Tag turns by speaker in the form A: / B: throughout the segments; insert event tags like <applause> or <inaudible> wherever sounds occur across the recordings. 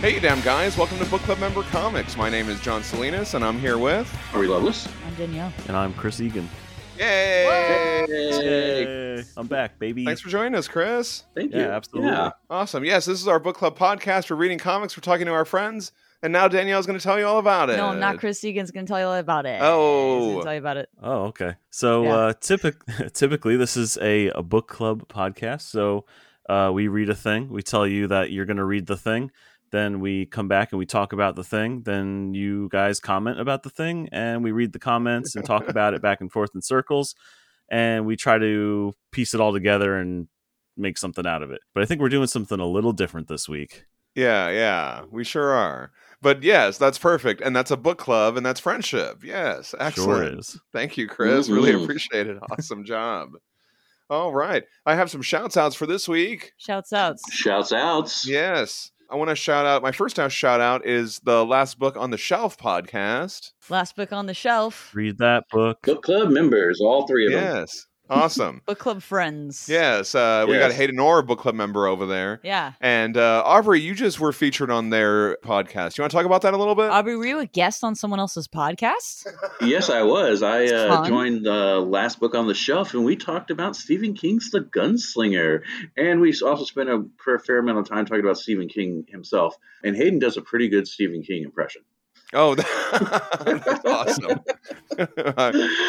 A: Hey, you damn guys, welcome to Book Club Member Comics. My name is John Salinas, and I'm here with.
B: Are we Loveless?
C: I'm Danielle.
D: And I'm Chris Egan.
A: Yay!
B: Yay.
D: Yay. I'm back, baby.
A: Thanks for joining us, Chris.
B: Thank you.
D: Yeah, absolutely.
B: Yeah.
A: Awesome. Yes, this is our book club podcast. We're reading comics, we're talking to our friends, and now Danielle's going to tell you all about it.
C: No, I'm not Chris Egan's going to tell you all about it. He's going
A: Oh,
C: to tell you about it.
D: Oh, okay. So
C: Yeah.
D: uh, typic- <laughs> typically, this is a, a book club podcast. So uh, we read a thing. We tell you that you're going to read the thing. Then we come back and we talk about the thing. Then you guys comment about the thing, and we read the comments and talk
A: <laughs>
D: about it back and forth in circles. And we try to piece it all together and make something out of it. But I think we're doing something a little different this week.
A: yeah, yeah, we sure are. But yes, that's perfect. And that's a book club, and that's friendship. Yes, excellent.
D: Sure is.
A: Thank you, Chris. Really
B: Mhm.
A: appreciate it. Awesome job. All right. I have some shout outs for this week.
C: Shouts outs.
B: Shouts outs.
A: Yes. I want to shout out my first house shout out is the last book on the shelf podcast.
C: Last book on the shelf.
D: Read that book.
B: Book club members, all three of them.
A: Yes. Awesome.
C: Book club friends.
A: yes. Uh, we got a
B: Yes.
A: Hayden Orr book club member over there.
C: Yeah.
A: And uh, Aubrey, you just were featured on their podcast. You want to talk about that a little bit?
C: Aubrey, were you a guest on someone else's podcast?
B: Yes, I was. I
C: It's
B: uh,
C: fun.
B: joined the last book on the shelf, and we talked about Stephen King's The Gunslinger. And we also spent a fair- fair amount of time talking about Stephen King himself. And Hayden does a pretty good Stephen King impression.
A: oh, <laughs> that's awesome. <laughs> Uh,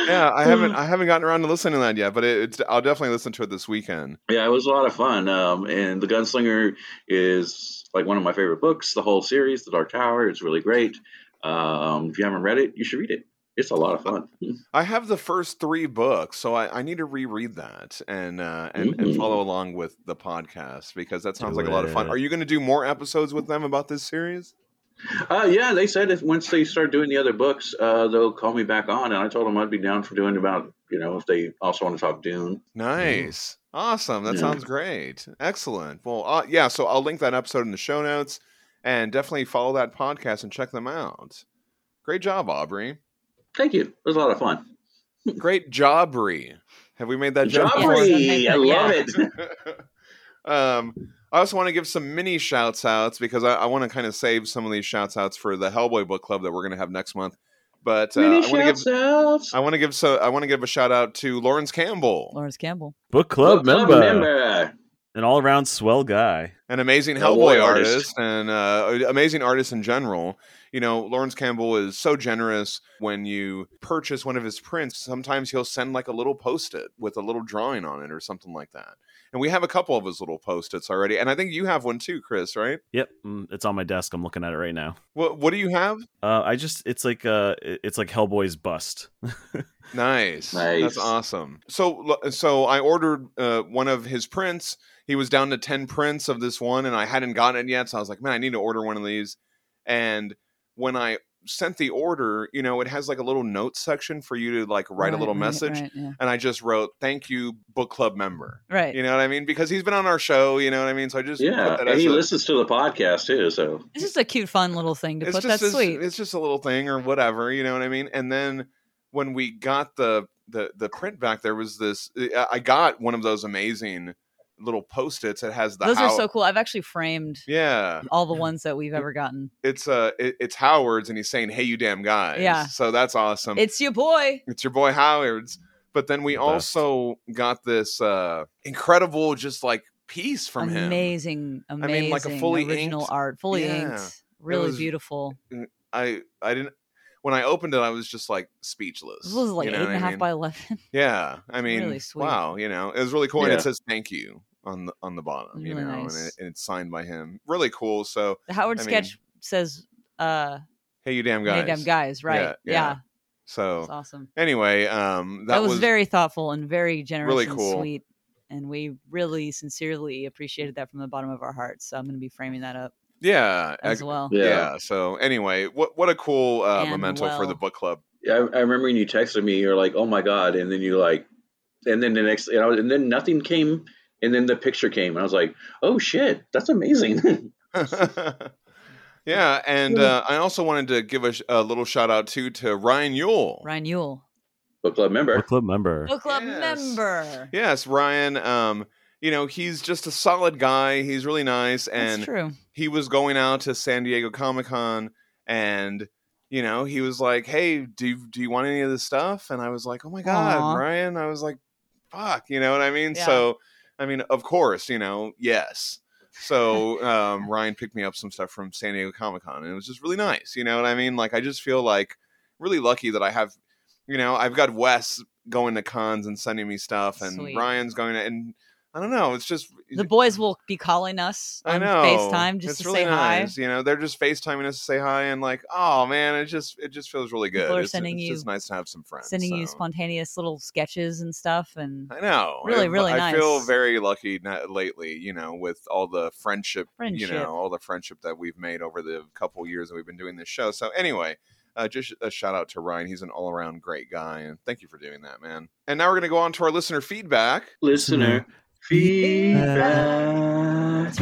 A: yeah, <laughs> I
B: <laughs>
A: haven't I haven't gotten around to listening to that yet, but it, it's, I'll definitely listen to it this weekend.
B: Yeah, it was a lot of fun. Um, and The Gunslinger is like one of my favorite books. The whole series, The Dark Tower, it's really great. Um, if you haven't read it, you should read it. It's a lot of fun. <laughs>
A: I have the first three books, so I, I need to reread that and uh, and, and
B: Mhm.
A: follow along with the podcast because that sounds
D: Do
A: like a lot of fun.
D: it.
A: Are you going to do more episodes with them about this series?
B: Uh, yeah, they said if once they start doing the other books, uh, they'll call me back on, and I told them I'd be down for doing about you know if they also want to talk Dune.
A: Nice, awesome. That
B: Yeah.
A: sounds great. Excellent. Well, uh, yeah. So I'll link that episode in the show notes and definitely follow that podcast and check them out. Great job, Aubrey.
B: Thank you. It was a lot of fun.
A: Great jobbery. Have we made that joke? before?
B: Joffrey, I love
C: Yeah.
B: it.
A: uh, um, I also want to give some mini shouts outs because I, I want to kind of save some of these shouts outs for the Hellboy book club that we're going to have next month. But uh, I
B: Many
A: want to give
B: shouts outs.
A: I want to give so I want to give a shout out to Lawrence Campbell,
C: Lawrence Campbell.
D: Book club, member.
B: member.
D: An all around swell guy.
A: an amazing
B: Hellboy
A: Hellboy artist,
B: artist.
A: and uh, amazing artist in general. You know, Lawrence Campbell is so generous when you purchase one of his prints. Sometimes he'll send like a little post-it with a little drawing on it or something like that. And we have a couple of his little post-its already, and I think you have one too, Chris, right?
D: Yep, mm, it's on my desk. I'm looking at it right now.
A: What What do you have?
D: Uh, I just it's like uh it- it's like Hellboy's bust.
A: Nice.
B: Nice.
A: That's awesome. So uh, so I ordered uh, one of his prints. He was down to 10 prints of this one and I hadn't gotten it yet, so I was like, "Man, I need to order one of these." And when I sent the order, you know, it has like a little note section for you to like write a
C: Right,
A: little
C: right,
A: message,
C: Right, yeah.
A: and I just wrote, "Thank you, book club member."
C: Right.
A: You know what I mean? Because he's been on our show, you know what I mean? So I just
B: Yeah,
A: put that
B: and
A: as
B: he
A: a-
B: listens to the podcast too. So
C: It's just a cute, fun little thing to put. That's
A: it's,
C: sweet.
A: It's just a little thing or whatever, you know what I mean? And then when we got the the the print back, there was this. eh, I- I got one of those amazing little post its. It has the
C: Those are
A: How-
C: so cool. I've actually framed
A: Yeah,
C: all the ones that we've ever gotten.
A: it's uh, it, it's Howard's, and he's saying, "Hey, you damn guys!"
C: Yeah.
A: so that's awesome.
C: It's your boy.
A: it's your boy Howard's. But then we
D: The best.
A: also got this uh incredible, just like piece from him.
C: amazing,
A: mean,
C: amazing,
A: like a fully
C: original
A: inked-
C: art, fully
A: Yeah.
C: inked, really
A: was-
C: beautiful.
A: I I didn't when I opened it, I was just like speechless.
C: This was like
A: you
C: eight
A: know
C: and a half
A: what I mean?
C: by eleven. <laughs>
A: Yeah, I mean,
C: really sweet.
A: wow, you know, it was really cool, and
B: Yeah.
A: it says thank you on the on the bottom, you
C: Really
A: know, and,
C: nice.
A: it, and it's signed by him. Really cool. So,
C: The Howard
A: I
C: sketch says, "Uh,
A: hey, you damn guys.
C: guys. damn guys, right? Yeah,
A: Yeah, yeah. So
C: it's awesome.
A: anyway, um,
C: That, was, very thoughtful and very generous,
A: really
C: and
A: cool.
C: sweet, and we really sincerely appreciated that from the bottom of our hearts. So I'm going to be framing that up
A: yeah,
C: as
A: ex-
C: well.
A: yeah.
B: Yeah.
A: So anyway, what what a cool uh,
C: And
A: memento for the
C: well.
A: book club.
B: I, I remember when you texted me, you're like, "Oh my god!" And then you like, and then the next, and, I was, and then nothing came, and then the picture came, and I was like, "Oh shit, that's amazing!" <laughs>
A: <laughs> yeah, and uh, I also wanted to give a, sh- a little shout out too to Ryan Yule.
C: Ryan Yule,
B: Book club member.
D: Book club member.
C: book club
A: Yes.
C: member.
A: Yes, Ryan. Um, you know, he's just a solid guy. He's really nice, and
C: That's true.
A: he was going out to San Diego Comic Con and you know, he was like, "Hey, do you, do you want any of this stuff?" And I was like, "Oh my god,
C: Aw.
A: Brian!" I was like, "Fuck," you know what I mean?
C: Yeah.
A: So, I mean, of course, you know, yes.
C: <laughs>
A: So um, Ryan picked me up some stuff from San Diego Comic Con, and it was just really nice. You know what I mean? Like, I just feel like really lucky that I have, you know, I've got Wes going to cons and sending me stuff, and
C: Sweet.
A: Ryan's going to, and I don't know, it's just
C: The boys will be calling us
A: I
C: on
A: know.
C: FaceTime just
A: It's
C: to
A: really
C: say hi.
A: nice, You know, they're just FaceTiming us to say hi and like, oh man, it just it just feels really good.
C: People are
A: it's,
C: sending
A: it's
C: you-
A: just nice to have some friends.
C: sending you
A: so.
C: spontaneous little sketches and stuff and
A: I know.
C: Really,
A: I-
C: really
A: I feel
C: nice.
A: very lucky na- lately, you know, with all the friendship,
C: Friendship.
A: you know, all the friendship that we've made over the couple years that we've been doing this show. So anyway, uh, just a shout out to Ryan. He's an all around great guy, and thank you for doing that, man. And now we're gonna go on to our listener feedback.
B: Listener feedback.
C: that's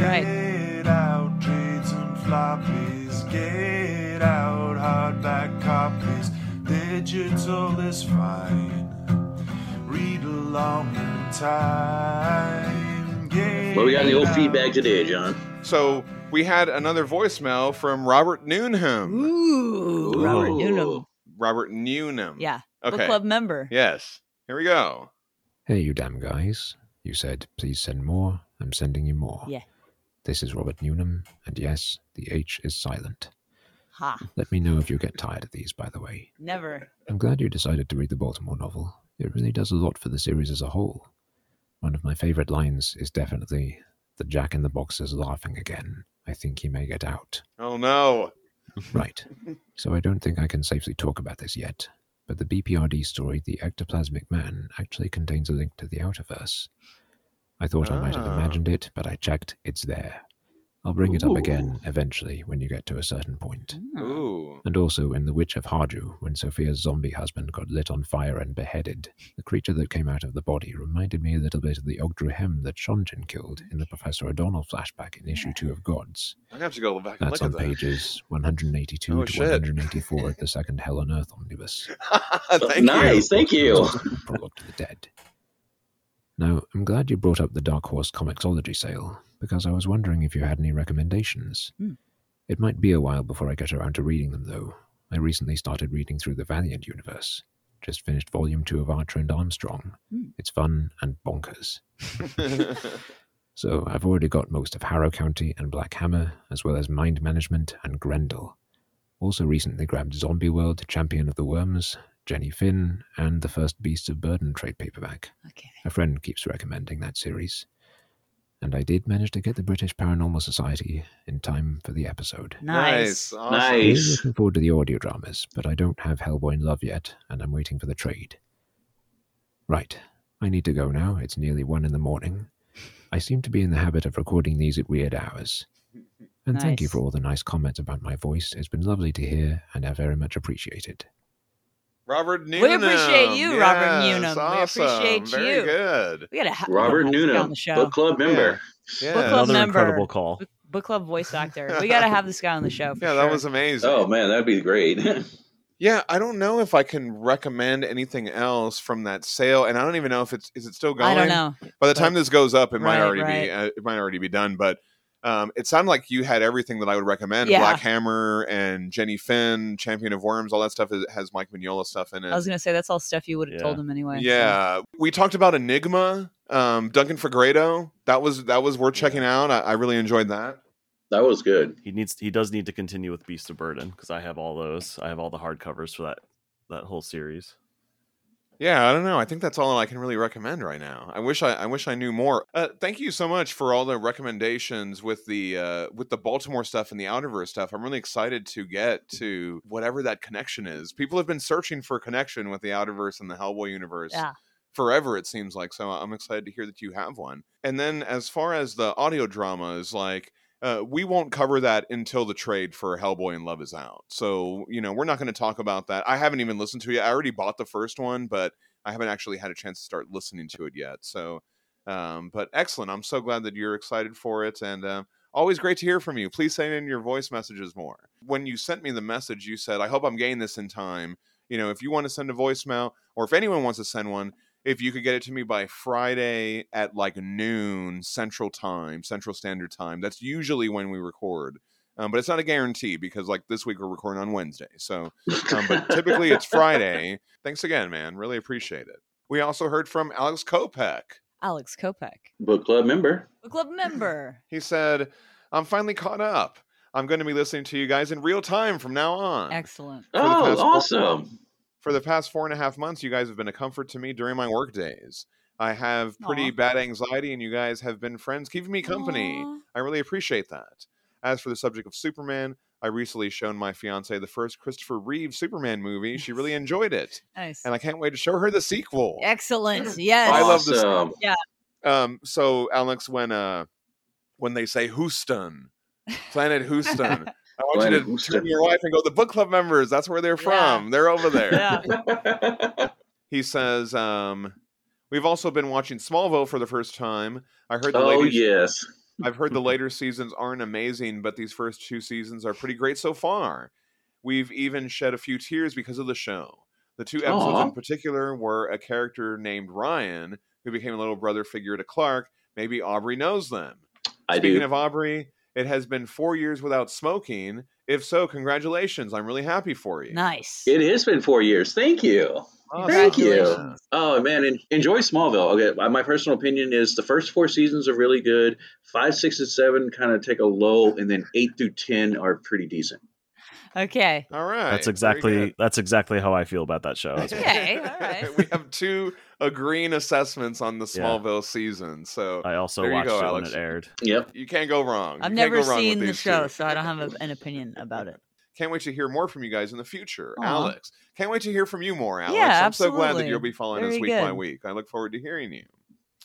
A: <laughs>
C: right
E: Get out trades and floppies. Get out hardback copies. Digital is fine. Read along in time. Get
B: What we got in the old
E: out
B: feedback today, John?
A: So we had another voicemail from Robert Newnham.
C: ooh, robert
B: Ooh.
C: Newnham.
A: Robert Newnham.
C: yeah
A: Okay.
C: book club member
A: Yes. Here we go.
F: Hey, you damn guys. You said, please send more. I'm sending you more.
C: Yeah.
F: This is Robert Newnham, and yes, the H is silent.
C: ha
F: Let me know if you get tired of these, by the way.
C: never
F: I'm glad you decided to read the Baltimore novel. It really does a lot for the series as a whole. One of my favorite lines is definitely the Jack in the Box is laughing again. I think he may get out.
A: Oh no.
F: Right. So I don't think I can safely talk about this yet. But the BPRD story, The Ectoplasmic Man, actually contains a link to the Outerverse. I thought I might have
A: Ah.
F: imagined it, but I checked, it's there. I'll bring it up again
B: Ooh.
F: eventually when you get to a certain point.
A: Hmm.
C: Mm.
A: Ooh.
F: And also in The Witch of Harju, when Sophia's zombie husband got lit on fire and beheaded, the creature that came out of the body reminded me a little bit of the Ogdruhem that Shonjin killed in the Professor O'Donnell flashback in issue 2 of Gods.
A: I have to go back and
F: That's
A: look
F: on
A: at that.
F: pages 182
A: Oh,
F: to
A: shit.
F: 184 of the second Hell on Earth omnibus.
A: <laughs> Thank
B: Nice.
A: you.
B: thank you.
F: Prologue to the Dead. Now, I'm glad you brought up the Dark Horse Comixology sale, because I was wondering if you had any recommendations.
C: Hmm.
F: It might be a while before I get around to reading them, though. I recently started reading through the Valiant universe. Just finished volume two of Archer and Armstrong.
C: Hmm.
F: It's fun and bonkers.
A: <laughs> nice.
F: So I've already got most of Harrow County and Black Hammer, as well as Mind Management and Grendel. Also recently grabbed Zombie World, Champion of the Worms, Jenny Finn, and the first Beasts of Burden trade paperback.
C: okay
F: A friend keeps recommending that series. And I did manage to get the British Paranormal Society in time for the episode.
C: nice,
A: Awesome.
F: I'm really
B: Nice.
F: looking forward to the audio dramas, but I don't have Hellboy in Love yet, and I'm waiting for the trade. Right, I need to go now. It's nearly one in the morning. I seem to be in the habit of recording these at weird hours. And thank you
C: Nice.
F: for all the nice comments about my voice. It's been lovely to hear, and I very much appreciate it.
A: Robert Newnham.
C: We appreciate you, Robert
A: Yes,
C: Newnham. We
A: Awesome.
C: appreciate
A: Very
C: you.
A: good.
C: we gotta ha- we
B: Robert
C: gotta have to get on
B: Noonan,
C: the show
B: book club member.
A: Yeah.
C: Book club
D: Another
C: member.
D: incredible call.
C: book, book club
A: <laughs>
C: voice actor we gotta have this guy on the show for
A: Yeah, that
C: sure.
A: was amazing.
B: Oh man, that'd be great. <laughs>
A: Yeah, I don't know if I can recommend anything else from that sale, and I don't even know if it's is it still going.
C: i don't know
A: By the time
C: but-
A: this goes up, it might
C: Right,
A: already be
C: right.
A: uh, it might already be done. But um, it sounded like you had everything that I would recommend:
C: Yeah.
A: Black Hammer and Jenny Finn, Champion of Worms, all that stuff is, has Mike Mignola stuff in it.
C: i was gonna say that's all stuff you would have
D: Yeah.
C: told him anyway so-
A: Yeah, we talked about Enigma, um, Duncan Fregredo. That was that was worth checking out. I, I really enjoyed that.
B: that was good.
D: He needs he does need to continue with Beast of Burden because I have all those. I have all the hardcovers for that that whole series.
A: Yeah, I don't know. I think that's all I can really recommend right now. I wish I, I wish I knew more. Uh, thank you so much for all the recommendations with the uh, with the Baltimore stuff and the Outerverse stuff. I'm really excited to get to whatever that connection is. People have been searching for a connection with the Outerverse and the Hellboy universe
C: Yeah.
A: forever. It seems like so. I'm excited to hear that you have one. And then as far as the audio dramas, like uh, we won't cover that until the trade for Hellboy and Love is out. So, you know, we're not going to talk about that. I haven't even listened to it. yet. I already bought the first one, but I haven't actually had a chance to start listening to it yet. So, um, but excellent. I'm so glad that you're excited for it. And um, always great to hear from you. Please send in your voice messages more. When you sent me the message, you said, I hope I'm getting this in time. You know, if you want to send a voicemail or if anyone wants to send one, if you could get it to me by Friday at like noon Central Time, Central Standard Time. That's usually when we record. Um, but it's not a guarantee because like this week we're recording on Wednesday. So um, but typically it's Friday. Thanks again, man. Really appreciate it. We also heard from Alex Kopeck.
C: Alex Kopeck,
B: <laughs> Book club member.
C: book club member.
A: He said, I'm finally caught up. I'm going to be listening to you guys in real time from now on.
C: Excellent.
A: the
B: Oh,
A: past four
B: awesome.
A: For the past four and a half months, you guys have been a comfort to me during my work days. I have pretty
C: Aw.
A: bad anxiety, and you guys have been friends keeping me company.
C: Aw.
A: I really appreciate that. As for the subject of Superman, I recently shown my fiance the first Christopher Reeve Superman movie. She
B: <laughs>
A: really enjoyed it,
C: Nice.
A: and I can't wait to show her the sequel. <laughs>
C: Excellent. Yes.
A: I
B: <laughs>
A: love this- <laughs>
B: Awesome.
A: Um, so Alex, when uh, when they say Houston, Planet
B: <laughs>
A: Houston, I want
B: Planet
A: you to turn
B: Houston.
A: to your wife and go. The book club members. That's where they're
C: Yeah.
A: from. They're over there.
B: <laughs>
C: Yeah.
A: He says, um, "We've also been watching Smallville for the first time. I heard the
B: oh,
A: latest.
B: yes.
A: I've heard the
B: <laughs>
A: later seasons aren't amazing, but these first two seasons are pretty great so far. We've even shed a few tears because of the show. The two episodes
B: Aw.
A: in particular were a character named Ryan, who became a little brother figure to Clark. Maybe Aubrey knows them.
B: I
A: Speaking
B: do.
A: of Aubrey, it has been four years without smoking. If so, congratulations. I'm really happy for you.
C: Nice.
B: it has been four years. Thank you.
A: Awesome.
B: Thank you.
C: Congratulations.
B: Oh man, en- enjoy Smallville. Okay, my- my personal opinion is the first four seasons are really good. Five, six, and seven kind of take a low, and then eight through ten are pretty decent.
C: Okay.
A: All right.
D: That's
A: very
B: <laughs>
D: exactly
A: good.
D: that's exactly how I feel about that show.
A: <laughs>
D: as well.
C: Okay, all right.
A: we have two agreeing assessments on the
D: Yeah.
A: Smallville season. So
D: I also
A: There you
D: watched
A: go,
D: it
A: Alex.
D: when it aired.
B: Yep.
A: you can't go wrong.
C: I've
A: You can't
C: never
A: go wrong with
C: seen the
A: these
C: show,
A: two.
C: so I don't have a, an opinion about it.
A: <laughs> Can't wait to hear more from you guys in the future,
C: Aw.
A: Alex. Can't wait to hear from you more, Alex.
C: Yeah,
A: I'm so glad that
C: absolutely.
A: you'll be following us
C: Very
A: week by
C: good.
A: week. I look forward to hearing you.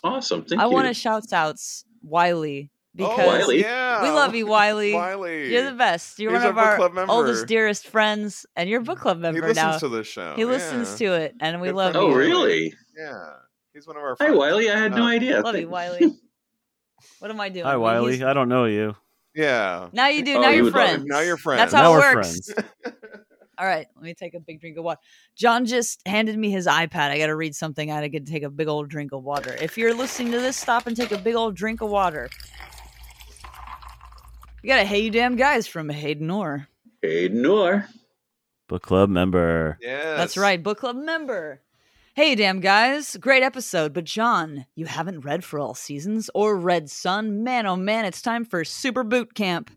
B: Awesome. Thank
C: I
B: you.
C: want to shout outs Wiley because
A: oh,
B: Wiley.
A: yeah.
C: we love you, Wiley.
A: Wiley.
C: You're the best. You're
A: He's
C: one
A: our
C: of
A: book
C: our
A: club member.
C: oldest, dearest friends, and you're a book club
A: He
C: member
A: listens
C: now.
A: to the show.
C: he listens
A: yeah.
C: to it, and we
A: Good
C: love
A: friend.
B: Oh
C: you.
B: really?
A: Yeah. He's one of our
B: Hi
A: friends.
B: Wiley, I had no
A: Uh,
B: idea.
C: Love you,
B: Thank- <laughs>
C: Wiley. What am I doing?
D: Hi
C: He's-
D: Wiley, I don't know you.
A: Yeah.
C: Now you do.
B: Oh,
C: now
B: you
C: you're
B: would love him.
C: friends.
A: Now you're friends.
C: That's how
D: now
C: it
D: we're
C: works.
D: friends.
C: <laughs>
D: <laughs>
C: All right, let me take a big drink of water. John just handed me his iPad. I got to read something. I got to take a big old drink of water. If you're listening to this, stop and take a big old drink of water. You got a Hey You Damn Guys from Hayden Orr.
B: Hayden Orr.
D: Book club member.
A: Yes. <laughs>
C: That's right, book club member. Hey You Damn Guys, great episode. But John, you haven't read for all seasons or read Sun. Man, oh man, it's time for Super Boot Camp.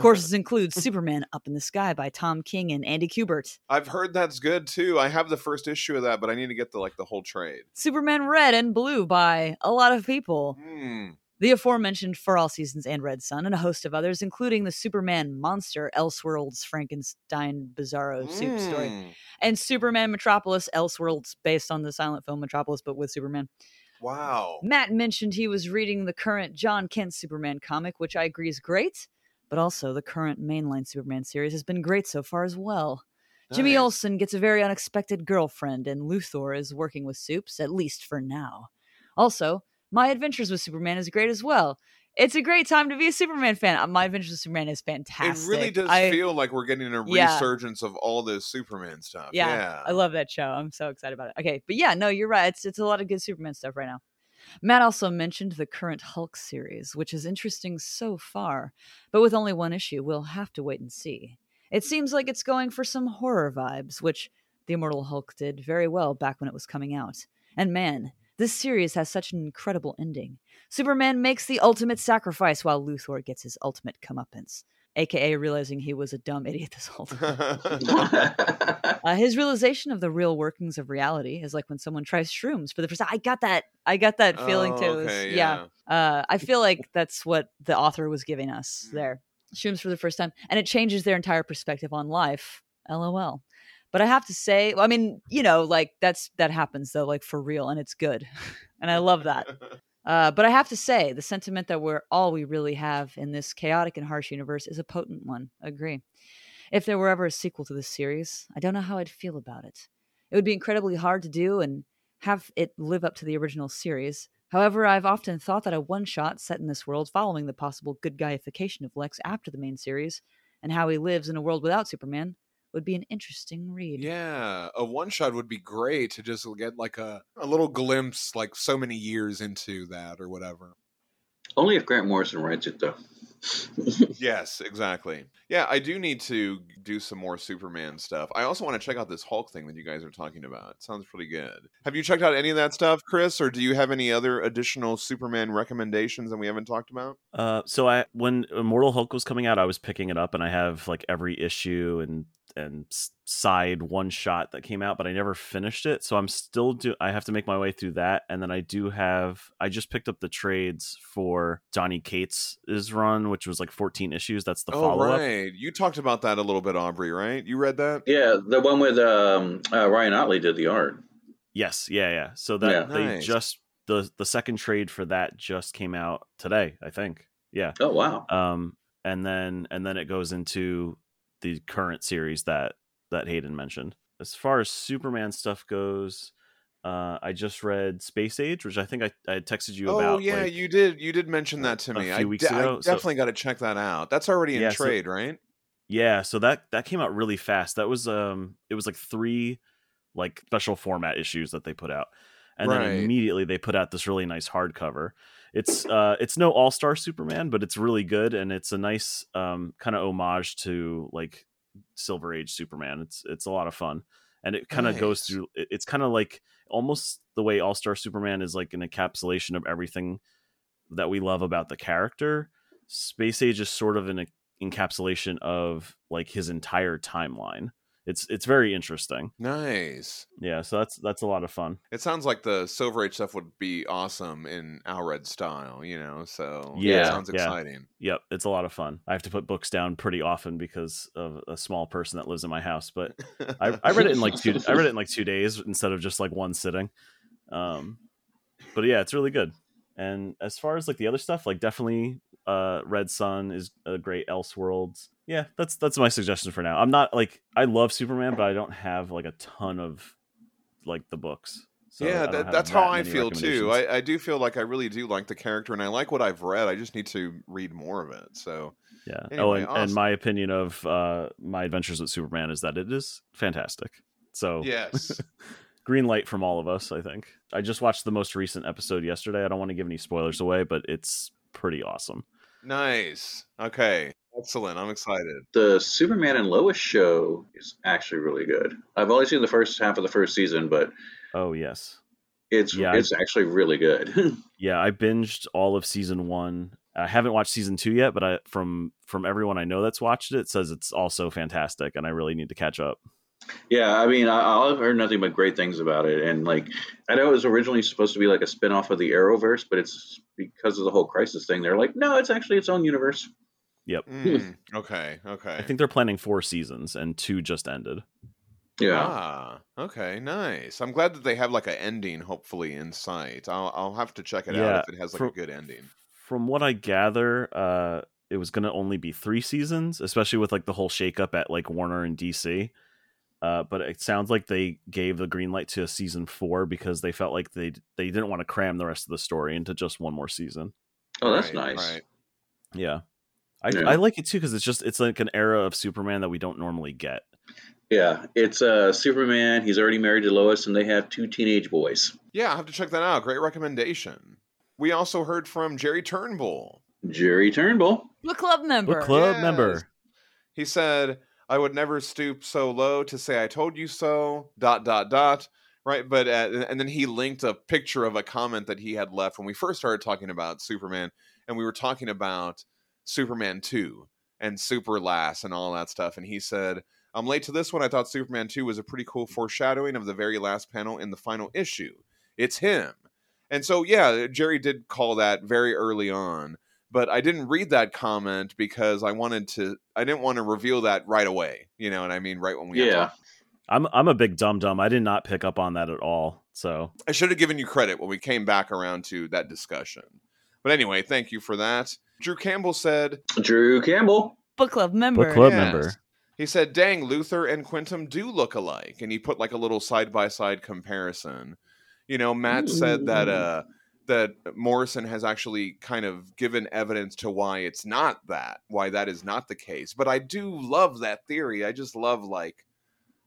C: Courses include Superman Up in the Sky by Tom King and Andy Kubert.
A: I've heard that's good too. I have the first issue of that, but I need to get the like the whole trade.
C: Superman Red and Blue by a lot of people.
A: Hmm.
C: The aforementioned For All Seasons and Red Sun, and a host of others, including the Superman Monster, Elseworlds, Frankenstein, Bizarro Soup Story,
A: Mm.
C: and Superman Metropolis, Elseworlds, based on the silent film Metropolis, but with Superman.
A: Wow.
C: Matt mentioned he was reading the current John Kent Superman comic, which I agree is great, but also the current mainline Superman series has been great so far as well. Jimmy
A: Nice.
C: Olsen gets a very unexpected girlfriend, and Luthor is working with Supes, at least for now. Also, My Adventures with Superman is great as well. It's a great time to be a Superman fan. Uh, My Adventures with Superman is fantastic.
A: It really does
C: I,
A: feel like we're getting a
C: Yeah.
A: resurgence of all this Superman stuff.
C: Yeah,
A: Yeah. <laughs>
C: I love that show. I'm so excited about it. Okay, but yeah, no, you're right. It's it's a lot of good Superman stuff right now. Matt also mentioned the current Hulk series, which is interesting so far, but with only one issue, we'll have to wait and see. It seems like it's going for some horror vibes, which the Immortal Hulk did very well back when it was coming out. And man, this series has such an incredible ending. Superman makes the ultimate sacrifice while Luthor gets his ultimate comeuppance, aka realizing he was a dumb <laughs> idiot this whole time. Uh, his realization of the real workings of reality is like when someone tries shrooms for the first time. I got that. I got that feeling
A: Oh,
C: too. It was-
A: okay,
C: yeah. Uh, I feel like
A: <laughs>
C: that's what the author was giving us
A: Mm.
C: there. Shrooms for the first time, and it changes their entire perspective on life. LOL. But I have to say, I mean, you know, like that's that happens though, like for real, and it's good, <laughs> and I love that. Uh, but I have to say, the sentiment that we're all we really have in this chaotic and harsh universe is a potent one. Agree. If there were ever a sequel to this series, I don't know how I'd feel about it. It would be incredibly hard to do and have it live up to the original series. However, I've often thought that a one shot set in this world following the possible good guyification of Lex after the main series and how he lives in a world without Superman would be an interesting
A: <laughs>
C: read.
A: Yeah, a one shot would be great to just get like a, a little glimpse, like so many years into that or whatever.
B: Only if Grant Morrison writes it, though. <laughs>
A: yes, exactly. Yeah, I do need to do some more Superman stuff. I also want to check out this Hulk thing that you guys are talking about. It sounds pretty good. Have you checked out any of that stuff, Chris, or do you have any other additional Superman recommendations that we haven't talked about?
D: Uh, so I when Immortal Hulk was coming out, I was picking it up, and I have like every issue and and s- side one shot that came out, but I never finished it. So I'm still do. I have to make my way through that, and then I do have. I just picked up the trades for Donnie Cates' run, which was like 14 issues. That's the
A: oh,
D: follow up.
A: right. You talked about that a little bit, Aubrey, right? You read that?
B: Yeah, the one with um, uh, Ryan Otley did the art.
D: Yes, yeah, yeah. So that
B: Yeah.
D: they
A: Nice.
D: just the the second trade for that just came out today, I think. Yeah.
B: Oh wow.
D: Um and then and then it goes into the current series that that Hayden mentioned. As far as Superman stuff goes, uh I just read Space Age, which I think I, I had texted you
A: oh
D: about.
A: yeah,
D: like-
A: you did. You did mention that to
D: a
A: me.
D: few
A: I,
D: weeks
A: de- I
D: ago, so-
A: definitely got to check that out. That's already in
D: Yeah, so-
A: trade, right?
D: Yeah, so that that came out really fast. That was um it was like three like special format issues that they put out. And
A: Right.
D: then immediately they put out this really nice hardcover. It's uh it's no all-star Superman, but it's really good and it's a nice um kind of homage to like Silver Age Superman. It's it's a lot of fun. And it kind of goes
A: Nice.
D: through it- it's kind of like almost the way All-Star Superman is like an encapsulation of everything that we love about the character. Space Age is sort of an encapsulation of like his entire timeline. It's it's very interesting.
A: Nice.
D: Yeah, so that's that's a lot of fun.
A: It sounds like the Silver Age stuff would be awesome in Alred style, you know. So it
B: Yeah,
A: sounds
D: yeah.
A: exciting. <laughs>
D: Yep, it's a lot of fun. I have to put books down pretty often because of a small person that lives in my house, but
A: <laughs>
D: I, I read it in like two I read it in like two days instead of just like one sitting. Um but yeah, it's really good. And as far as like the other stuff, like definitely uh Red Sun is a great Elseworlds. Yeah, that's that's my suggestion for now. I'm not like I love Superman, but I don't have like a ton of like the books. So I
A: yeah,
D: don't
A: that,
D: have
A: that's how I
D: many
A: feel too.
D: recommendations.
A: I, I do feel like I really do like the character, and I like what I've read. I just need to read more of it. So
D: yeah. oh,
A: anyway,
D: and, and
A: awesome.
D: my opinion of uh my adventures with Superman is that it is fantastic. So <laughs>
A: yes,
D: green light from all of us i think i just watched the most recent episode yesterday i don't want to give any spoilers away but it's pretty awesome
A: nice. Okay, excellent. I'm excited.
B: the Superman and Lois show is actually really good. I've only seen the first half of the first season, but
D: oh yes
B: it's
D: Yeah, I-
B: it's actually really good. <laughs>
D: yeah i binged all of season one i haven't watched season two yet but i from from everyone i know that's watched it, it says it's also fantastic and i really need to catch up
B: yeah, I mean, I, I've heard nothing but great things about it, and like I know it was originally supposed to be like a spin off of the Arrowverse, but it's because of the whole Crisis thing. They're like, no, it's actually its own universe.
D: yep
A: Mm, okay, okay.
D: i think they're planning four seasons and two just ended
B: Yeah,
A: Ah, okay, nice. I'm glad that they have like an ending, hopefully in sight. I'll I'll have to check it
D: Yeah,
A: out if it has like a
D: for-
A: good ending.
D: from what i gather uh it was going to only be three seasons especially with like the whole shakeup at like warner and dc uh, but it sounds like they gave the green light to season four because they felt like they they didn't want to cram the rest of the story into just one more season
B: oh, that's
A: Right,
B: nice.
A: right.
D: yeah i,
B: Yeah.
D: I like it too because it's just it's like an era of superman that we don't normally get
B: Yeah, it's uh, Superman. He's already married to Lois, and they have two teenage boys.
A: Yeah, I have to check that out. Great recommendation. We also heard from Jerry Turnbull.
B: Jerry Turnbull.
C: Book club member.
D: book club
A: Yes.
D: member
A: He said, "I would never stoop so low to say I told you so." Dot dot dot. Right, but uh, and then he linked a picture of a comment that he had left when we first started talking about Superman, and we were talking about Superman two and Super Lass and all that stuff, and he said. I'm late to this one. I thought Superman 2 was a pretty cool foreshadowing of the very last panel in the final issue. It's him. And so, yeah, Jerry did call that very early on but I didn't read that comment because I wanted to. I didn't want to reveal that right away. You know what I mean? Right when we. had
B: Yeah.
A: talked.
D: i'm i'm a big dum dum i did not pick up on that at all so
A: I should have given you credit when we came back around to that discussion. But anyway, thank you for that. Drew Campbell said
B: Drew Campbell.
C: Book club member.
D: Book club. member.
A: He said, "Dang, Luther and Quintum do look alike," and he put like a little side by side comparison. You know, Matt said that
C: Mm.
B: Ooh.
A: uh, that Morrison has actually kind of given evidence to why it's not that, why that is not the case. But I do love that theory. I just love like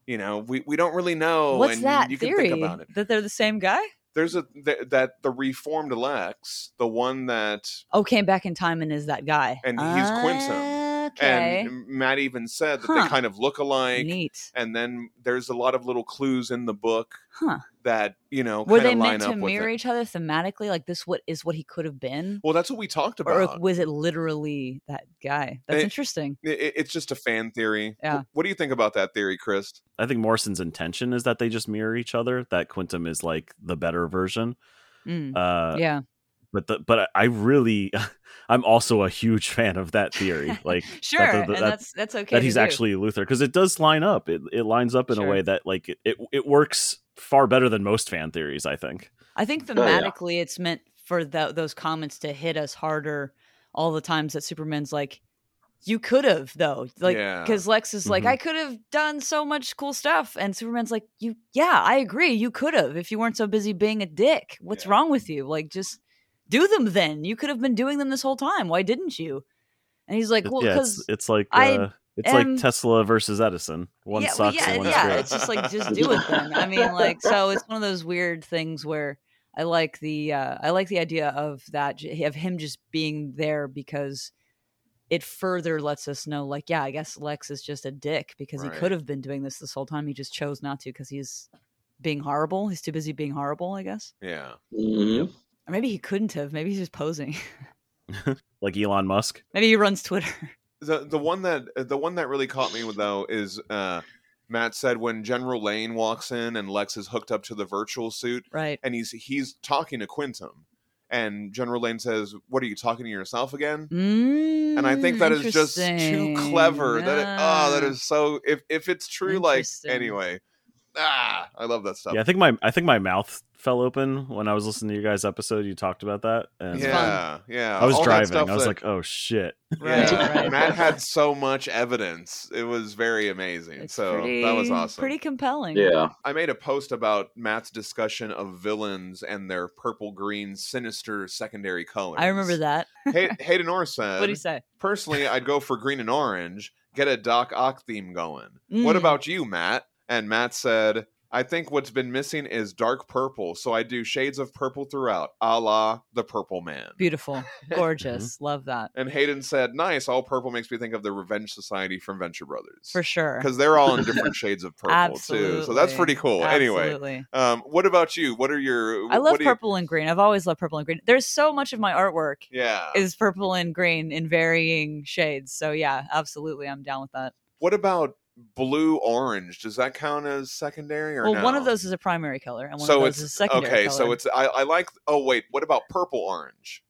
A: You know, we, we don't really know.
C: What's
A: Oh, and
C: that
A: you
C: theory?
A: can think about it.
C: That they're the same guy?
A: There's a th- that the reformed Lex, the one that
C: Oh, came back in time and is that guy.
A: And he's Quintum.
C: Okay.
A: and Matt even said that
C: Huh.
A: they kind of look alike.
C: Neat.
A: And then there's a lot of little clues in the book
C: Huh.
A: that you know
C: Were
A: kinda
C: they
A: line
C: meant to
A: up with it.
C: mirror each other thematically? Like this what is what he could have been?
A: Well, that's what we talked
C: Or
A: about.
C: was it literally that guy? That's
A: It-
C: interesting.
A: I- I- it's just a fan theory.
C: Yeah.
A: What do you think about that theory, Chris?
D: I think Morrison's intention is that they just mirror each other. That Quintum is like the better version.
C: Mm.
D: Uh,
A: <laughs>
C: yeah.
D: But the, but I really, <laughs> I'm also a huge fan of that
C: <laughs>
D: theory. Like
C: Sure.
D: that-
C: and
D: that-
C: that's that's okay.
D: that
C: to
D: he's
C: do.
D: actually Luther because it does line up. It it lines up in
C: Sure.
D: a way that like it, it it works far better than most fan theories. I think.
C: I think
B: yeah.
C: thematically it's meant for tho- those comments to hit us harder all the times that Superman's like, you could have though, like
A: Yeah.
C: because Lex is like,
D: Mhm.
C: I could have done so much cool stuff, and Superman's like, you, yeah, I agree, you could have if you weren't so busy being a dick. What's
A: Yeah.
C: wrong with you? Like just do them then. You could have been doing them this whole time. Why didn't you? And he's like,
D: It-
C: well,
D: yeah, it's
C: because
D: it's like
C: I
D: uh, it's
C: am-
D: like Tesla versus Edison. One
C: yeah, well,
D: sucks
C: yeah,
D: and one's
C: yeah.
D: great.
C: It's
A: <laughs>
C: just like just do it then. I mean, like so it's one of those weird things where I like the uh, I like the idea of that j- of him just being there because it further lets us know, like, yeah, I guess Lex is just a dick because he
A: Right.
C: could have been doing this this whole time. He just chose not to because he's being horrible. He's too busy being horrible, I guess.
A: Yeah.
B: Mhm.
C: Or maybe he couldn't have. Maybe he's just posing. <laughs>
D: Like Elon Musk.
C: maybe he runs Twitter. <laughs>
A: The the one that the one that really caught me though is uh, Matt said when General Lane walks in and Lex is hooked up to the virtual suit
C: right.
A: and he's he's talking to Quintum and General Lane says, "What are you talking to yourself again?" And I
C: Hmm,
A: think that is just too
C: Mm,
A: clever. That it, oh, that is so. If if it's true, like
C: Interesting.
A: anyway, ah, I love that stuff.
D: Yeah, I think my I think my mouth fell open when I was listening to your guys' episode. You talked about that. And
C: It's fun.
A: yeah, yeah.
D: I was
A: Uh, all that
D: driving.
A: stuff
D: I was
A: that-
D: like, oh shit.
C: Right,
A: <laughs> Yeah.
C: right.
A: Matt had so much evidence. It was very amazing.
C: It's
A: so that was
C: pretty-
A: awesome.
C: Pretty compelling.
B: Yeah.
A: I made a post about Matt's discussion of villains and their purple green sinister secondary colors.
C: I remember that.
A: Hay- Hayden Orr said,
C: <laughs> What do you say?
A: Personally, I'd go for green and orange, get a Doc Ock theme going. What
C: Mm.
A: about you, Matt? And Matt said, I think what's been missing is dark purple, so I do shades of purple throughout, a la the purple man.
C: Beautiful,
A: Mm-hmm.
C: gorgeous, love that
A: And Hayden said, "Nice. All purple makes me think of the Revenge Society from Venture Brothers
C: for sure.
A: because they're all in
C: <laughs>
A: different shades of purple too. So that's
C: Absolutely.
A: pretty cool. Anyway,
C: Absolutely.
A: um, what about you? What are your?
C: I love
A: what do you-
C: purple and green. I've always loved purple and green. There's so much of my artwork
A: yeah.
C: is purple and green in varying shades. So yeah, absolutely, I'm down with that.
A: what about blue orange? Does that count as secondary or
C: Well,
A: no?
C: one of those is a primary color, and one
A: So
C: of those
A: it's-
C: is a secondary.
A: Okay,
C: color.
A: so it's I, I like. Oh wait, what about purple orange?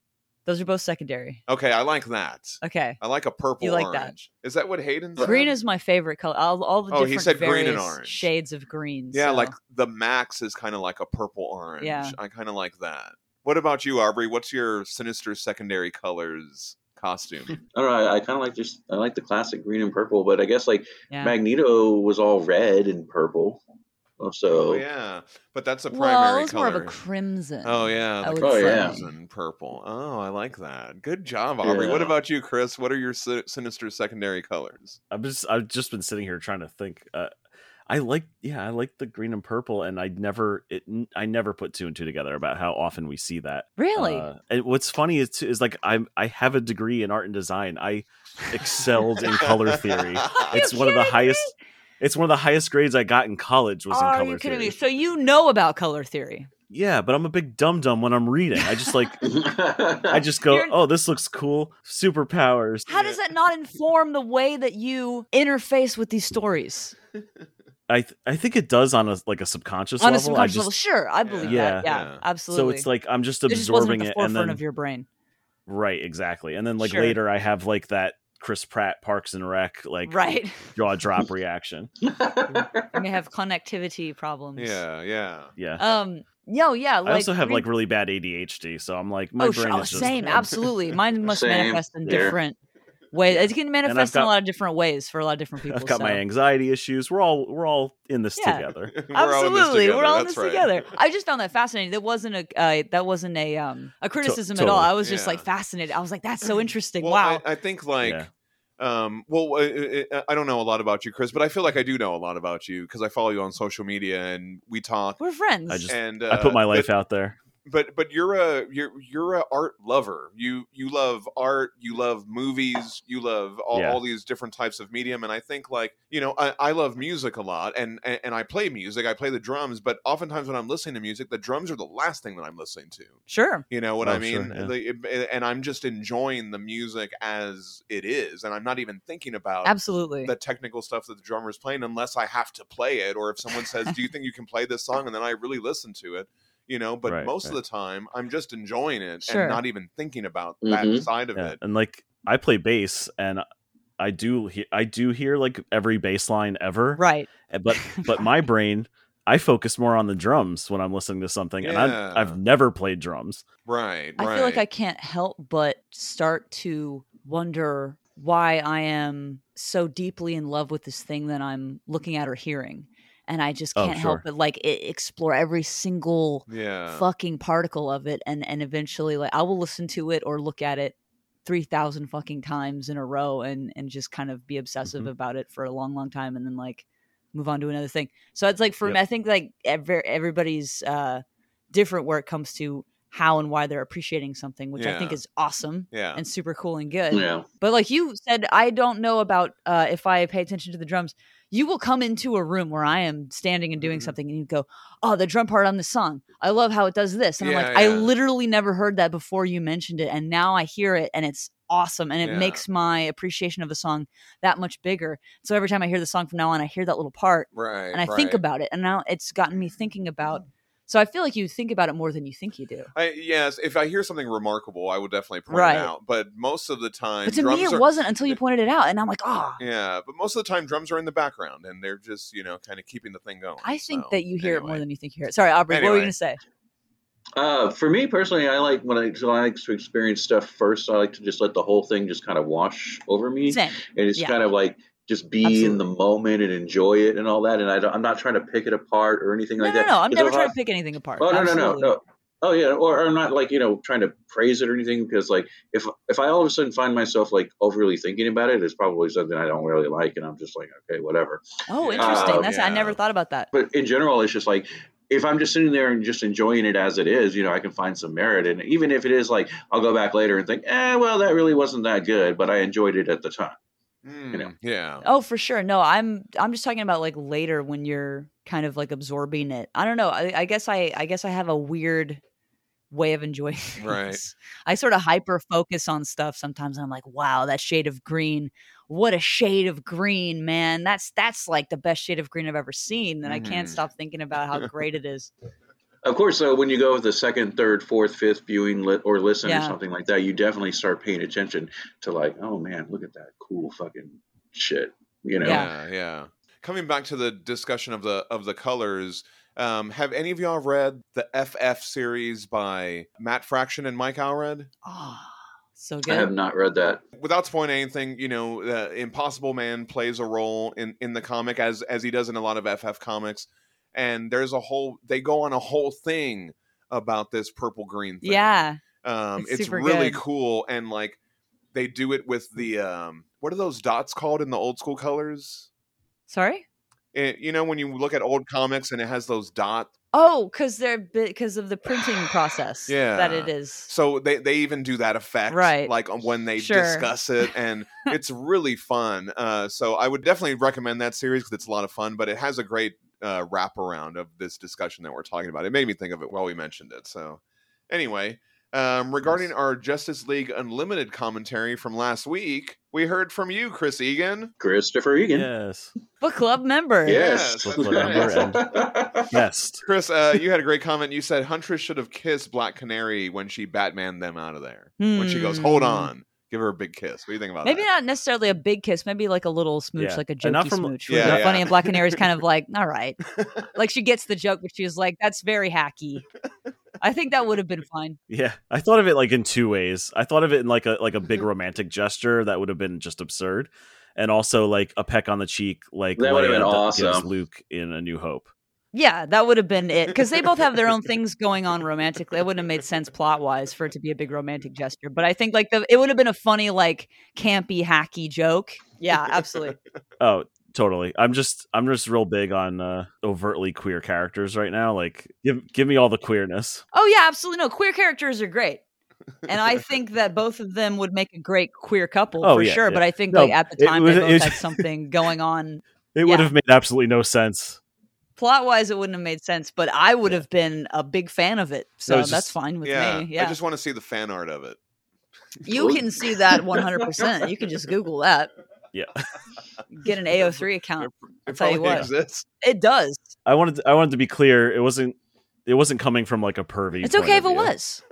C: those are both secondary.
A: Okay, I like that.
C: Okay,
A: I like a purple
C: You like that.
A: orange. Is that what Hayden? Said?
C: green is my favorite color. All, all the
A: Oh, he
C: different
A: said green and
C: various
A: orange.
C: shades of green.
A: Yeah,
C: so-
A: like the max is kind of like a purple orange.
C: Yeah.
A: I kind of like that. What about you, Aubrey? What's your sinister secondary colors
B: <laughs>
A: costume?
B: I don't know. I, I kind of like just I like the classic green and purple, but I guess like
C: yeah.
B: Magneto was all red and purple. So
A: oh
B: <laughs>
A: yeah, but that's a
C: well,
A: primary
C: it's
A: color.
C: more of a crimson.
A: oh yeah,
C: I
A: the
C: would
B: Oh, yeah.
A: crimson purple. Oh, I like that. Good job, Aubrey. What
B: Yeah.
A: about you, Chris? What are your si- sinister secondary colors?
D: I'm just I've just been sitting here trying to think. Uh, I like yeah, I like the green and purple, and I never it I never put two and two together about how often we see that.
C: Really?
D: Uh, and what's funny is, is like I am I have a degree in art and design. I excelled in color
A: <laughs>
D: theory.
C: you
D: It's one of the
C: kidding me?
D: highest. It's one of the highest grades I got in college was in
C: Are
D: color
C: you kidding
D: theory.
C: me? So you know about color theory.
D: Yeah, but I'm a big dum dum when I'm reading. I just like I just go,
C: You're-
D: oh, this looks cool. Superpowers.
C: How does that not inform the way that you interface with these stories
D: I th- I think it does on a like a subconscious
C: on
D: level.
C: a subconscious
D: I
C: level?
D: just,
C: Sure, I believe that.
A: Yeah.
C: Yeah,
A: Yeah.
D: So
C: absolutely.
D: it's like I'm just
C: it just wasn't
D: absorbing
C: at the
D: it, and
C: forefront
D: then
C: of your brain.
D: right, exactly, and then like
C: Sure.
D: later I have like that Chris Pratt Parks and Rec like
C: right. <laughs>
D: jaw drop reaction.
C: You may have connectivity problems.
A: Yeah, yeah. <laughs>
D: Yeah,
C: Um. No. Yeah. Like,
D: I also have
C: green-
D: like really bad ADHD, so I'm like my
C: oh,
D: brain
C: sure. oh,
D: is just <laughs>
C: same. Absolutely. Mine must
B: Same.
C: manifest in
B: Yeah.
C: different ways. It can manifest in a
D: got-
C: lot of different ways for a lot of different people.
D: <laughs> I've got
C: so.
D: my anxiety issues. We're all we're all in this
C: Yeah.
D: together.
A: <laughs> We're all in this
C: Absolutely, we're all in
A: that's
C: this
A: right. <laughs>
C: together. I just found that fascinating. That wasn't a uh, that wasn't a um a criticism at all.
D: totally.
C: I was just
A: Yeah.
C: like fascinated. I was like, that's so interesting.
A: Well,
C: wow.
A: I, I think like
D: Yeah.
A: Um, well, I, I- I don't know a lot about you, Chris, but I feel like I do know a lot about you because I follow you on social media and we talk.
C: We're friends.
D: I just-
A: And
D: I put my
A: uh,
D: life
A: but,
D: out there.
A: but but you're a you're you're a art lover. You you love art. You love movies. You love all,
D: Yeah.
A: all these different types of medium. And I think like you know I, I love music a lot, and, and and I play music. I play the drums, but oftentimes when I'm listening to music, the drums are the last thing that I'm listening to.
C: sure.
A: You know what
D: Oh,
A: I mean?
D: sure, yeah.
A: The- and I'm just enjoying the music as it is, and I'm not even thinking about
C: Absolutely.
A: the technical stuff Oh, that the drummer is playing unless I have to play it or if someone says, "Do you think you can play this song?" and then I really listen to it, you know, but
D: Right,
A: most of
D: right.
A: the time I'm just enjoying it
C: Sure. Mm-hmm.
A: and not even thinking about
B: Mhm.
A: that side of
D: Yeah.
A: it.
D: And like I play bass and I do he- I do hear like every bass line ever. eh,
C: right. <laughs>
D: But but my brain I focus more on the drums when I'm listening to something and
A: Yeah.
D: I I've never played drums.
A: Right,
C: I
A: right.
C: feel like I can't help but start to wonder why I am so deeply in love with this thing that I'm looking at or hearing. And I just
D: Oh,
C: can't help
D: sure.
C: but like e- explore every single
A: yeah.
C: fucking particle of it and and eventually like I will listen to it or look at it 3000 fucking times in a row and and just kind of be obsessive
A: Mm-hmm.
D: Mhm.
C: about it for a long long time and then like move on to another thing. So it's like for me
D: Yep.
C: I think like ever, everybody's uh different where it comes to how and why they're appreciating something, which I think
A: Yeah.
C: is awesome
A: yeah.
C: and super cool and good.
B: Yeah.
C: But like you said, I don't know about uh, if I pay attention to the drums. You will come into a room where I am standing and doing
A: Mhm.
C: something, and you go, "Oh, the drum part on this song. I love how it does this." And I'm
A: Yeah,
C: like, "I
A: yeah.
C: literally never heard that before you mentioned it, and now I hear it, and it's awesome, and it
A: Yeah.
C: makes my appreciation of the song that much bigger." So every time I hear the song from now on, I hear that little part,
A: right.
C: and I think
A: right. Mm.
C: about it, and now it's gotten me thinking about. So I feel like you think about it more than you think you do.
A: I, yes, if I hear something remarkable, I would definitely point
C: Right.
A: it out. But most of the time,
C: But to
A: drums
C: me, it
A: are,
C: wasn't until you pointed it out, and I'm like, "Ah,
A: Yeah, but most of the time, drums are in the background, and they're just you know kind of keeping the thing going.
C: I think
A: So,
C: that you hear it more
A: anyway.
C: than you think you hear it. Sorry, Aubrey, what were
A: Anyway.
C: you going to say?
B: Uh, for me personally, I like when I, so I like to experience stuff first. I like to just let the whole thing just kind of wash over me,
C: Same.
B: and it's
C: yeah.
B: kind of like just be in the moment and enjoy it and all that. And I don't, I'm not trying to pick it apart or anything
C: No,
B: like
C: no,
B: that.
C: no. I'm
B: 'Cause
C: never
B: if
C: trying
B: I-
C: to pick anything apart.
B: Oh no, no, no,
C: Absolutely.
B: no. Oh yeah, or I'm not like you know trying to praise it or anything because like if if I all of a sudden find myself like overly thinking about it, it's probably something I don't really like, and I'm just like okay, whatever.
C: Oh,
A: Yeah.
C: interesting.
B: Oh,
C: That's I
A: yeah.
C: never thought about that.
B: But in general, it's just like if I'm just sitting there and just enjoying it as it is, you know, I can find some merit, and even if it is like I'll go back later and think, eh, well, that really wasn't that good, but I enjoyed it at the time.
A: Mm,
B: you know.
A: Yeah.
C: Oh, for sure. No, I'm I'm just talking about like later when you're kind of like absorbing it. I don't know. I, I guess I I guess I have a weird way of enjoying <laughs> things.
A: Right.
C: I sort of hyper focus on stuff sometimes and I'm like, wow, that shade of green. What a shade of green, man. That's that's like the best shade of green I've ever seen. And I can't
A: Mhm.
C: stop thinking about how great it is.
B: Of course, though, when you go with the second, third, fourth, fifth viewing li- or listen
C: Yeah.
B: or something like that, you definitely start paying attention to like, oh man, look at that cool fucking shit. You know,
A: yeah yeah coming back to the discussion of the of the colors um have any of y'all read the ff series by matt fraction and mike alred
C: Oh, so
B: I have
C: good.
B: not read that.
A: without spoiling anything you know uh, impossible man plays a role in in the comic as as he does in a lot of ff comics and there's a whole they go on a whole thing about this purple green thing
C: Yeah.
A: um
C: It's
A: it's,
C: super
A: really
C: good.
A: cool and like they do it with the um what are those dots called in the old school colors
C: Sorry?
A: it, you know when you look at old comics and it has those dots
C: Oh, because they're because of the printing process. that it
A: Yeah.
C: is.
A: so they, they even do that effect
C: Right.
A: like on when they
C: Sure.
A: discuss it
C: <laughs>
A: and it's really fun uh, so i would definitely recommend that series because it's a lot of fun but it has a great uh, wraparound of this discussion that we're talking about it made me think of it while we mentioned it so anyway um, regarding our justice league unlimited commentary from last week we heard from you chris egan
B: Christopher Egan.
D: Yes.
C: Book club member.
B: Yes.
A: Yes,
D: that's Yes.
A: chris uh, you had a great comment you said huntress should have kissed black canary when she batman them out of there when she goes, "Hold
C: Hmm.
A: on, give her a big kiss." What do you think about
C: Maybe
A: that?
C: not necessarily a big kiss, maybe like a little smooch,
D: Yeah.
C: like a
D: And not
C: jokey
D: from-
C: smooch.
A: Yeah,
C: really
A: yeah.
C: Funny and Black Canary's kind
A: <laughs>
C: of like, all right. Like she gets the joke, but she's like, that's very hacky. I think that would have been fine.
D: Yeah. I thought of it like in two ways. I thought of it in like a like a big romantic gesture that would have been just absurd. And also like a peck on the cheek like
B: That would have
D: Leia
B: been
D: d- gives
B: awesome.
D: Luke in A New Hope.
C: Yeah, that would have been it because they both have their own things going on romantically. It wouldn't have made sense plot wise for it to be a big romantic gesture, but I think like the it would have been a funny like campy hacky joke. Yeah, absolutely.
D: Oh, totally. I'm just I'm just real big on uh, overtly queer characters right now. Like, give give me all the queerness.
C: <laughs> Oh yeah, absolutely. No, queer characters are great, and
D: <laughs>
C: I think that both of them would make a great queer couple
D: Oh,
C: for
D: yeah,
C: sure.
D: yeah.
C: But I think
D: No,
C: like at the
D: it
C: time
D: was-
C: they
D: it-
C: both had something going on
D: It would
C: Yeah.
D: have made absolutely no sense.
C: plot wise. It wouldn't have made sense, but I would have been a big fan of it. So
D: it's
C: that's
D: just-
C: fine with
A: yeah,
C: me. Yeah,
A: I just want to see the fan art of it.
C: you can see that 100. percent You can just Google that.
D: Yeah. <laughs>
C: Get an AO3 account. I'll
A: It
C: tell you
A: probably
C: what.
A: exists. <laughs>
C: It does.
D: I wanted I wanted to be clear. It wasn't it wasn't coming from like a pervy.
C: It's
D: point
C: okay
D: of
C: if it
D: view.
C: was.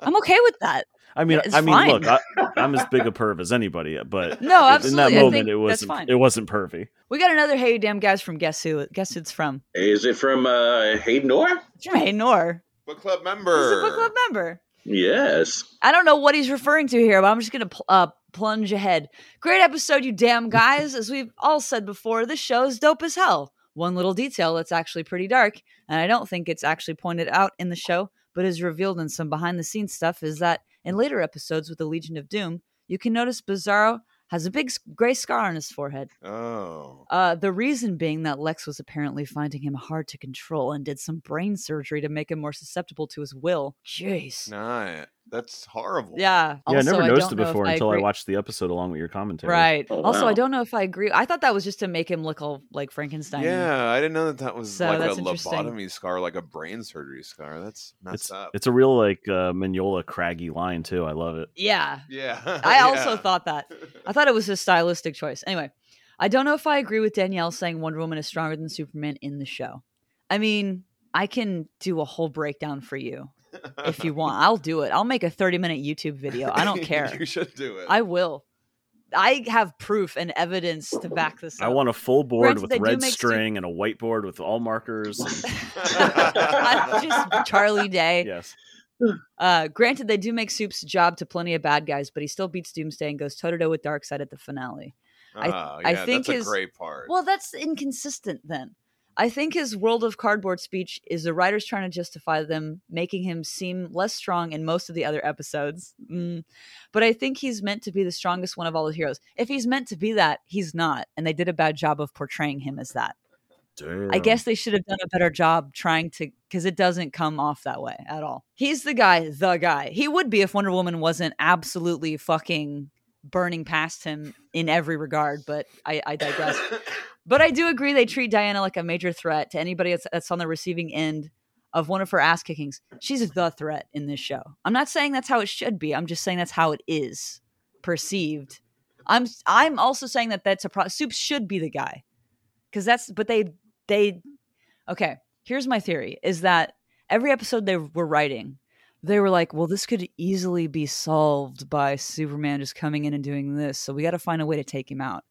C: I'm okay with that.
D: <laughs> I mean,
C: It's
D: I mean,
C: fine. <laughs>
D: look, I, I'm as big a perv as anybody, but
C: No,
D: in
C: absolutely.
D: that
C: I
D: moment,
C: think
D: it
C: that's
D: wasn't
C: fine.
D: it wasn't pervy.
C: we got another Hey You Damn Guys from Guess Who? Guess who's from?
B: <laughs> Is it from uh, Hayden Orr?
C: It's from Hayden Orr.
A: book club member.
C: He's a book club member.
B: Yes.
C: I don't know what he's referring to here, but I'm just going to pl- uh, plunge ahead. Great episode, you damn guys. As we've all said before, this show is dope as hell. One little detail that's actually pretty dark, and I don't think it's actually pointed out in the show, but is revealed in some behind the scenes stuff, is that in later episodes with the Legion of Doom, you can notice Bizarro has a big s- gray scar on his forehead.
A: Oh.
C: Uh, the reason being that Lex was apparently finding him hard to control and did some brain surgery to make him more susceptible to his will. Jeez.
A: Nah, that's horrible.
C: Yeah.
D: Yeah, I never noticed
C: don't know
D: it
C: if
D: before until I
C: agree-
D: watched the episode along with your commentary.
C: Right.
B: Oh,
C: also,
B: wow.
C: I don't know if I agree. I thought that was just to make him look all like Frankenstein.
A: Yeah, I didn't know that that was
C: So
A: like
C: that's
A: a
C: interesting.
A: lobotomy scar, like a brain surgery scar. That's messed
D: It's
A: up.
D: it's a real like uh, Mignola craggy line too. I love it.
A: <laughs>
C: Yeah.
A: yeah.
C: I also
A: Yeah.
C: thought that. I thought it was a stylistic choice. Anyway, I don't know if I agree with Danielle saying Wonder Woman is stronger than Superman in the show. I mean, I can do a whole breakdown for you if you want. I'll do it. I'll make a 30 minute YouTube video. I don't care.
A: <laughs> you should do it.
C: I will. I have proof and evidence to back this up.
D: I <laughs> want a full board
C: Granted,
D: with
C: they do
D: red
C: make stu-
D: string and a whiteboard with all
C: <laughs>
D: markers. and-
C: <laughs>
A: <laughs>
C: I'm just Charlie Day.
D: yes,
C: Uh, granted, they do make Soup's job to plenty of bad guys, but he still beats Doomsday and goes toe to toe with Darkseid at the finale. I-
A: Ah,
C: I
A: yeah,
C: think
A: that's
C: his-
A: a great part.
C: Well, that's inconsistent then. I think his world of cardboard speech is the writers trying to justify them, making him seem less strong in most of the other episodes. Mm. But I think he's meant to be the strongest one of all the heroes. If he's meant to be that, he's not. And they did a bad job of portraying him as that. I
D: Damn.
C: guess they should have done a better job trying to because it doesn't come off that way at all. He's the guy, the guy. He would be if Wonder Woman wasn't absolutely fucking burning past him in every regard, but I, I digress. but I do agree they treat Diana like a major threat to anybody that's, that's on the receiving end of one of her ass kickings. She's the threat in this show. I'm not saying that's how it should be. I'm just saying that's how it is perceived. I'm I'm also saying that that's a pro- Soup should be the guy because that's but they they okay here's my theory is that every episode they were writing they were like well this could easily be solved by superman just coming in and doing this so we got to find a way to take him out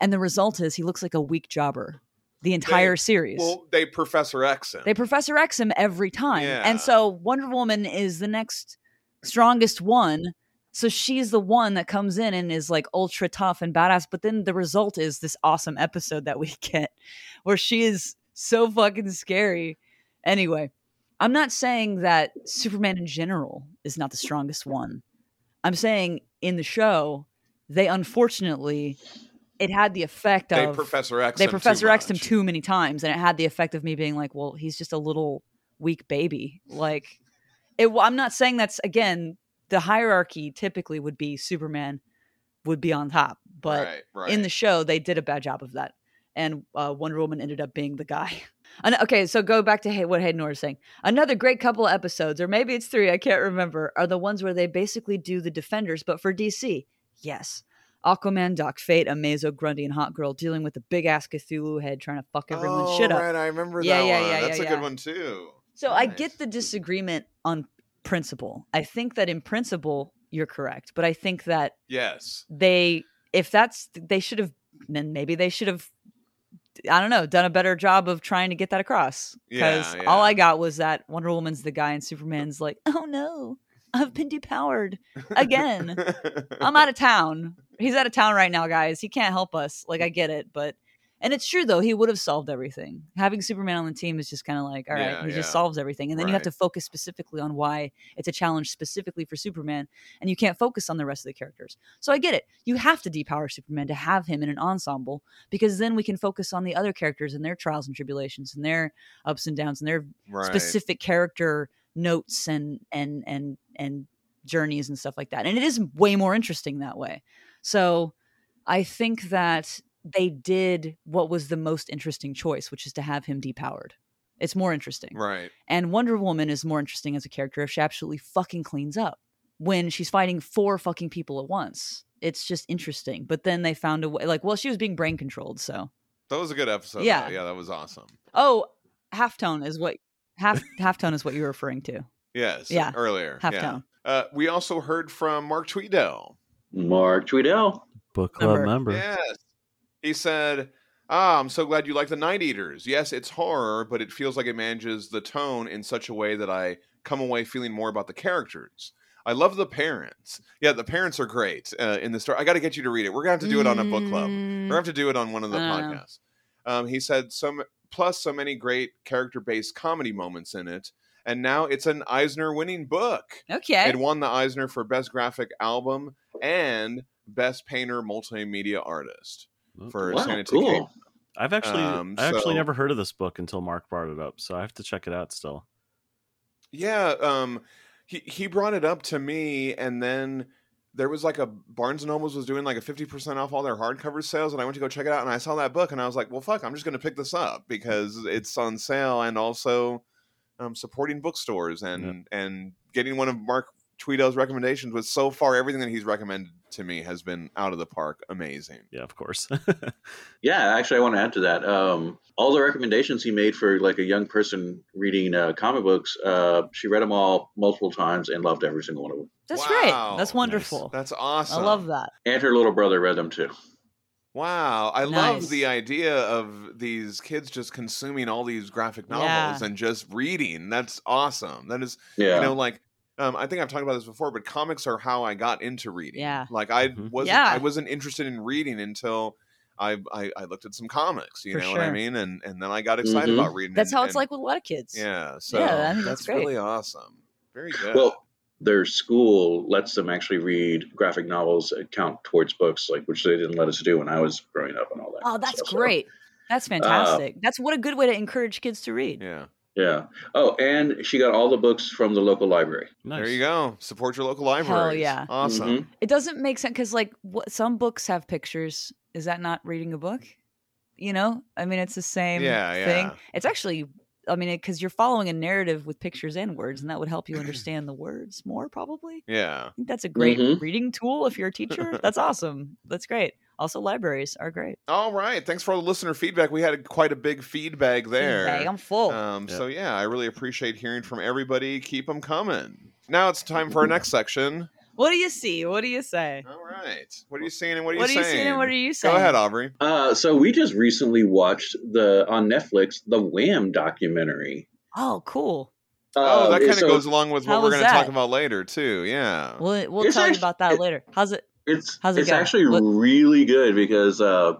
C: and the result is he looks like a weak jobber the entire series
A: Well, they Professor X him.
C: they professor x him every time
A: Yeah.
C: and so wonder woman is the next strongest one so she's the one that comes in and is like ultra tough and badass but then the result is this awesome episode that we <laughs> get where she is so fucking scary anyway i'm not saying that superman in general is not the strongest one i'm saying in the show they unfortunately it had the effect
A: they
C: of
A: Professor X
C: they
A: him
C: Professor
A: too
C: X'd him
A: much.
C: too many times, and it had the effect of me being like, "Well, he's just a little weak baby." Like, it, I'm not saying that's again the hierarchy. Typically, would be Superman would be on top, but
A: right, right.
C: in the show they did a bad job of that and uh, wonder woman ended up being the guy <laughs> An- okay so go back to hey, what hayden orr is saying another great couple of episodes or maybe it's three i can't remember are the ones where they basically do the defenders but for dc yes aquaman doc fate amazo grundy and hot girl dealing with the big ass cthulhu head trying to fuck everyone's
A: oh,
C: shit up
A: right, I remember
C: Yeah,
A: that
C: yeah,
A: one.
C: yeah,
A: That's
C: yeah,
A: a
C: yeah.
A: good one too.
C: so I
A: Nice.
C: get the disagreement on principle. I think that in principle you're correct, but I think that
A: Yes.
C: they if that's they should have then maybe they should have I don't know, done a better job of trying to get that across. Because
A: Yeah,
C: all
A: yeah.
C: I got was that Wonder Woman's the guy and Superman's like, oh no, I've been depowered
A: <laughs>
C: again. I'm out of town. He's out of town right now, guys. He can't help us. Like I get it, but And it's true though, he would have solved everything. Having Superman on the team is just kind of like, all right,
A: Yeah,
C: he just
A: yeah.
C: solves everything. And then you have
A: Right.
C: to focus specifically on why it's a challenge specifically for Superman, and you can't focus on the rest of the characters. So I get it. You have to depower Superman to have him in an ensemble because then we can focus on the other characters and their trials and tribulations and their ups and downs and their
A: Right.
C: specific character notes and and and and journeys and stuff like that and it is way more interesting that way so i think that they did what was the most interesting choice which is to have him depowered it's more interesting
A: Right.
C: and wonder woman is more interesting as a character if she absolutely fucking cleans up when she's fighting four fucking people at once it's just interesting but then they found a way like well she was being brain controlled so
A: That was a good episode.
C: Yeah.
A: Yeah. Yeah, that was awesome.
C: oh halftone is what half halftone is what you're referring to
A: Yes.
C: Yeah.
A: Earlier. yeah.
C: halftone
A: Uh, we also heard from Mark Tweedell.
B: Mark Tweedell.
D: Book club
C: Number.
D: member.
A: Yes. He said, Ah, I'm so glad you like the Night Eaters. Yes, it's horror, but it feels like it manages the tone in such a way that I come away feeling more about the characters. I love the parents. Yeah, the parents are great uh, in the story. I got to get you to read it. We're going to have to do it on a book club. We're
C: Mm. Mm-hmm.
A: going to have to do it on one of the
C: I don't know.
A: podcasts. Um, he said, some plus so many great character based comedy moments in it. And now it's an Eisner winning book.
C: Okay.
A: It won the Eisner for Best Graphic Album and Best Painter Multimedia Artist for
B: Wow,
A: Sanity
B: cool.
A: Cable.
D: I've actually
A: Um,
D: I actually
A: so-
D: never heard of this book until Mark brought it up, so I have to check it out still.
A: Yeah, um, he he brought it up to me, and then there was like a Barnes and Nobles was doing like a fifty percent off all their hardcover sales, and I went to go check it out, and I saw that book, and I was like, well, fuck, I'm just gonna pick this up because it's on sale, and also um, supporting bookstores and and getting one of Mark Tweedell's recommendations was so far everything that he's recommended to me has been out of the park, amazing.
D: Yeah, of course. <laughs>
B: Yeah, actually, I want to add to that. Um, all the recommendations he made for like a young person reading uh, comic books, uh, she read them all multiple times and loved every single one of them.
C: That's
A: Wow.
C: great.
A: Nice.
C: That's wonderful.
A: That's uh, awesome.
C: I love that.
B: And her little brother read them too.
A: Wow, I love
C: Nice.
A: the idea of these kids just consuming all these graphic novels and just reading. That's awesome. That is,
B: Yeah,
A: you know, like um, I think I've talked about this before, but comics are how I got into reading.
C: Yeah.
A: like I
B: Mm-hmm.
D: Mhm.
A: wasn't,
C: Yeah.
A: I wasn't interested in reading until I I, I looked at some comics. You
C: For
A: know what I
C: sure.
A: mean? And and then I got excited
B: Mhm.
A: about reading.
C: That's
A: and-
C: how it's
A: and-
C: like with a lot of kids.
A: Yeah, so
C: I think
A: that's,
C: that's great.
A: really awesome. Very good.
B: Well, their school lets them actually read graphic novels that count towards books, like which they didn't let us do when I was growing up and all that.
C: Oh,
A: <laughs>
C: that's
B: stuff, so,
C: great. That's fantastic. that's what a good way to encourage kids to read.
A: Uh, yeah,
B: yeah. Oh, and she got all the books from the local library.
D: nice.
A: there you go. Support your local library.
C: yeah.
A: awesome.
B: Mhm.
C: It doesn't make sense because, like, what, some books have pictures. Is that not reading a book? You know, I mean, it's the same
A: Yeah,
C: thing.
A: yeah.
C: It's actually, I mean, because you're following a narrative with pictures and words, and that would help you understand the words more, probably.
A: Yeah,
C: I think that's a great
B: Mhm.
C: reading tool if you're a teacher. That's awesome. That's great. Also, libraries are great.
A: All right. Thanks for all the listener feedback. We had quite a big feedback there.
C: Feedback. I'm full.
B: uh,
A: Um,
D: Yeah.
A: So, yeah, I really appreciate hearing from everybody. Keep them coming. Now it's time for our next section.
C: What do you see? What do you say?
A: All right. What are you seeing and what are
C: what
A: you
C: are you
A: saying?
C: seeing and what are you saying?
A: Go ahead, Aubrey.
B: Uh, so we just recently watched the on Netflix the Wham documentary.
C: Oh, cool.
B: Uh,
A: oh, that kind of
B: so
A: goes along with what
C: How
A: we're
C: was
A: going to talk
C: that?
A: about later, too.
B: Uh,
A: Yeah.
C: We'll we'll
B: It's
C: tell
B: actu-
C: you about that
B: it-
C: later. How's it?
B: It's
C: How's it
B: it's
C: go?
B: actually
C: What-
B: really good because uh,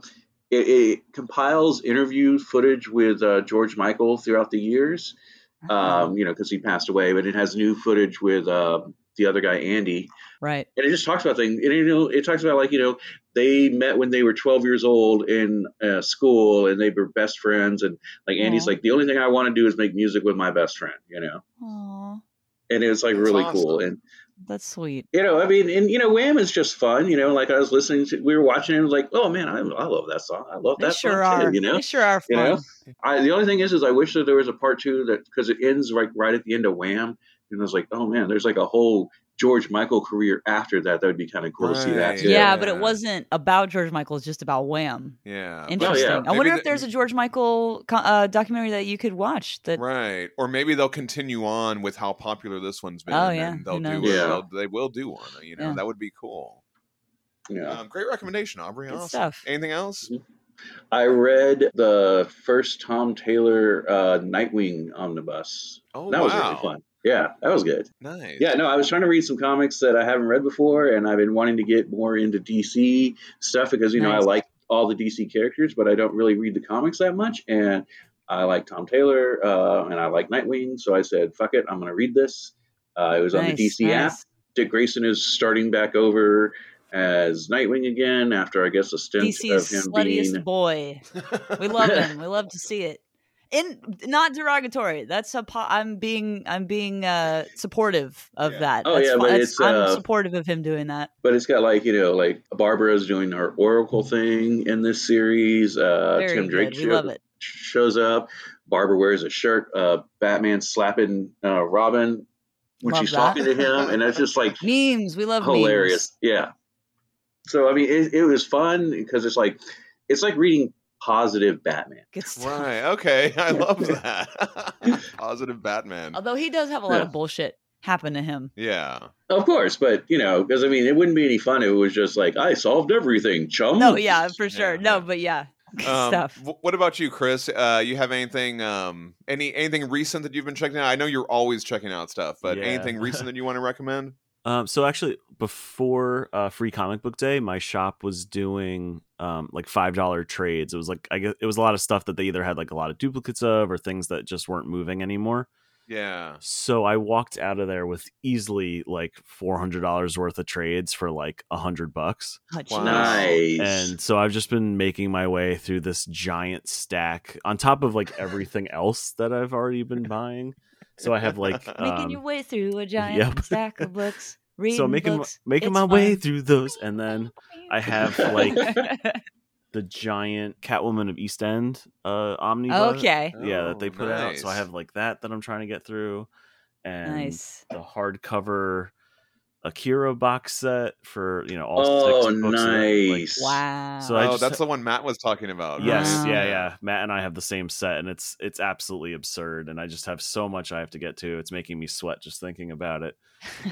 B: it, it compiles interview footage with uh, George Michael throughout the years. <laughs>
C: Uh-huh. Oh,
B: Um, you know, because he passed away, but it has new footage with uh, the other guy Andy,
C: right.
B: and it just talks about things. And you know, it talks about like you know they met when they were 12 years old in uh, school, and they were best friends. And like Andy's
C: Aw.
B: like, the only thing I want to do is make music with my best friend. You know,
C: Aw,
B: and it's like
A: That's
B: really cool.
A: awesome.
B: And
C: that's sweet.
B: you know, I mean, and you know, Wham is just fun. You know, like I was listening to, we were watching it, and like, oh man, I, I love that song. I love
C: They
B: that
C: sure
B: song too,
C: are.
B: You know,
C: They sure are
B: You
C: fun.
B: know? I, the only thing is, is I wish that there was a part two that because it ends like right at the end of Wham, and I was like, oh man, there's like a whole George Michael career after that. That would be kind of cool to see that
A: Right.
B: too.
C: yeah. but it
A: Yeah.
C: wasn't about George Michael. It's just about Wham.
A: Yeah.
C: Interesting.
B: Oh, yeah.
C: I
A: Maybe
C: wonder if
A: the-
C: there's a George Michael co- uh, documentary that you could watch. That
A: Right. Or maybe they'll continue on with how popular this one's been.
C: Oh, yeah.
A: And
C: Who
A: they'll do
C: knows?
A: yeah.
B: Yeah.
A: they'll, they will do one. You know,
C: Yeah.
A: that would be cool.
B: Yeah.
A: Um, great recommendation, Aubrey.
C: Good
A: awesome.
C: stuff.
A: Anything else?
B: I read the first Tom Taylor uh, Nightwing omnibus.
A: Oh,
B: That
A: wow.
B: was really fun. Yeah, that was good.
A: Nice. <laughs>
B: Yeah, no, I was trying to read some comics that I haven't read before, and I've been wanting to get more into DC stuff because you know I
C: Nice.
B: like all the DC characters, but I don't really read the comics that much. And I like Tom Taylor uh, and I like Nightwing. So I said, fuck it, I'm going to read this. Uh, it was on the DC app. Dick Grayson is starting back over as Nightwing again after, I guess, a stint
C: DC's
B: of him
C: sluttiest
B: being.
C: boy.
B: <laughs>
C: We love him. We love to see it. In not derogatory. That's a po- I'm being I'm being uh supportive of
A: Yeah.
C: that.
B: Oh,
C: That's
B: yeah,
C: fi-
B: but
C: that's-
B: it's,
C: I'm
B: uh,
C: supportive of him doing that.
B: But it's got like, you know, like Barbara's doing her Oracle thing in this series. Uh,
C: Very
B: Tim Drake
C: good. We love it.
B: shows up. Barbara wears a shirt. Uh, Batman slapping uh, Robin when
C: Love
B: she's
C: that.
B: talking to him, and that's just like
C: Memes. We <laughs> love
B: hilarious. Yeah. So I mean, it, it was fun because it's like it's like reading positive Batman.
C: memes. Good stuff.
A: Right. Okay. <laughs> I
C: <laughs>
A: love that. <laughs> Positive Batman.
C: Although he does have a lot
B: Yeah.
C: of bullshit happen to him.
A: Yeah.
B: Of course, but you know, because I mean, it wouldn't be any fun. if It was just like I solved everything, chum.
C: No, yeah, for sure.
A: Yeah,
C: no,
A: yeah.
C: but yeah. Good
A: Um,
C: stuff.
A: wh- what about you, Chris? Uh, you have anything um, any anything recent that you've been checking out? I know you're always checking out stuff, but
D: Yeah.
A: anything recent that you want to recommend?
D: Um, so actually, before uh, Free Comic Book Day, my shop was doing um, like five dollar trades. It was like I guess it was a lot of stuff that they either had like a lot of duplicates of or things that just weren't moving anymore.
A: Yeah.
D: So I walked out of there with easily like four hundred dollars worth of trades for like a hundred bucks.
C: Oh,
A: Wow.
C: jeez.
B: Nice.
D: And so I've just been making my way through this giant stack on top of like everything else that I've already been buying. So I have like
C: Making
D: um,
C: your way through a giant
D: yep. <laughs>
C: stack of books. Reading
D: so making
C: books.
D: my, making
C: It's
D: my way
C: fun.
D: through those, and then I have like
C: <laughs>
D: the giant Catwoman of East End uh, omnibus.
C: okay.
D: yeah, that
B: Oh,
D: they put out. So I
A: Oh, nice.
D: have like that that I'm trying to get through, and
C: Nice.
D: the hardcover Akira box set for you know all
B: oh,
D: six books. of it, like-
B: nice.
C: Wow.
D: So I
A: Oh,
D: just
A: that's the one Matt was talking about.
D: Yes,
A: right? <laughs>
D: yeah, yeah. Matt and I have the same set, and it's it's absolutely absurd. And I just have so much I have to get to. It's making me sweat just thinking about it.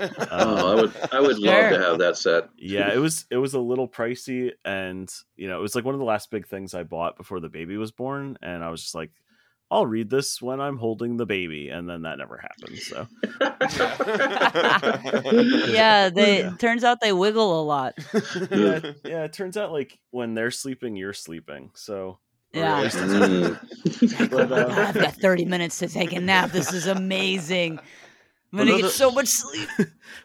D: Um,
B: Oh, I would, I would
C: Sure.
B: love
A: <laughs>
B: to have that set. <laughs>
C: <laughs>
D: Yeah, it was <laughs> it was a little pricey, and you know it was like one of the last big things I bought before the baby was born, and I was just like, I'll read this when I'm holding the baby, and then that never happened. So <laughs>
C: yeah, they
D: Yeah.
C: turns out they wiggle a lot.
A: <laughs>
D: yeah, yeah, it turns out like when they're sleeping, you're sleeping. So or at
C: Yeah.
D: least <laughs> that's-
B: Mm.
D: But, uh,
C: I've got 30 minutes to take a nap. This is amazing. I'm
D: But
C: going to get
D: other-
C: so much sleep.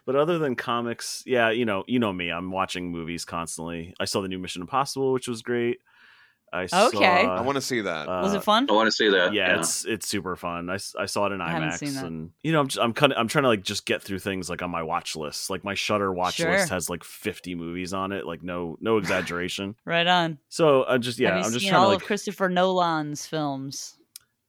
D: but other than comics, yeah, you know, you know me. I'm watching movies constantly. I saw the new Mission Impossible, which was great. I saw,
C: Okay.
A: I want to see that.
C: Was
D: uh,
C: it fun?
B: I want to say that.
D: yeah,
B: <laughs>
D: it's it's super fun. I, s- I saw it in
C: I haven't seen
D: IMAX,
C: that.
D: and you know I'm just, I'm kind of I'm trying to like just get through things like on my watch list. Like my Shutter watch
C: Sure.
D: list has like 50 movies on it. Like no
C: <laughs>
D: no exaggeration.
C: Right on.
D: so I'm just yeah
C: Have you
D: I'm just
C: seen
D: trying
C: all
D: to
C: of
D: like
C: Christopher Nolan's films?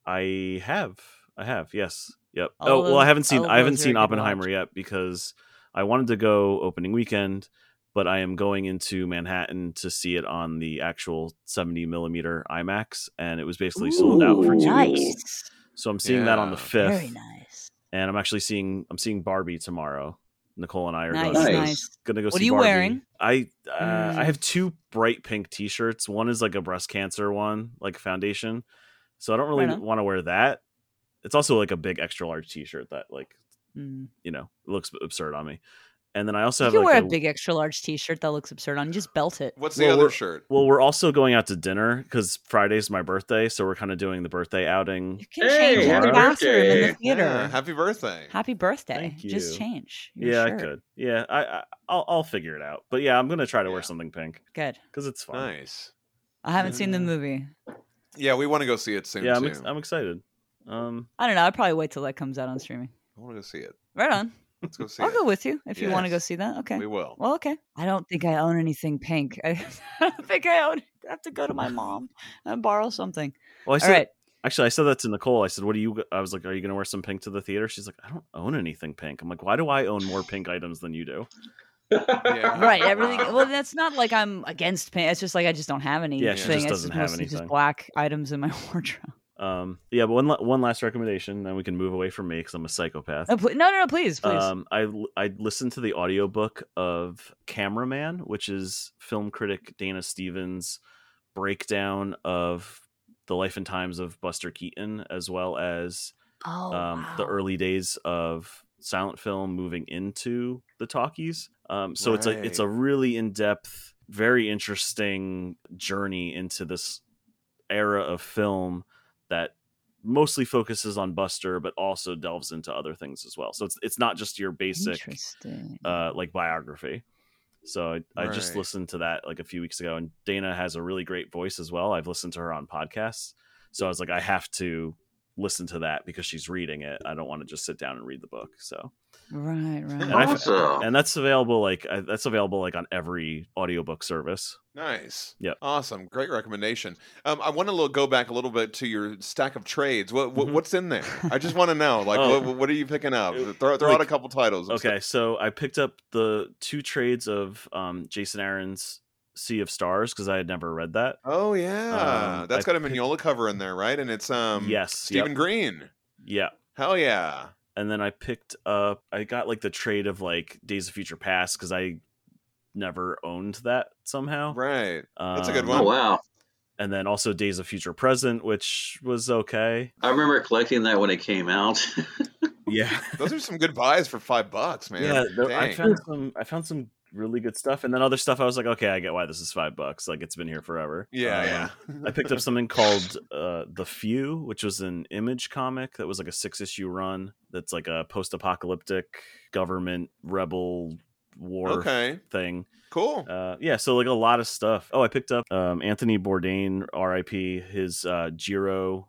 D: I have I have yes yep.
C: All
D: oh
C: of
D: well I
C: those-
D: haven't seen
C: all of
D: I haven't
C: those are a
D: seen
C: good
D: Oppenheimer
C: watch.
D: yet because I wanted to go opening weekend. But I am going into Manhattan to see it on the actual 70 millimeter IMAX, and it was basically sold out for
B: Ooh,
D: two weeks.
C: Nice.
D: So I'm seeing that on the
A: Yeah.
D: fifth.
C: Very nice.
D: and I'm actually seeing I'm seeing Barbie tomorrow. Nicole and I are
C: Nice,
D: going, to-
B: nice.
D: gonna go
C: What
D: see
C: are you
D: Barbie.
C: wearing?
D: I uh,
C: Mm.
D: I have two bright pink T-shirts. One is like a breast cancer one, like foundation. So I don't really
C: Right on.
D: want to wear that. It's also like a big extra large T-shirt that like
C: Mm.
D: you know looks absurd on me. And then I also
C: You
D: have
C: can
D: like
C: wear a big extra large t shirt that looks absurd on you. Just belt it.
A: What's the
D: Well,
A: other
D: we're-
A: shirt?
D: Well, we're also going out to dinner because Friday's my birthday, so we're kind of doing the birthday outing.
C: You can
B: Hey,
C: change in the
D: happy
C: bathroom in the
B: birthday.
C: theater.
A: Yeah, happy birthday.
C: Happy birthday.
D: Thank
C: Just
D: you.
C: change. your
D: Yeah, I
C: shirt.
D: could. Yeah, I, I I'll, I'll figure it out. But yeah, I'm gonna try to wear
A: Yeah.
D: something pink
C: Good.
D: because it's fun.
A: nice.
C: I haven't seen the
A: Yeah.
C: movie.
A: Yeah, we want to go see it soon
D: yeah, I'm,
A: too.
D: ex- I'm excited. Um,
C: I don't know. I'll probably wait till that comes out on streaming.
A: I want to go see it.
C: Right on.
A: Let's go see
C: I'll
A: it.
C: go with you if you want to go
A: Yes.
C: see that. Okay.
A: We will.
C: Well, okay. I don't think I own anything pink. <laughs> I don't think I own. I have to go to my mom and borrow something.
D: well, I
C: All
D: said
C: right.
D: actually, I said that to Nicole. I said, "What do you?" g- I was like, "Are you going to wear some pink to the theater?" She's like, "I don't own anything pink." I'm like, "Why do I own more pink items than you do?"
A: Yeah.
C: Right. Everything. Well, that's not like I'm against pink. It's just like I just don't have anything.
D: Yeah,
A: she just
C: It's
D: doesn't have
C: mostly
D: anything.
C: Just black items in my <laughs> wardrobe.
D: Um, yeah, but one la- one last recommendation, then we can move away from me because I'm a psychopath.
C: No, Uh, pl- no, no, no. Please, Oh, please.
D: Um, I l- I listened to the audiobook of Cameraman, which is film critic Dana Stevens' breakdown of the life and times of Buster Keaton, as well as
C: oh,
D: um, the
C: wow.
D: early days of silent film moving into the talkies. Um, so it's a it's a really in depth very interesting journey into this era of film that mostly focuses on Buster, but also delves into other things as well. So it's it's not just your basic
C: Interesting.
D: uh, like biography. So I, I just
A: Right.
D: listened to that like a few weeks ago, and Dana has a really great voice as well. I've listened to her on podcasts, so I was like, I have to listen to that because she's reading it. I don't want to just sit down and read the book. So
C: right, right. <laughs>
D: And I-
B: awesome.
A: Oh.
D: and that's available like I, that's available like on every audiobook service.
A: Nice.
D: Yep.
A: Awesome. Great recommendation. Um, I want to look, go back a little bit to your stack of trades. What, what
D: Mhm.
A: what's in there? I just want to know. Like,
D: Oh.
A: what, what are you picking up?
D: Uh,
A: Throw, throw out a
D: like-
A: couple titles. I'm
D: Okay, so I picked up the two trades of um, Jason Aaron's Sea of Stars because I had never read that.
A: Oh yeah,
D: Um,
A: that's
D: I
A: got a
D: picked-
A: Mignola cover in there, right? And it's um
D: yes,
A: Stephen
D: yep,
A: Green.
D: yeah.
A: Hell yeah,
D: and then I picked up I got like the trade of like Days of Future Past because I never owned that somehow.
A: right. That's a good
D: Um,
A: one.
B: Oh wow!
D: And then also Days of Future Present, which was okay.
B: I remember collecting that when it came out. <laughs>
D: Yeah,
A: Those are some good buys for five bucks, <laughs> man.
D: yeah. th- I
A: Dang.
D: found some I found some really good stuff, and then other stuff I was like, okay, I get why this is five bucks. Like it's been here forever.
A: yeah,
D: Um,
A: yeah.
D: I picked up something called uh, The Few, which was an image comic that was like a six issue run that's like a post apocalyptic government rebel war
A: <laughs> okay,
D: thing.
A: cool.
D: Uh, yeah, so like a lot of stuff. Oh, I picked up um, Anthony Bourdain, R.I.P. His uh, Giro,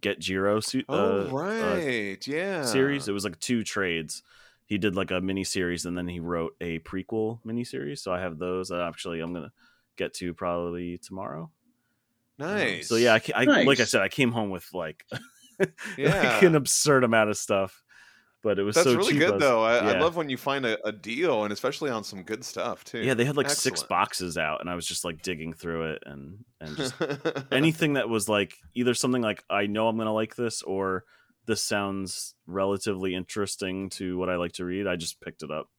D: Get Giro suit
A: oh
D: uh,
A: right, yeah.
D: series. It was like two trades. He did like a mini series, and then he wrote a prequel mini series. So I have those. That actually, I'm gonna get to probably tomorrow. Um,
A: nice.
D: so yeah, I, ca- I like I
B: Nice.
D: said, I came home with like, <laughs>
A: Yeah.
D: like an absurd amount of stuff, but it was
A: that's
D: so
A: really
D: cheap, I
A: good
D: was-
A: though. I, I
D: yeah.
A: love when you find a, a deal, and especially on some good stuff too.
D: Yeah, they had like six
A: Excellent.
D: boxes out, and I was just like digging through it and
A: <laughs>
D: and just anything that was like either something like I know I'm gonna like this or this sounds relatively interesting to what I like to read. I just picked it up.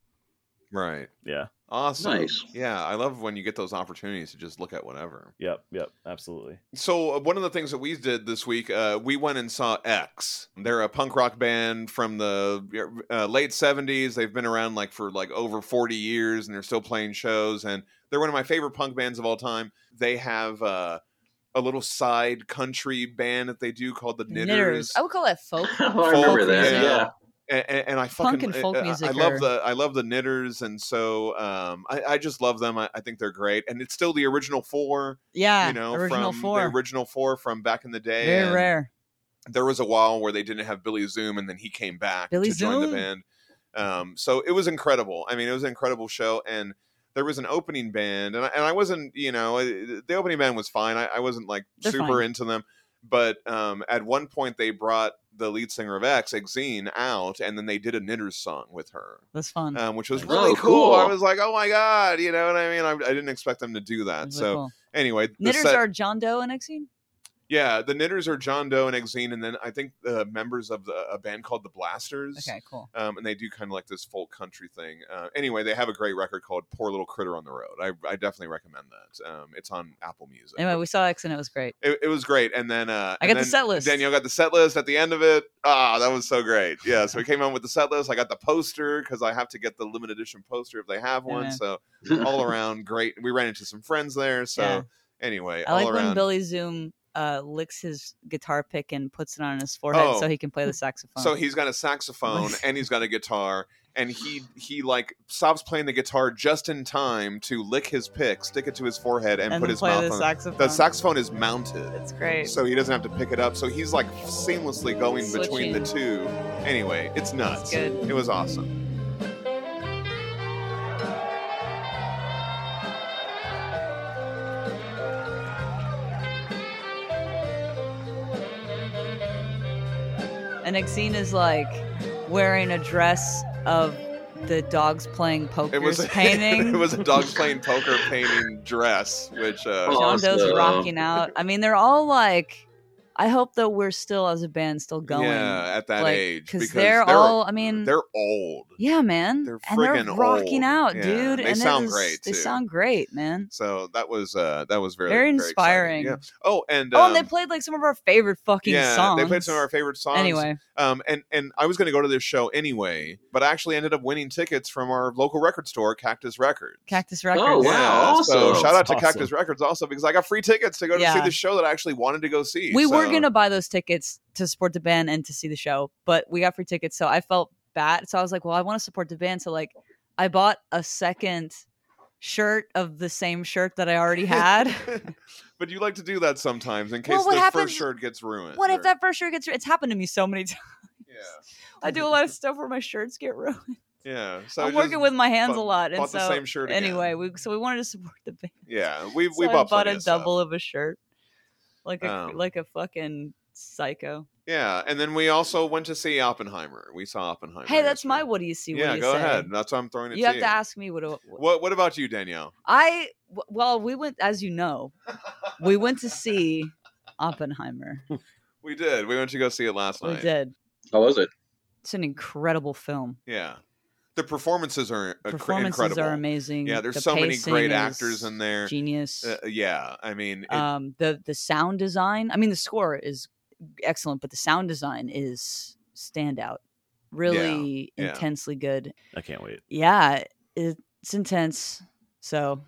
A: right.
D: Yeah.
A: Awesome.
B: Nice.
A: Yeah, I love when you get those opportunities to just look at whatever.
D: Yep. Yep. Absolutely.
A: So uh, one of the things that we did this week, uh, we went and saw X. They're a punk rock band from the uh, late '70s. They've been around like for like over 40 years, and they're still playing shows. And they're one of my favorite punk bands of all time. They have uh, a little side country band that they do called the
C: Knitters.
A: Knitters.
C: I would call that folk.
B: Oh, I remember
A: Folk
B: that.
A: music.
B: Yeah.
A: and, and, and I fucking eh,
C: Punk and folk
A: I- I-
C: music
A: I, love
C: are-
A: the I love the knitters, and so um, I, I just love them. I, I think they're great, and it's still the original four,
C: Yeah,
A: you know,
C: original
A: from
C: four.
A: the original four from back in the day.
C: Very
A: and
C: rare.
A: There was a while where they didn't have Billy Zoom, and then he came back
C: Billy
A: to join the
C: Zoom? Mm-hmm.
A: band. Um, so it was incredible. I mean, it was an incredible show, and there was an opening band, and I, and I wasn't, you know, uh, the opening band was fine. I, I wasn't like
C: They're
A: super
C: fine.
A: into them, but um, at one point they brought the lead singer of X, Exene, out, and then they did a knitters song with her,
C: That's fun.
A: um, which was
B: Oh,
A: really cool. I
B: cool.
A: was like, oh my god, you know what I mean? I, I didn't expect them to do that.
C: That's really
A: so
C: cool.
A: anyway, the
C: knitters
A: set-
C: are John Doe and Exene.
A: yeah, the knitters are John Doe and Exene, and then I think the members of the, a band called the Blasters.
C: Okay, cool.
A: Um, and they do kind of like this folk country thing. Uh, anyway, they have a great record called "Poor Little Critter on the Road." I, I definitely recommend that. Um, it's on Apple Music.
C: Anyway, we saw X and it was great.
A: it, it was great. And then uh,
C: I
A: and
C: got the
A: then
C: set list.
A: Danielle got the set list at the end of it. Ah, that was so great. Yeah, so we came on with the set list. I got the poster because I have to get the limited edition poster if they have one.
C: Yeah.
A: So all around great. We ran into some friends there. So
C: Yeah.
A: anyway,
C: I
A: all
C: like
A: around.
C: when Billy Zoom uh, licks his guitar pick and puts it on his forehead
A: Oh.
C: so he can play the saxophone.
A: <laughs> So he's got a
C: <laughs>
A: saxophone
C: Nice.
A: and he's got a guitar, and he he like stops playing the guitar just in time to lick his pick, stick it to his forehead, and,
C: and
A: put
C: then
A: his
C: play the
A: mouth on. it.
C: saxophone.
A: The saxophone is mounted,
C: It's great.
A: so he doesn't have to pick it up. So he's like seamlessly going between
C: Switching.
A: the two. Anyway, it's nuts.
C: good.
A: It was awesome.
C: And Exene is like wearing a dress of the dogs playing poker
A: It was <laughs> a,
C: painting.
A: it was a dogs playing poker painting dress, which uh,
B: Oh,
C: John Doe's
B: Awesome.
C: rocking out. I mean, they're all like, I hope that we're still as a band still going.
A: Yeah, at that
C: like,
A: age
C: 'cause
A: because
C: they're all- I mean-
A: they're old.
C: Yeah, man.
A: They're
C: and they're
A: friggin'
C: rocking
A: old.
C: out,
A: Yeah,
C: dude.
A: they
C: and they're
A: sound
C: just-
A: great,
C: They
A: too.
C: sound great, man.
A: So that was uh that was very
C: Very
A: very exciting.
C: inspiring.
A: Yeah. Oh, and
C: oh, and they
A: um,
C: played like some of our favorite fucking
A: yeah,
C: songs.
A: they played some of our favorite songs.
C: Anyway,
A: Um, and and I was going to go to this show anyway, but I actually ended up winning tickets from our local record store, Cactus Records.
C: Cactus
B: Oh,
C: Records.
B: wow,
A: So
B: awesome.
A: shout out to
D: Awesome.
A: Cactus Records also because I got free tickets to go to see
C: Yeah.
A: the show that I actually wanted to go see.
C: We were
A: so-
C: gonna buy those tickets to support the band and to see the show, but we got free tickets, so I felt bad. So I was like, well, I want to support the band, so like, I bought a second shirt of the same shirt that
A: <laughs>
C: I already had.
A: but you like to do that sometimes in case
C: Well, what
A: the
C: happens-
A: first shirt gets ruined.
C: what if
A: or-
C: that first shirt gets? It's happened to me so many <laughs> times.
A: Yeah.
C: I do a lot of stuff where my shirts get ruined.
A: Yeah. So
C: I'm
A: just-
C: working with my hands a
A: bought-
C: lot, and
A: bought
C: so
A: the same shirt again.
C: anyway, we so we wanted to support the band.
A: Yeah, we
C: so
A: we
C: I
A: bought,
C: bought
A: plenty
C: a
A: of stuff.
C: double of a shirt, like a
A: Um,
C: like a fucking psycho.
A: Yeah, and then we also went to see Oppenheimer. We saw Oppenheimer.
C: Hey, that's my.
A: yesterday.
C: What do you see? What
A: yeah,
C: do you
A: go
C: say?
A: ahead. That's why I'm throwing it.
C: You have
A: you.
C: to ask me what, do- what
A: What What about you, Danielle?
C: I w- well, we went as you know, we went to see
A: <laughs>
C: Oppenheimer.
A: We did. We went to go see it last
C: We
A: night.
C: did.
B: <laughs> How
C: <laughs>
B: was it?
C: It's an incredible film.
A: Yeah, the performances are uh, cr-
C: Performances
A: incredible.
C: are amazing.
A: Yeah, there's
C: The
A: so many
C: pacing
A: great
C: is
A: actors in there.
C: Genius.
A: Uh, yeah, I mean, it,
C: um, the the sound design. I mean, the score is excellent, but the sound design is standout. Really
A: yeah.
C: intensely good.
D: I can't wait.
C: Yeah, it's intense. So,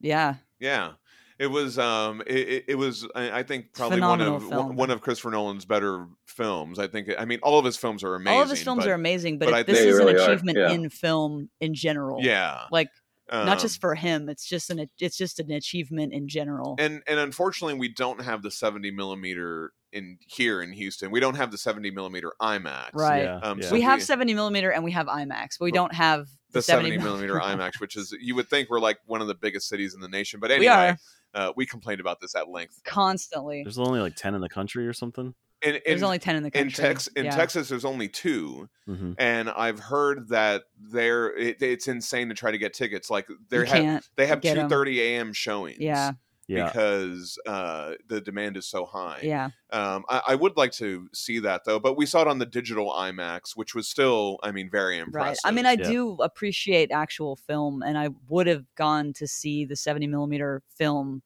C: yeah,
A: yeah. It was, um, it, it, it was. I, I think probably
C: phenomenal
A: one of one-
C: film.
A: one of Christopher Nolan's better films. I think. I mean, all of his films are amazing.
C: all of his films
A: but-
C: are amazing, but,
A: but I
C: it- this
A: think-
C: is
B: They
C: an
B: really are,
C: achievement
B: yeah.
C: in film in general.
A: Yeah,
C: like not
A: um,
C: just for him. It's just an it's just an achievement in general.
A: and and unfortunately we don't have the 70 millimeter in here in houston we don't have the 70 millimeter imax
C: Right.
D: Yeah,
A: Um,
D: yeah.
A: so
C: we have
A: we-
C: 70 millimeter and we have IMAX, but we
A: R-
C: don't have
A: the, 70
C: mil-
A: millimeter
C: <laughs>
A: imax which is you would think we're like one of the biggest cities in the nation but
C: We
A: anyway
C: are.
A: uh, we complained about this at length
C: <laughs> constantly.
D: There's only like ten in the country or something.
A: in, in,
C: There's only 10 in the
A: in,
C: country.
A: Tex- in
C: Yeah.
A: texas there's only two
D: hmm
A: and i've heard that there it, it's insane to try to get tickets like
C: you
A: they have
C: can't.
A: they have
C: get 'em.
A: 2.30 a.m showings
C: Yeah,
D: Yeah,
A: because uh, the demand is so high
C: yeah.
A: Um, I, I would like to see that though, but we saw it on the digital IMAX, which was still, I mean, very
C: Right.
A: impressive.
C: I mean, I
D: Yeah.
C: do appreciate actual film, and I would have gone to see the 70 millimeter film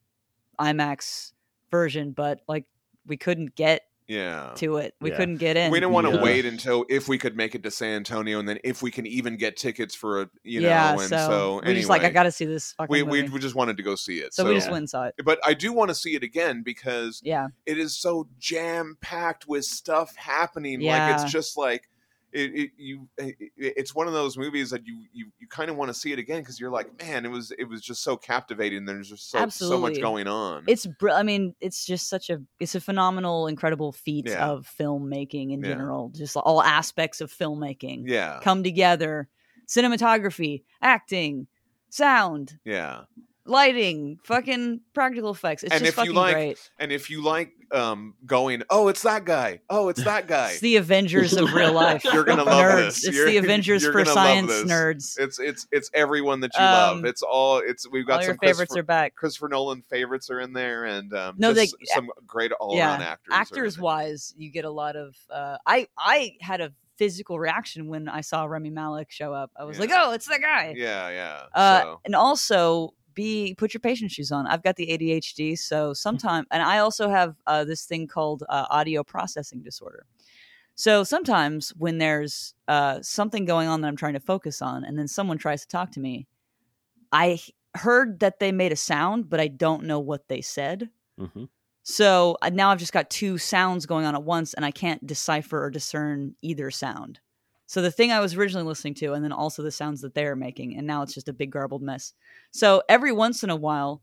C: IMAX version, but like we couldn't get
A: Oh, yeah,
C: to it. We
D: Yeah.
C: couldn't get in.
A: we didn't want to
D: Yeah.
A: wait until if we could make it to San Antonio, and then if we can even get tickets for a, you know,
C: yeah,
A: and
C: so,
A: so,
C: we
A: anyway,
C: just like I got to see this fucking
A: we,
C: movie.
A: we we just wanted to go see it.
C: so,
A: So, Mm.
C: we just
D: Yeah.
C: went and saw it.
A: but I do want to see it again because
C: Yeah,
A: it is so jam packed with stuff happening. Like
C: Yeah.
A: it's just like. It, it you it, it- it's one of those movies that you you, you kind of want to see it again because you're like man it was it was just so captivating there's just so, so much
C: Absolutely.
A: going on
C: it's. Br- I mean, it's just such a. It's a phenomenal, incredible feat
A: Yeah.
C: of filmmaking in
A: Yeah.
C: general. Just all aspects of filmmaking
A: Yeah.
C: come together: cinematography, acting, sound,
A: Yeah.
C: lighting, fucking practical effects. It's
A: And
C: just
A: if you
C: fucking
A: like
C: great.
A: And if you like um going, oh, it's that guy. Oh, it's that guy.
C: It's the Avengers
A: <laughs>
C: of real life.
A: You're gonna love
C: nerds.
A: this.
C: It's
A: You're-
C: the Avengers
A: you're
C: for
A: gonna love
C: science
A: this.
C: nerds.
A: it's it's it's everyone that you love.
C: Um,
A: It's all it's we've got
C: All your
A: some
C: favorites
A: Christopher,
C: are back.
A: Christopher Nolan favorites are in there and um
C: No,
A: just
C: they-
A: some great all around actors. are in
C: Actors
A: there.
C: wise, you get a lot of. Uh, I I had a physical reaction when I saw Remy Malik show up. I was
A: Yeah.
C: like, oh, it's the guy.
A: Yeah, yeah.
C: Uh,
A: so
C: And also, be put your patient shoes on. I've got the ADHD, so sometimes, and I also have uh, this thing called uh, audio processing disorder. So sometimes when there's uh, something going on that I'm trying to focus on, and then someone tries to talk to me, I h- heard that they made a sound, but I don't know what they said.
D: hmm
C: So I- now I've just got two sounds going on at once, and I can't decipher or discern either sound. So the thing I was originally listening to, and then also the sounds that they're making, and now it's just a big garbled mess. So every once in a while,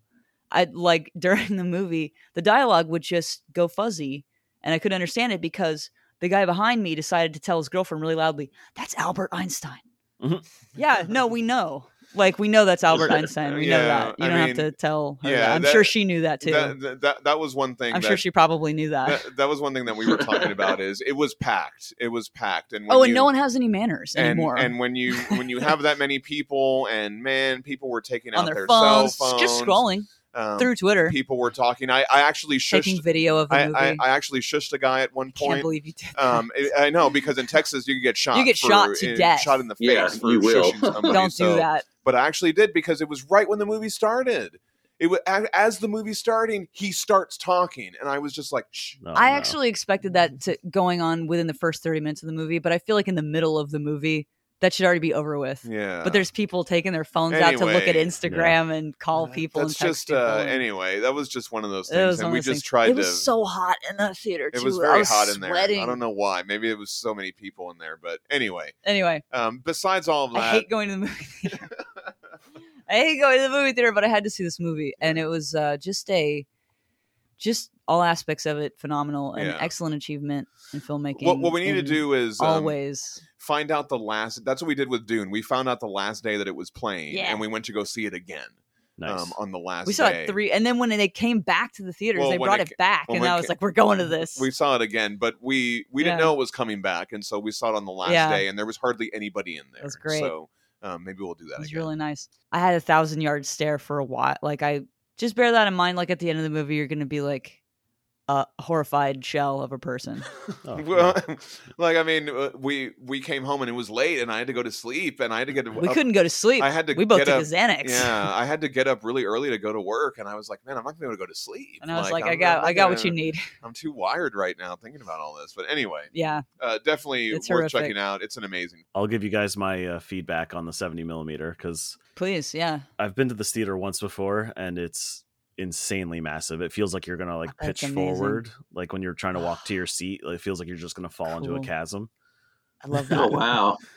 C: I like <laughs> during the movie, the dialogue would just go fuzzy, and I couldn't understand it because the guy behind me decided to tell his girlfriend really loudly, "That's Albert Einstein."
A: Mm-hmm.
D: Mhm.
C: Yeah, no, we know. Like we know
A: <laughs>
C: that's Albert Einstein. We know
A: Yeah,
C: that. You
A: I
C: don't
A: mean,
C: have to tell her.
A: yeah,
C: that. I'm
A: that-
C: sure she knew that too.
A: that, that- that that was one thing
C: I'm
A: that,
C: sure she probably knew that.
A: that that was one thing that we were talking about is it was packed. It was packed and when
C: <laughs> oh, and
A: you-
C: no one has any manners
A: and,
C: anymore.
A: and when you when you have that many people and man people were taking
C: on
A: out
C: their,
A: their,
C: phones,
A: cell phones
C: just scrolling.
A: Um,
C: through Twitter,
A: people were talking. I, I actually shushed.
C: taking video of the
A: I,
C: movie.
A: I, I actually shushed a guy at one
C: can't
A: point.
C: believe you did. That.
A: Um, I I know because in Texas you can get shot.
C: You get
A: for-
C: shot to
A: uh,
C: death.
A: Shot in the face.
B: Yeah,
A: for
B: you will.
A: shushing
B: <laughs>
A: somebody,
C: <laughs> Don't
A: so-
C: do that.
A: But I actually did because it was right when the movie started. It was as the movie's starting, he starts talking, and I was just like, Shh.
D: No,
C: I
D: Oh, no.
C: actually expected that to going on within the first thirty minutes of the movie, but I feel like in the middle of the movie that should already be over with.
A: yeah.
C: But there's people taking their phones out to look at
A: Anyway.
C: Instagram and call people
A: That's
C: and
A: just
C: text people.
A: uh,
C: and-
A: anyway. That was just one of those
C: It was
A: things, and
C: one
A: we
C: of those
A: just
C: things.
A: tried
C: It
A: to.
C: was so hot in that theater too.
A: it was
C: I
A: very hot in there.
C: sweating.
A: I don't know why. Maybe it was so many people in there, but anyway.
C: Anyway,
A: Um, besides all of that,
C: I hate going to the movie theater. I hate going to the movie theater, but I had to see this movie, and it was uh, just a, just all aspects of it phenomenal, and
A: Yeah.
C: excellent achievement in filmmaking.
A: what, what we need to
C: in
A: do is um,
C: always.
A: find out the last. That's what we did with Dune. We found out the last day that it was playing,
C: Yeah.
A: and we went to go see it again
D: nice.
A: um, on the last.
C: we saw
A: day.
C: it three, <laughs> and then when they came back to the theaters,
A: Well,
C: they
A: when
C: brought
A: it
C: it, back,
A: when
C: and
A: we
C: I was
A: ca-
C: like, "We're going to this."
A: We saw it again, but we we didn't
C: Yeah.
A: know it was coming back, and so we saw it on the last
C: Yeah.
A: day, and there was hardly anybody in there.
C: That's great.
A: So um, maybe we'll do that
C: It was
A: <laughs> again.
C: really nice. I had a thousand yard stare for a while. Like I just bear that in mind. Like at the end of the movie, you're gonna be like a horrified shell of a person.
D: Oh,
A: well, <laughs> like I mean, uh, we we came home and it was late, and I had to go to sleep, and I had to get.
C: We
A: up-
C: couldn't go to sleep.
A: uh, I had to
C: We both
A: get
C: took
A: up-
C: a Xanax. <laughs>
A: Yeah, I had to get up really early to go to work, and I was like, man, I'm not gonna be able to go to sleep.
C: And I was like,
A: I'm
C: I got,
A: not
C: I got what
A: gonna-
C: you need. <laughs>
A: I'm too wired right now thinking about all this. But anyway,
C: Yeah,
A: uh, definitely
C: It's
A: worth
C: horrific.
A: checking out. It's an amazing.
D: I'll give you guys my uh, feedback on the 70 millimeter because
C: please. Yeah,
D: I've been to this theater once before and it's insanely massive. It feels like you're gonna like
C: That's
D: pitch
C: amazing.
D: forward, like when you're trying to walk to your seat. It feels like you're just gonna fall into a
C: Cool.
D: chasm.
C: I love that.
B: <laughs> Oh wow, that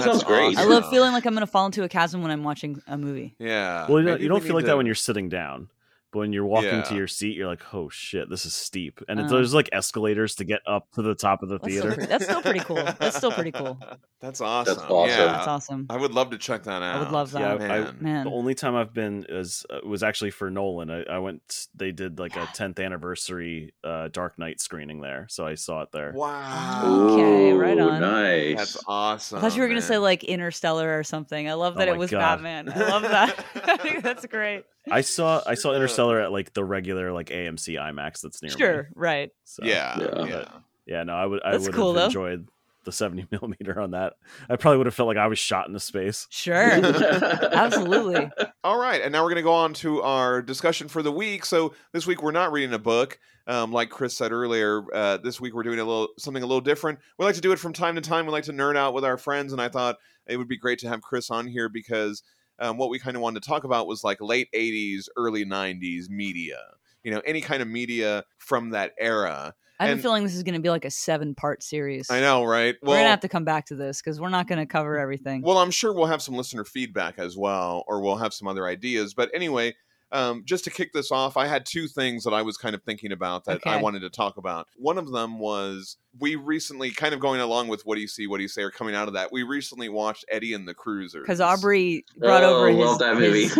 A: That's
B: sounds great.
A: awesome.
C: I love
A: Yeah.
C: feeling like I'm gonna fall into a chasm when I'm watching a movie.
A: Yeah.
D: well,
A: Uh,
D: you don't,
A: maybe
D: you
A: we
D: don't feel
A: need
D: like that
A: to-
D: when you're sitting down, but when you're walking
A: Yeah.
D: to your seat, you're like, oh shit, this is steep, and it's,
C: Oh.
D: there's like escalators to get up to the top of the
C: That's so
D: theater.
C: pretty- that's still pretty cool. That's still pretty cool.
A: <laughs> That's awesome.
B: awesome.
A: Yeah.
C: That's awesome.
A: I would love to check that out.
C: I would love
D: Yeah,
C: that.
D: I-
A: Man.
C: Man,
D: The only time I've been is uh, was actually for Nolan. I, I went. They did like a 10th anniversary uh, Dark Knight screening there, so I saw it there.
A: Wow.
C: Okay, right
B: Ooh,
C: on.
B: Nice.
A: That's awesome.
C: I thought you were gonna
A: man.
C: say like Interstellar or something. I love
D: Oh
C: that
D: my
C: it was
D: God.
C: Batman.
A: <laughs>
C: I love that. <laughs> I think that's great.
D: I saw I saw
A: Sure.
D: Interstellar at like the regular like AMC IMAX that's near me.
C: Sure, right.
D: So,
A: Yeah.
B: Yeah.
A: Yeah.
D: yeah. No, I would I
C: That's
D: would
C: cool,
D: have
C: though.
D: enjoyed the 70 <laughs> millimeter on that. I probably would have felt like I was shot into space.
B: <laughs>
C: Sure. Absolutely.
A: All right. And now we're going to go on to our discussion for the week. So this week we're not reading a book. Um, like Chris said earlier, uh, this week we're doing a little something a little different. We like to do it from time to time. We like to nerd out with our friends, and I thought it would be great to have Chris on here because um, what we kind of wanted to talk about was like late '80s, early '90s media. You know, any kind of media from that era.
C: I have
A: And-
C: a feeling this is going to be like a seven part series.
A: I know, right?
C: we're going to have to come back to this because we're not going to cover everything.
A: Well, I'm sure we'll have some listener feedback as well, or we'll have some other ideas. But anyway, um, just to kick this off, I had two things that I was kind of thinking about that I
C: Okay.
A: wanted to talk about. One of them was we recently, kind of going along with what do you see, what do you say, or coming out of that, we recently watched Eddie and the Cruisers.
C: Because Aubrey brought
B: oh,
C: over his,
B: love that movie.
C: his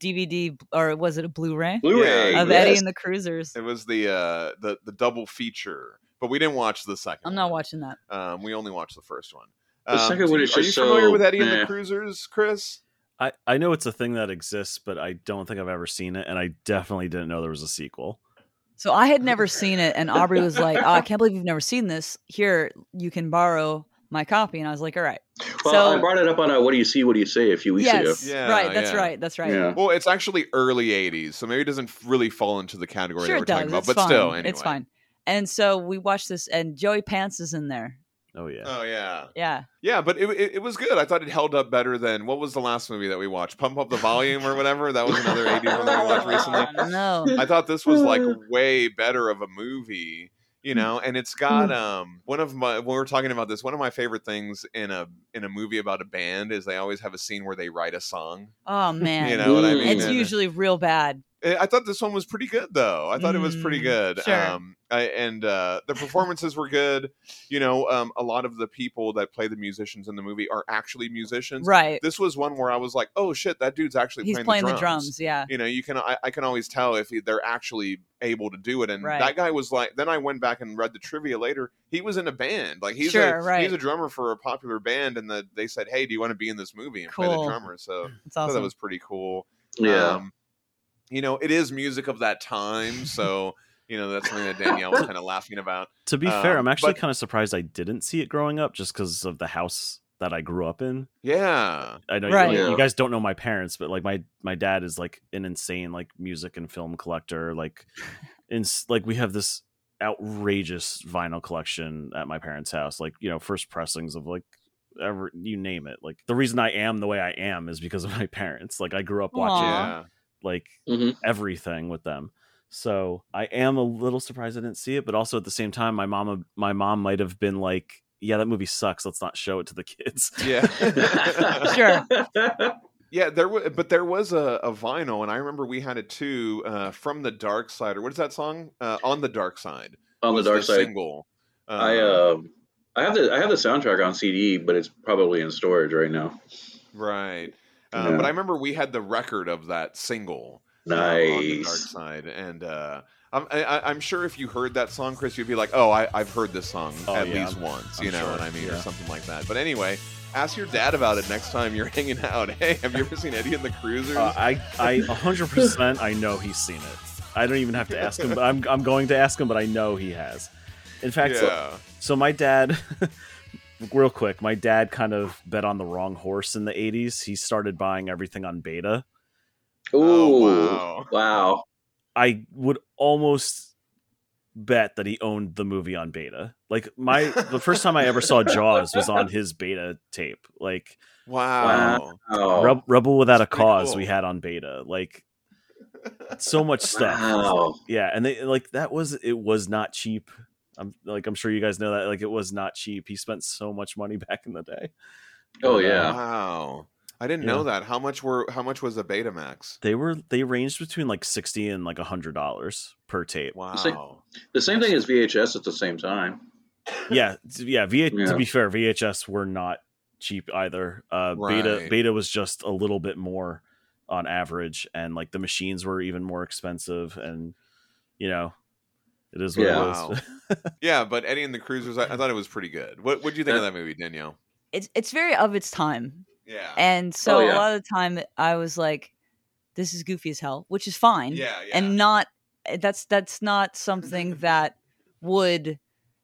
C: DVD, or was it a Blu ray?
B: <laughs> Blu-ray
A: Yeah.
C: Of
B: yes.
C: Eddie and the Cruisers.
A: It was the uh, the the double feature, but we didn't watch the second.
C: I'm not
A: one.
C: watching that.
A: Um, we only watched the first one. Um,
B: The second
A: do
B: one
A: you-
B: is
A: Are you
B: just
A: familiar
B: so-
A: with Eddie and
B: meh.
A: the Cruisers, Chris?
D: I, I know it's a thing that exists, but I don't think I've ever seen it, and I definitely didn't know there was a sequel.
C: So I had never seen it. And Aubrey was like, oh, I can't believe you've never seen this. Here, you can borrow my copy. And I was like, all right.
B: Well, I
C: So-
B: brought it up on a "What do you see? What do you say?" a few weeks
C: yes.
B: ago.
A: Yeah,
C: right. That's
A: yeah.
C: right. That's right.
B: Yeah.
A: Well, it's actually early '80s, so maybe it doesn't really fall into the category
C: Sure,
A: that we're
C: it does.
A: talking about.
C: it's
A: but
C: fine.
A: still, anyway,
C: It's fine. And so we watched this, and Joey Pants is in there.
D: Oh yeah,
A: Oh yeah,
C: Yeah.
A: yeah, but it, it it was good. I thought it held up better than what was the last movie that we watched? Pump up the volume or whatever. That was another '80s one that we watched
C: <laughs>
A: recently.
C: Oh, no.
A: I thought this was
C: <laughs>
A: like way better of a movie, you know. And it's
C: Mm.
A: got um one of my when we're talking about this, one of my favorite things in a in a movie about a band is they always have a scene where they write a song.
C: Oh
A: <laughs>
C: man,
A: You know what I
B: Mm.
A: mean?
C: it's
A: And- uh,
C: usually real bad.
A: Eh, I I thought this one was pretty good though. I thought it was pretty
C: Mm,
A: good.
C: sure.
A: Um, I, and uh,
C: <laughs>
A: the performances were good. You know, um, a lot of the people that play the musicians in the movie are actually musicians.
C: Right?
A: This was one where I was like, oh shit, that dude's actually
C: He's
A: playing,
C: playing the drums. Yeah.
A: You know, you can I, I can always tell if he- they're actually able to do it. And
C: Right.
A: that guy was like, then I went back and read the trivia later. He was in a band. Like he's
C: Sure,
A: a
C: right.
A: he's a drummer for a popular band, and the, they said, hey, do you want to be in this movie and play the
C: Cool.
A: drummer? So
C: It's
A: I thought
C: awesome.
A: that was pretty cool.
B: Yeah.
A: Um, you know, it is music of that time. So, you know, that's something that Danielle
B: <laughs>
A: was kind of laughing about.
D: To be
A: Um,
D: fair, I'm actually
A: but-
D: kind of surprised I didn't see it growing up, just because of the house that I grew up in.
A: Yeah.
D: I know
C: Right.
D: you, you
B: Yeah.
D: guys don't know my parents, but like my my dad is like an insane like music and film collector. Like, in like we have this outrageous vinyl collection at my parents' house. Like you know, first pressings of like ever you name it. Like the reason I am the way I am is because of my <laughs> parents. Like I grew up watching
C: Aw.
A: Yeah.
D: like
B: Mhm.
D: everything with them. So I am a little surprised I didn't see it, but also at the same time, my mom my mom might have been like, "Yeah, that movie sucks. Let's not show it to the <laughs> kids."
A: Yeah.
C: <laughs>
A: <laughs>
C: Sure.
B: <laughs>
A: Yeah, there was, but there was a, a vinyl, and I remember we had it too uh, from the Dark Side, or what is that song? Uh, on the Dark Side.
B: On the
A: was
B: dark side,
A: single. Uh,
B: I um, I have the I have the soundtrack on CD, but it's probably in storage right now.
A: right, uh,
B: Yeah.
A: but I remember we had the record of that single uh, on the Dark
B: Nice.
A: Side, and uh, I'm I, I- I'm sure if you heard that song, Chris, you'd be like, "Oh, I, I've heard this song
D: Oh,
A: at
D: yeah,
A: least
D: I'm-
A: once,"
D: I'm
A: you know
D: sure,
A: what I mean, or
D: yeah.
A: something like that. But anyway, ask your dad about it next time you're <laughs> hanging out. Hey, have you ever seen Eddie and the Cruisers?
D: Uh, I, I 100% I know he's seen it. I don't even have to ask him, but I'm, I'm going to ask him, but I know he has. In fact, so-
A: yeah.
D: so my dad, <laughs> real quick, my dad kind of bet on the wrong horse in the 80s. He started buying everything on beta.
B: Ooh,
A: Oh, wow.
B: wow.
D: I would almost bet that he owned the movie on beta. Like my the first time I
A: <laughs>
D: ever saw Jaws was on his beta tape. Like
A: Wow.
B: Oh,
D: Reb- Rebel Without a
A: That's pretty
D: Cause
A: cool.
D: we had on beta. Like so much stuff.
B: Wow.
D: Yeah, and they like that was it was not cheap. I'm like I'm sure you guys know that like it was not cheap. He spent so much money <laughs> back in the day.
B: Oh
D: But, uh,
B: yeah.
A: Wow. I didn't know that. How much were how much was a Betamax?
D: They were they ranged between like sixty and like a hundred dollars per tape.
A: Wow.
B: It's like- The same thing as VHS at the same time.
D: Yeah, t- yeah. V-
B: Yeah.
D: To be fair, VHS were not cheap either. Uh, Beta
A: Right.
D: Beta was just a little bit more on average, and like the machines were even more expensive, and you know, it is what
B: Yeah.
D: it was.
A: Wow. yeah, but Eddie and the Cruisers, I, I thought it was pretty good. What would you think of that movie, Danielle?
C: It's it's very of its time.
A: Yeah.
C: And so
B: Oh, yeah.
C: a lot of the time I was like, this is goofy as hell, which is fine.
A: yeah, yeah.
C: And not eh, that's that's not something that would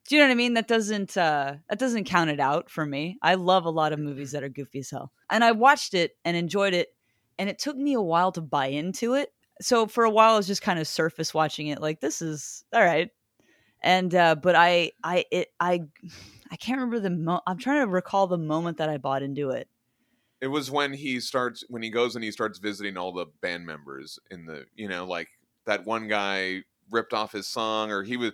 C: do you know what I mean? That doesn't uh that doesn't count it out for me. I love a lot of movies that are goofy as hell. And I watched it and enjoyed it and it took me a while to buy into it. So for a while I was just kind of surface watching it like this is all right. And uh but I I it I <sighs> I can't remember the mo- I'm trying to recall the moment that I bought into it.
A: it was when he starts when he goes and he starts visiting all the band members in the you know, like that one guy ripped off his song or he was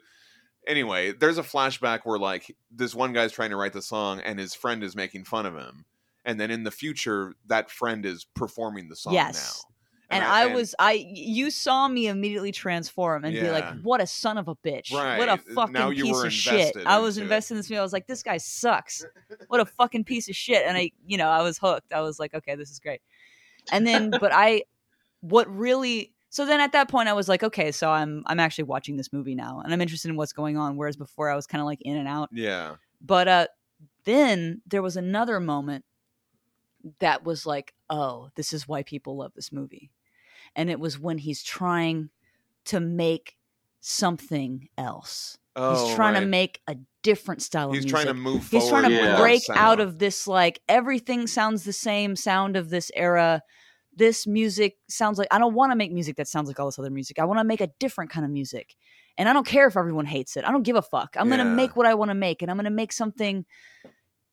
A: anyway, there's a flashback where like this one guy's trying to write the song and his friend is making fun of him. And then in the future, that friend is performing the song
C: Yes.
A: now.
C: and I, was I you saw me immediately transform and be
A: Yeah.
C: like, what a son of a bitch. What a
A: Right.
C: fucking
A: Now you
C: piece
A: were
C: of shit.
A: invested
C: I was
A: into it.
C: invested in this movie. I was like, this guy sucks.
A: <laughs>
C: What a fucking piece of shit. And I, you know, I was hooked. I was like, okay, this is great. And then but I what really so then at that point I was like, okay, so I'm I'm actually watching this movie now and I'm interested in what's going on. Whereas before I was kind of like in and out.
A: Yeah.
C: But uh then there was another moment that was like, oh, this is why people love this movie. And it was when he's trying to make something else.
A: Oh,
C: he's trying
A: right.
C: to make a different style
A: he's
C: of music.
A: trying to move
C: he's
A: forward
C: trying to
A: with
B: Yeah.
A: that
C: break
A: sound.
C: out of this like everything sounds the same sound of this era. This music sounds like I don't want to make music that sounds like all this other music. I want to make a different kind of music. And I don't care if everyone hates it. I don't give a fuck. I'm
A: Yeah.
C: gonna make what I want to make, and I'm gonna make something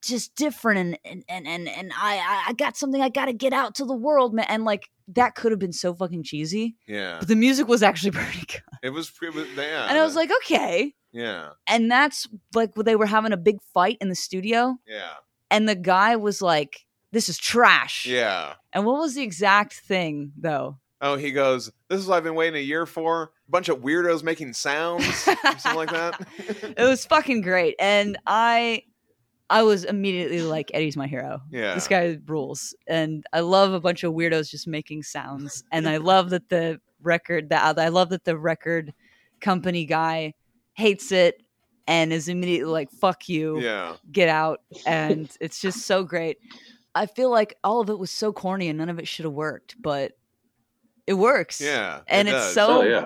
C: just different. And and and and, and I- I I got something I gotta get out to the world, man. And like that could have been so fucking cheesy,
A: yeah
C: but the music was actually <laughs> pretty good.
A: it was, it was yeah,
C: And I was
A: that-
C: like, okay.
A: yeah
C: And that's like when they were having a big fight in the studio
A: yeah
C: and the guy was like, "This is trash."
A: yeah
C: And what was the exact thing though?
A: oh he goes this is what i've been waiting a year for bunch of weirdos making sounds
C: <laughs>
A: something like that <laughs>
C: It was fucking great, and I, I was immediately like, "Eddie's my hero.
A: yeah
C: This guy rules." And I love a bunch of weirdos just making sounds, and I love that the record that I love that the record company guy hates it and is immediately like, "Fuck you."
A: yeah
C: get out and it's just so great i feel like all of it was so corny and none of it should have worked but It works.
A: Yeah.
C: And
A: it
C: it's
A: does.
C: so-
B: oh yeah.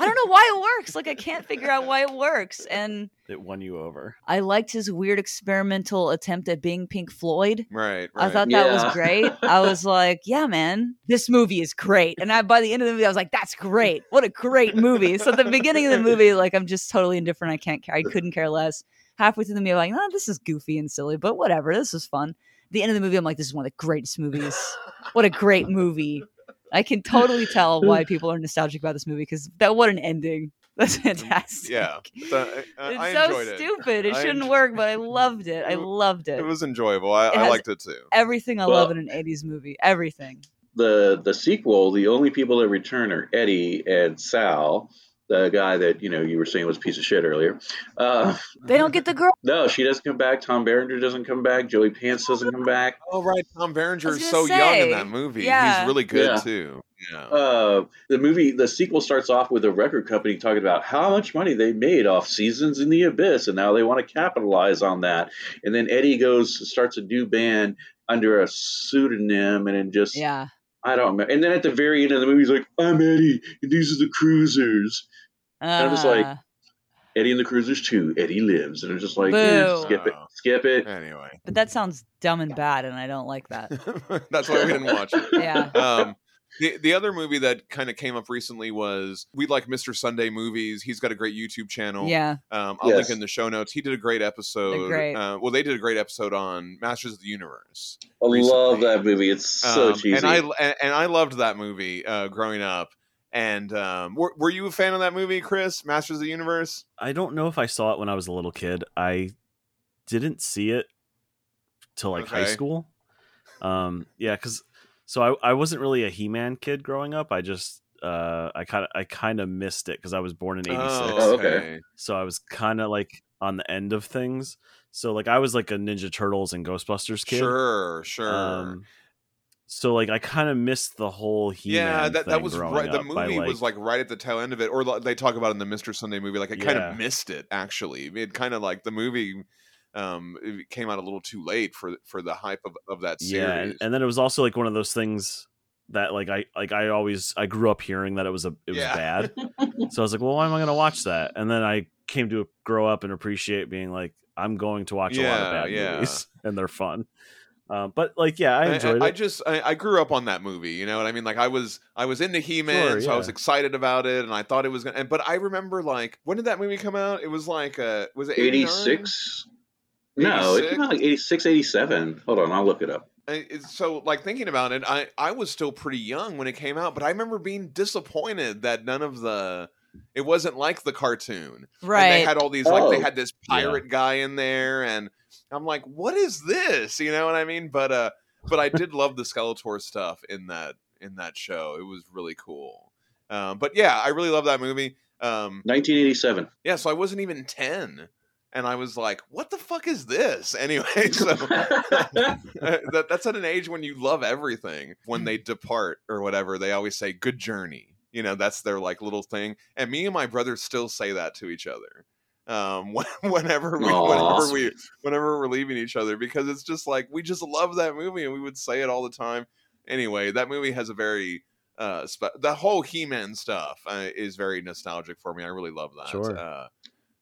C: I don't know why it works. Like I can't figure out why it works. And
D: <laughs> It won you over.
C: I liked his weird experimental attempt at being Pink Floyd.
A: Right. Right.
C: I thought that
B: Yeah.
C: was great.
A: <laughs>
C: I was like, yeah, man, this movie is great. And I by the end of the movie, I was like, that's great. What a great movie. So at the beginning of the movie, like I'm just totally indifferent. I can't care. I couldn't care less. Halfway through the movie, I'm like, oh, this is goofy and silly, but whatever. This is fun. The end of the movie, I'm like, this is one of the greatest movies. What a great movie. I can totally
A: <laughs>
C: tell why people are nostalgic about this movie because that what an ending. <laughs> That's fantastic.
A: Mm, yeah. So,
C: <laughs>
A: I- I,
C: it's
A: I
C: so
A: enjoyed it.
C: stupid. It
A: I
C: shouldn't
A: enj- <laughs>
C: work, but I loved it. I
A: It wa-
C: loved it
A: It was enjoyable. I, I
C: has-
A: liked it too.
C: everything I love
B: Well-
C: in an 80s movie. Everything.
B: The the sequel, the only people that return are Eddie and Sal, the guy that you know you were saying was a piece of shit earlier. Uh, <laughs>
C: They don't get the girl.
B: no, she doesn't come back. Tom Berenger doesn't come back. Joey Pants doesn't come back.
A: Oh right, Tom
C: I
A: Berenger
C: was
A: is so
C: gonna
A: young in
C: say,
A: that movie.
C: yeah.
A: He's really good
B: Yeah.
A: too. Yeah.
B: Uh, the movie, the sequel starts off with a record company talking about how much money they made off Seasons in the Abyss, and now they want to capitalize on that. And then Eddie goes starts a new band under a pseudonym, and then just
C: <laughs> Yeah.
B: I don't remember. And then at the very end of the movie, he's like, "I'm Eddie, and these are the Cruisers." I'm just like,
C: Ah,
B: Eddie and the Cruisers Two. Eddie lives, and I'm just like, eh,
C: Boo.
B: skip it, skip it.
A: anyway, <laughs>
C: but that sounds dumb and bad, and I don't like that.
A: that's why we didn't watch it.
B: <laughs>
C: Yeah.
A: Um, the, the other movie that kind of came up recently was we like Mr. Sunday movies. He's got a great YouTube channel.
C: Yeah.
A: Um, I'll
B: Yes.
A: link in the show notes. He did a great episode.
C: great.
A: Uh, well, they did a great episode on Masters of the Universe.
B: I love
A: Recently.
B: that movie. It's so
A: Um,
B: cheesy.
A: And I and, and I loved that movie uh, growing up. And um, were, were you a fan of that movie, Chris? Masters of the Universe.
D: I don't know if I saw it when I was a little kid. I didn't see it till like high
A: Okay.
D: school. Um, yeah, because so I, I wasn't really a He-Man kid growing up. I just uh, I kind of I kind of missed it because I was born in '86.
B: Oh, okay.
D: so I was kind of like on the end of things. So like I was like a Ninja Turtles and Ghostbusters kid.
A: Sure, sure.
D: Um, so like I kind of missed the whole He-Man.
A: yeah, that, that
D: thing
A: was
D: growing
A: right. The
D: up by,
A: movie was like right at the tail end of it, or like they talk about it in the Mister Sunday movie. Like I kind
D: Yeah.
A: of missed it actually. It kind of like the movie um, it came out a little too late for for the hype of, of that series.
D: yeah, and, and then it was also like one of those things that like I like I always I grew up hearing that it was a it was
A: Yeah. <laughs>
D: bad. so I was like, well, why am I going to watch that? And then I came to grow up and appreciate being like I'm going to watch a lot of
A: Yeah,
D: bad
A: yeah.
D: movies <laughs> and they're fun. Uh, but like yeah, I enjoyed
A: I,
D: it.
A: just I, I grew up on that movie. You know what I mean? Like I was I was into He Man,
D: Sure,
A: so I was
D: yeah.
A: excited about it, and I thought it was gonna. And, but I remember like when did that movie come out? It was like uh was it 89?
B: 86. No, it came out like 86, 87. Hold on, I'll look it up.
A: I- it's- So like thinking about it, I I was still pretty young when it came out, but I remember being disappointed that none of the it wasn't like the cartoon. And they
C: Right.
A: had all these like they
B: Oh.
A: had this
D: Yeah.
A: pirate guy in there, and I'm like, what is this? You know what I mean? But uh, but I did love the Skeletor stuff in that in that show. It was really cool. Um, but yeah, I really love that movie. Um, <laughs>
B: 1987.
A: yeah, so I wasn't even ten, and I was like, what the fuck is this? <laughs> Anyway, so
B: <laughs>
A: Uh, that, that's at an age when you love everything. When they depart or whatever, they always say "good journey." You know, that's their like little thing. And me and my brother still say that to each other. Um, <laughs> when- whenever we,
B: Aw.
A: whenever we, whenever we're leaving each other, because it's just like we just love that movie and we would say it all the time. Anyway, that movie has a very uh, spe- the whole He-Man stuff uh, is very nostalgic for me. I really love that.
D: Sure.
A: Uh,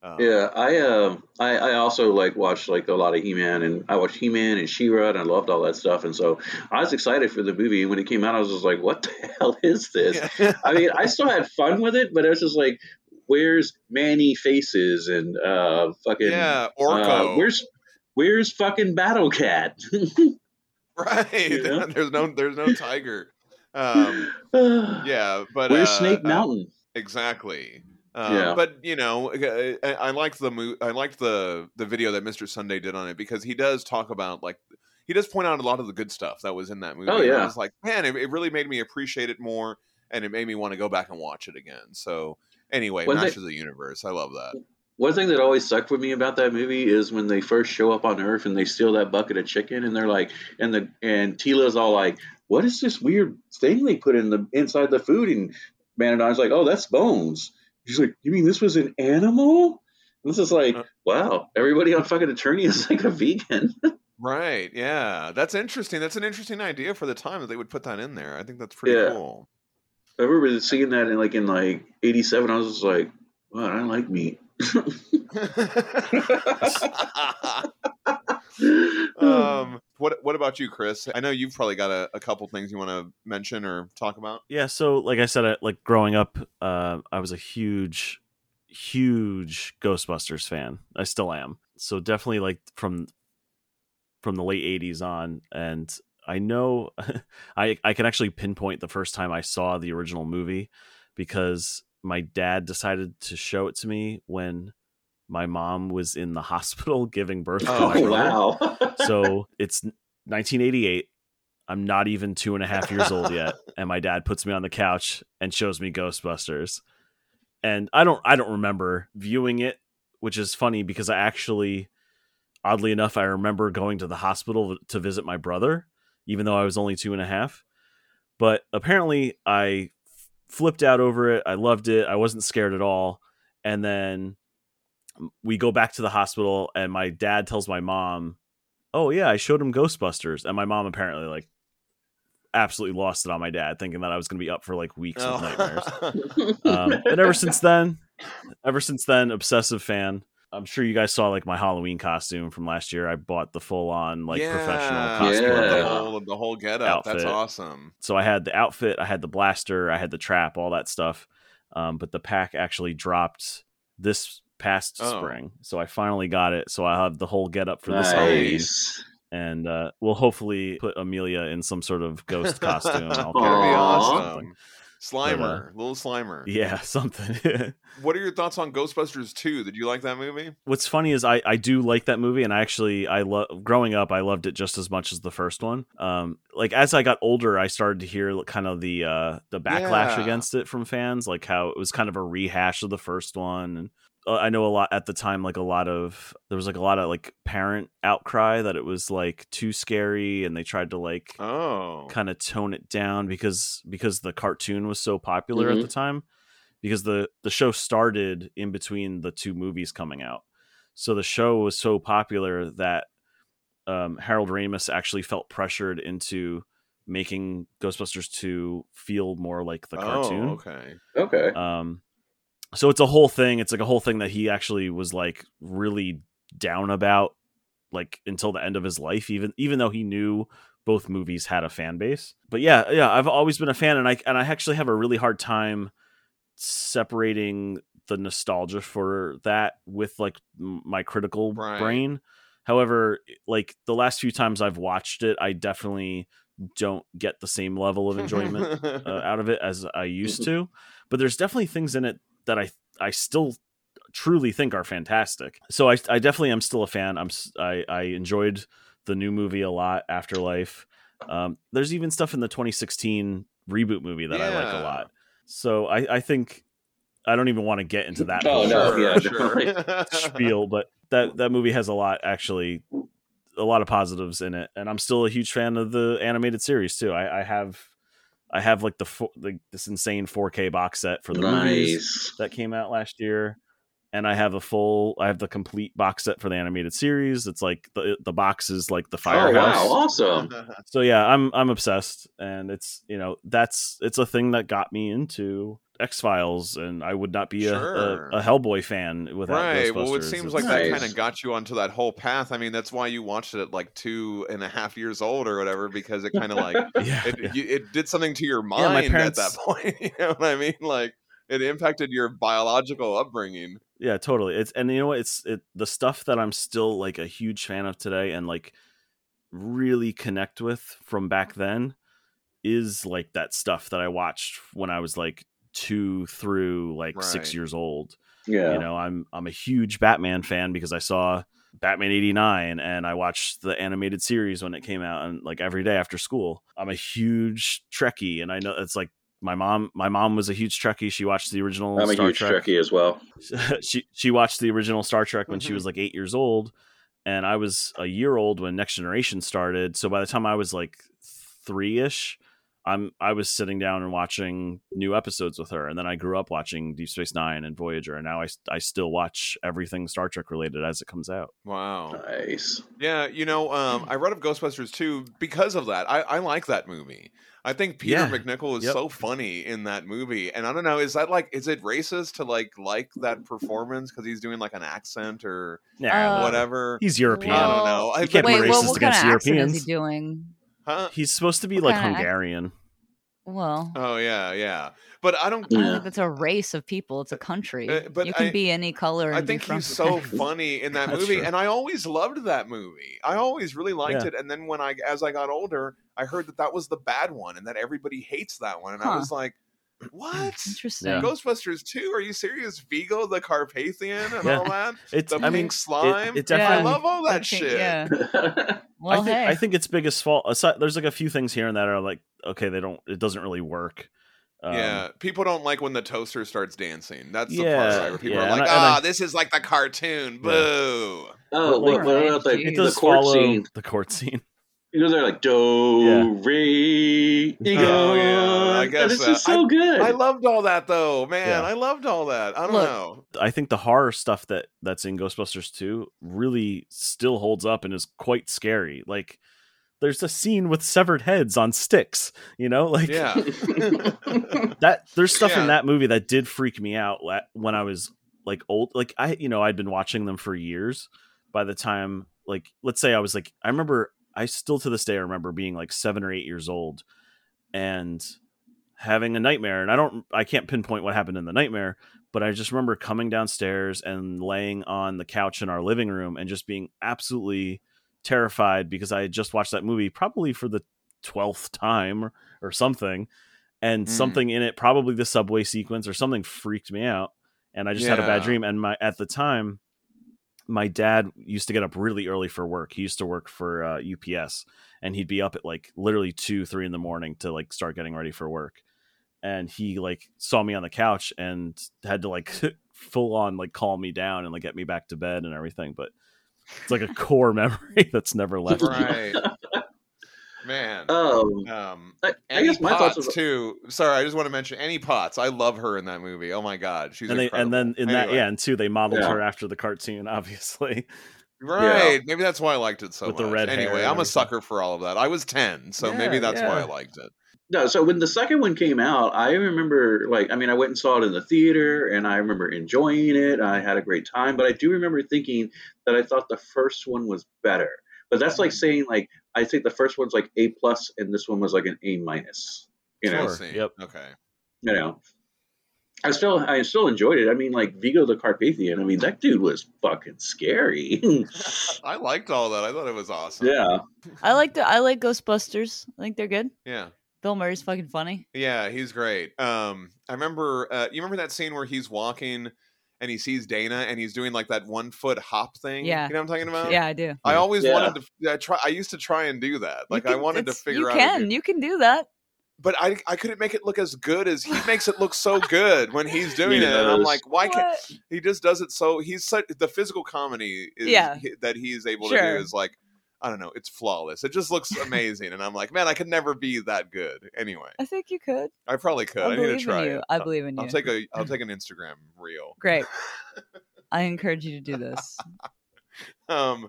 A: um,
B: Yeah, I uh, I, I also like watched like a lot of He-Man, and I watched He-Man and She-Ra, and I loved all that stuff, and so I was excited for the movie. And when it came out, I was just like, "What the <laughs> hell is this?"
A: <laughs> yeah.
B: I mean, I still had fun with it, but I was just like, "Where's Manny Faces and uh fucking
A: Yeah,
B: uh,
A: Orko.
B: where's Where's fucking Battle <laughs> Cat?"
A: <laughs> right?
B: Yeah.
A: there's no, there's no tiger.
B: <laughs>
A: Um, yeah, but
B: Where's
A: uh,
B: Snake
A: uh,
B: Mountain?
A: exactly. Um,
B: Yeah.
A: But you know, I, I- I liked the mo- I liked the the video that Mr. Sunday did on it because he does talk about like he does point out a lot of the good stuff that was in that movie.
B: Oh,
A: And I
B: yeah.
A: was like, man, it, it really made me appreciate it more, and it made me want to go back and watch it again. So anyway,
B: Was it-
A: Masters of the Universe, I love that.
B: One thing that always sucked with me about that movie is when they first show up on Earth and they steal that bucket of chicken and they're like, and the and Tila's all like, "What is this weird thing they put in the inside the food?" And Manadon's like, "Oh, that's bones." She's like, "You mean this was an animal?" And this is like,
A: Uh.
B: wow, everybody on fucking Attorney is like a vegan. <laughs>
A: Right? Yeah, that's interesting. That's an interesting idea for the time that they would put that in there. I think that's pretty
B: Yeah.
A: cool.
B: I remember seeing that in like in like '87. I was just like, "Wow, I like meat."
A: <laughs>
B: <laughs>
A: um, what what about you, Chris? I know you've probably got a, a couple things you want to mention or talk about.
D: Yeah, so like I said, I, like growing up, uh, I was a huge, huge Ghostbusters fan. I still am. So definitely like from from the late '80s on, and I know <laughs> I I can actually pinpoint the first time I saw the original movie because my dad decided to show it to me when my mom was in the <laughs> hospital giving birth to
A: Oh,
D: my brother.
B: wow! <laughs>
D: so it's 1988. I'm not even two and a half years old yet, and my dad puts me on the couch and shows me Ghostbusters. And I don't, I don't remember viewing it, which is funny because I actually, oddly enough, I remember going to the hospital to visit my brother, even though I was only two and a half. But apparently, I f- flipped out over it. I loved it. I wasn't scared at all. And then we go back to the hospital, and my dad tells my mom oh yeah i showed him ghostbusters and my mom apparently like absolutely lost it on my dad thinking that i was going to be up for like weeks
A: Oh.
B: Oh.
A: <laughs>
D: with nightmares um, and ever since then ever since then obsessive fan i'm sure you guys saw like my halloween costume from last year i bought the full on like professional costume of
B: Yeah.
A: The
D: it.
A: whole, the whole get up. That's
D: Outfit.
A: awesome.
D: so i had the outfit i had the blaster i had the trap all that stuff um, but the pack actually dropped this past
A: Oh.
D: spring so i finally got it so i have the whole get up for this halloween
B: nice.
D: and uh, we'll hopefully put Amelia in some sort of
A: <laughs>
D: ghost costume.
A: That'd
D: I'll
A: be
D: carry her or
A: awesome.
D: something.
A: Slimer, little Slimer.
D: Yeah, <laughs> something.
A: What are your thoughts on Ghostbusters 2? Did you like that movie?
D: What's funny is I, I do like that movie, and I actually I love growing up I loved it just as much as the first one. Um, like as I got older, I started to hear kind of the uh the backlash
A: Yeah.
D: against it from fans, like how it was kind of a rehash of the first one. And uh, I know a lot at the time, like a lot of there was like a lot of like parent outcry that it was like too scary, and they tried to like
A: Oh.
D: kind of tone it down because because the cartoon was so popular at
B: Mhm.
D: the time because the the show started in between the two movies coming out so the show was so popular that um, harold ramis actually felt pressured into making ghostbusters 2 feel more like the cartoon
A: Oh, okay.
B: Okay.
D: um, so it's a whole thing. It's like a whole thing that he actually was like really down about, like until the end of his life. Even even though he knew both movies had a fan base, but yeah, yeah, I've always been a fan, and I and I actually have a really hard time separating the nostalgia for that with like m- my critical
A: Right.
D: brain. However, like the last few times I've watched it, I definitely don't get the same level of
A: <laughs>
D: enjoyment uh,
B: <laughs>
D: out of it as I used
B: Mm-hmm.
D: to. But there's definitely things in it that I I still truly think are fantastic. So I I definitely am still a fan. I'm s- I I enjoyed the new movie a lot. Afterlife. Um, there's even stuff in the 2016 reboot movie that I like
A: Yeah.
D: a lot. So I I think I don't even want to get into that.
B: Oh,
D: whole
B: no, yeah,
D: spiel, but that that movie has a lot actually a lot of positives in it, and I'm still a huge fan of the animated series too. I, I have I have like the fo- like this insane 4K box set for the movies
B: nice.
D: that came out last year, and I have a full I have the complete box set for the animated series. It's like the the box is like the
B: Oh
D: firehouse.
B: wow! Awesome.
D: So yeah, I'm I'm obsessed, and it's you know that's it's a thing that got me into X Files, and I would not be a-
A: Sure.
D: a, a, Hellboy fan without
A: right.
D: Ghostbusters.
A: Well, it seems
D: It's-
A: like that
B: Nice.
A: kind of got you onto that whole path. I mean, that's why you watched it at like two and a half years old or whatever, because it kind of
D: <laughs>
A: like
D: yeah,
A: it,
D: yeah.
A: you, it did something to your mind
D: my
A: at that
D: parents-
A: point. <laughs> You know what I mean? Like it impacted your biological upbringing.
D: yeah, totally. It's and you know what? It's it the stuff that I'm still like a huge fan of today, and like really connect with from back then is like that stuff that I watched when I was like two through like six
A: Right.
D: years old.
B: Yeah.
D: you know i'm i'm a huge batman fan because i saw batman 89 and i watched the animated series when it came out and like every day after school i'm a huge trekkie and i know it's like my mom my mom was a huge trekkie she watched the original
B: I'm a
D: Star
B: huge
D: Trek
B: Trekkie as well.
D: <laughs> she she watched the original Star Trek when she
C: Mm-hmm.
A: Mhm.
D: was like eight years old, and I was a year old when Next Generation started. So by the time I was like three ish, I'm I was sitting down and watching new episodes with her, and then I grew up watching Deep Space Nine and Voyager, and now I I still watch everything Star Trek related as it comes out.
A: Wow.
B: Uh, Nice. <laughs>
A: Yeah, you know, um, I read of Ghostbusters too because of that. I, I like that movie. I think Peter
D: Yeah.
A: McNichol is
D: Yep.
A: so funny in that movie, and I don't know, is that like, is it racist to like like that performance because he's doing like an accent or
D: Yeah,
C: Uh,
A: whatever?
D: he's European.
A: I don't
C: well,
A: know. I
D: you can't be
C: Wait, well,
D: racist
C: what kind
D: against
C: of accent is
D: Europeans.
C: he doing?
A: Huh?
D: He's supposed to be
C: What
D: like
C: kinda act-
D: Hungarian.
C: Well,
A: Oh yeah, yeah. But I don't.
C: I don't
B: Uh, Yeah.
C: think that's a race of people. It's a country.
A: Uh, but
C: you can
A: I-
C: be any color. And
A: I
C: be
A: think
C: from
A: he's
C: <laughs>
A: so
C: Japan.
A: funny in that
D: That's
A: movie,
D: true.
A: and I always loved that movie. I always really liked
D: Yeah.
A: it. And then when I, as I got older, I heard that that was the bad one, and that everybody hates that one, and I
C: Huh.
A: was like, "What?
C: Interesting.
D: Yeah.
A: Ghostbusters two? Are you serious? Vigo the Carpathian and
D: Yeah.
A: all
D: <laughs>
A: that?
D: It's
A: The
D: I mean
A: pink slime?
D: it, it
A: I
D: definitely
C: Yeah.
A: love all that
C: Okay,
A: shit.
C: Yeah.
D: I
C: Well,
D: think,
C: hey.
D: I think its biggest fault. Aside, there's like a few things here and that are like, okay, they don't. It doesn't really work. Um,
A: yeah, people don't like when the toaster starts dancing. That's the
D: Yeah,
A: part where people
D: yeah,
A: are
D: and
A: like,
D: I- and I-
A: "Ah, this is like the cartoon." Boo!
B: Oh,
D: But,
B: wait,
D: like,
B: what about the,
C: it
D: it
B: the
D: does
B: court
D: follow
B: scene?
D: the court scene. <laughs>
B: You know, they're like, do,
D: Yeah.
A: <laughs>
B: re,
D: yeah,
B: ego.
A: Oh, I guess,
B: And it's
A: uh,
B: just so good. <laughs>
A: I loved all that though, man.
D: Yeah.
A: I loved all that. I don't
C: Look,
A: know.
D: I think the horror stuff that that's in Ghostbusters 2 really still holds up and is quite scary. Like there's a scene with severed heads on sticks, you know? Like
A: yeah
D: <laughs> that there's stuff
A: Yeah.
D: in that movie that did freak me out la- when I was like old like I you know, I'd been watching them for years by the time like let's say I was like I remember I still to this day remember being like 7 or 8 years old and having a nightmare and I don't I can't pinpoint what happened in the nightmare but I just remember coming downstairs and laying on the couch in our living room and just being absolutely terrified because I had just watched that movie probably for the 12th time or, or something and
A: Mm.
D: something in it probably the subway sequence or something freaked me out and I just had a bad
A: Yeah.
D: dream and my at the time my dad used to get up really early for work. He used to work for uh, UPS, and he'd be up at like literally two, three in the morning to like start getting ready for work. And he like saw me on the couch and had to like <laughs> full on like calm me down and like get me back to bed and everything. But it's like a core <laughs> memory that's never left.
A: right man
B: <laughs>
D: Uh,
B: um,
A: um
B: I, I
A: Annie
B: guess my
A: Potts
B: thoughts about
A: too. Sorry, I just want to mention Annie Potts. I love her in that movie. Oh my god, she's
D: And they,
A: incredible.
D: and then in that
A: Anyway.
D: yeah, and two they modeled
B: Yeah.
D: her after the cartoon,
A: <laughs>
D: <laughs> obviously.
A: right. Maybe that's why I liked it so
D: With the
A: much.
D: red hair
A: anyway,
D: and
A: I'm a
D: everything.
A: sucker for all of that. I was ten, so maybe
D: Yeah,
A: that's why I
D: yeah.
A: liked it.
B: No, so when the second one came out, I remember like I mean I went and saw it in the theater and I remember enjoying it. I had a great time, but I do remember thinking that I thought the first one was better. But that's like saying like I think the first one's like A plus and this one was like an A minus. You
A: I
B: know,
D: Sure.
A: see.
D: Yep.
A: Okay.
B: you know. I still I still enjoyed it. I mean like Vigo the Carpathian, I mean that dude was fucking scary. <laughs>
A: I liked all that. I thought it was awesome.
B: yeah.
C: I like the I like Ghostbusters. I think they're good.
A: Yeah.
C: Bill Murray's fucking funny.
A: Yeah, he's great. Um, I remember. Uh, you remember that scene where he's walking and he sees Dana and he's doing like that one foot hop thing.
C: Yeah.
A: you know what I'm talking about.
C: Yeah, I do.
A: I always
B: Yeah.
A: wanted to. I try. I used to try and do that.
C: You
A: Like I
C: can-
A: wanted to
C: it's-
A: figure
C: you
A: out.
C: You
A: a
C: can.
A: good-
C: You can do that.
A: but I I couldn't make it look as good as he makes it look
C: <laughs>
A: so good when he's doing it. And I'm
B: Yes.
A: like, why can't
C: What?
A: he just does it so? He's such the physical comedy is,
C: Yeah.
A: he- that he's able to
C: Sure.
A: do is like. I don't know. It's flawless. It just looks amazing, and I'm like, man, I could never be that good. Anyway,
C: I think you could.
A: I probably could. I, need
C: I
A: to
C: believe
A: try
C: in you.
A: it.
C: I believe in
A: I'll
C: you.
A: take a I'll take an Instagram reel. <laughs>
C: Great. I encourage you to do this.
A: Um,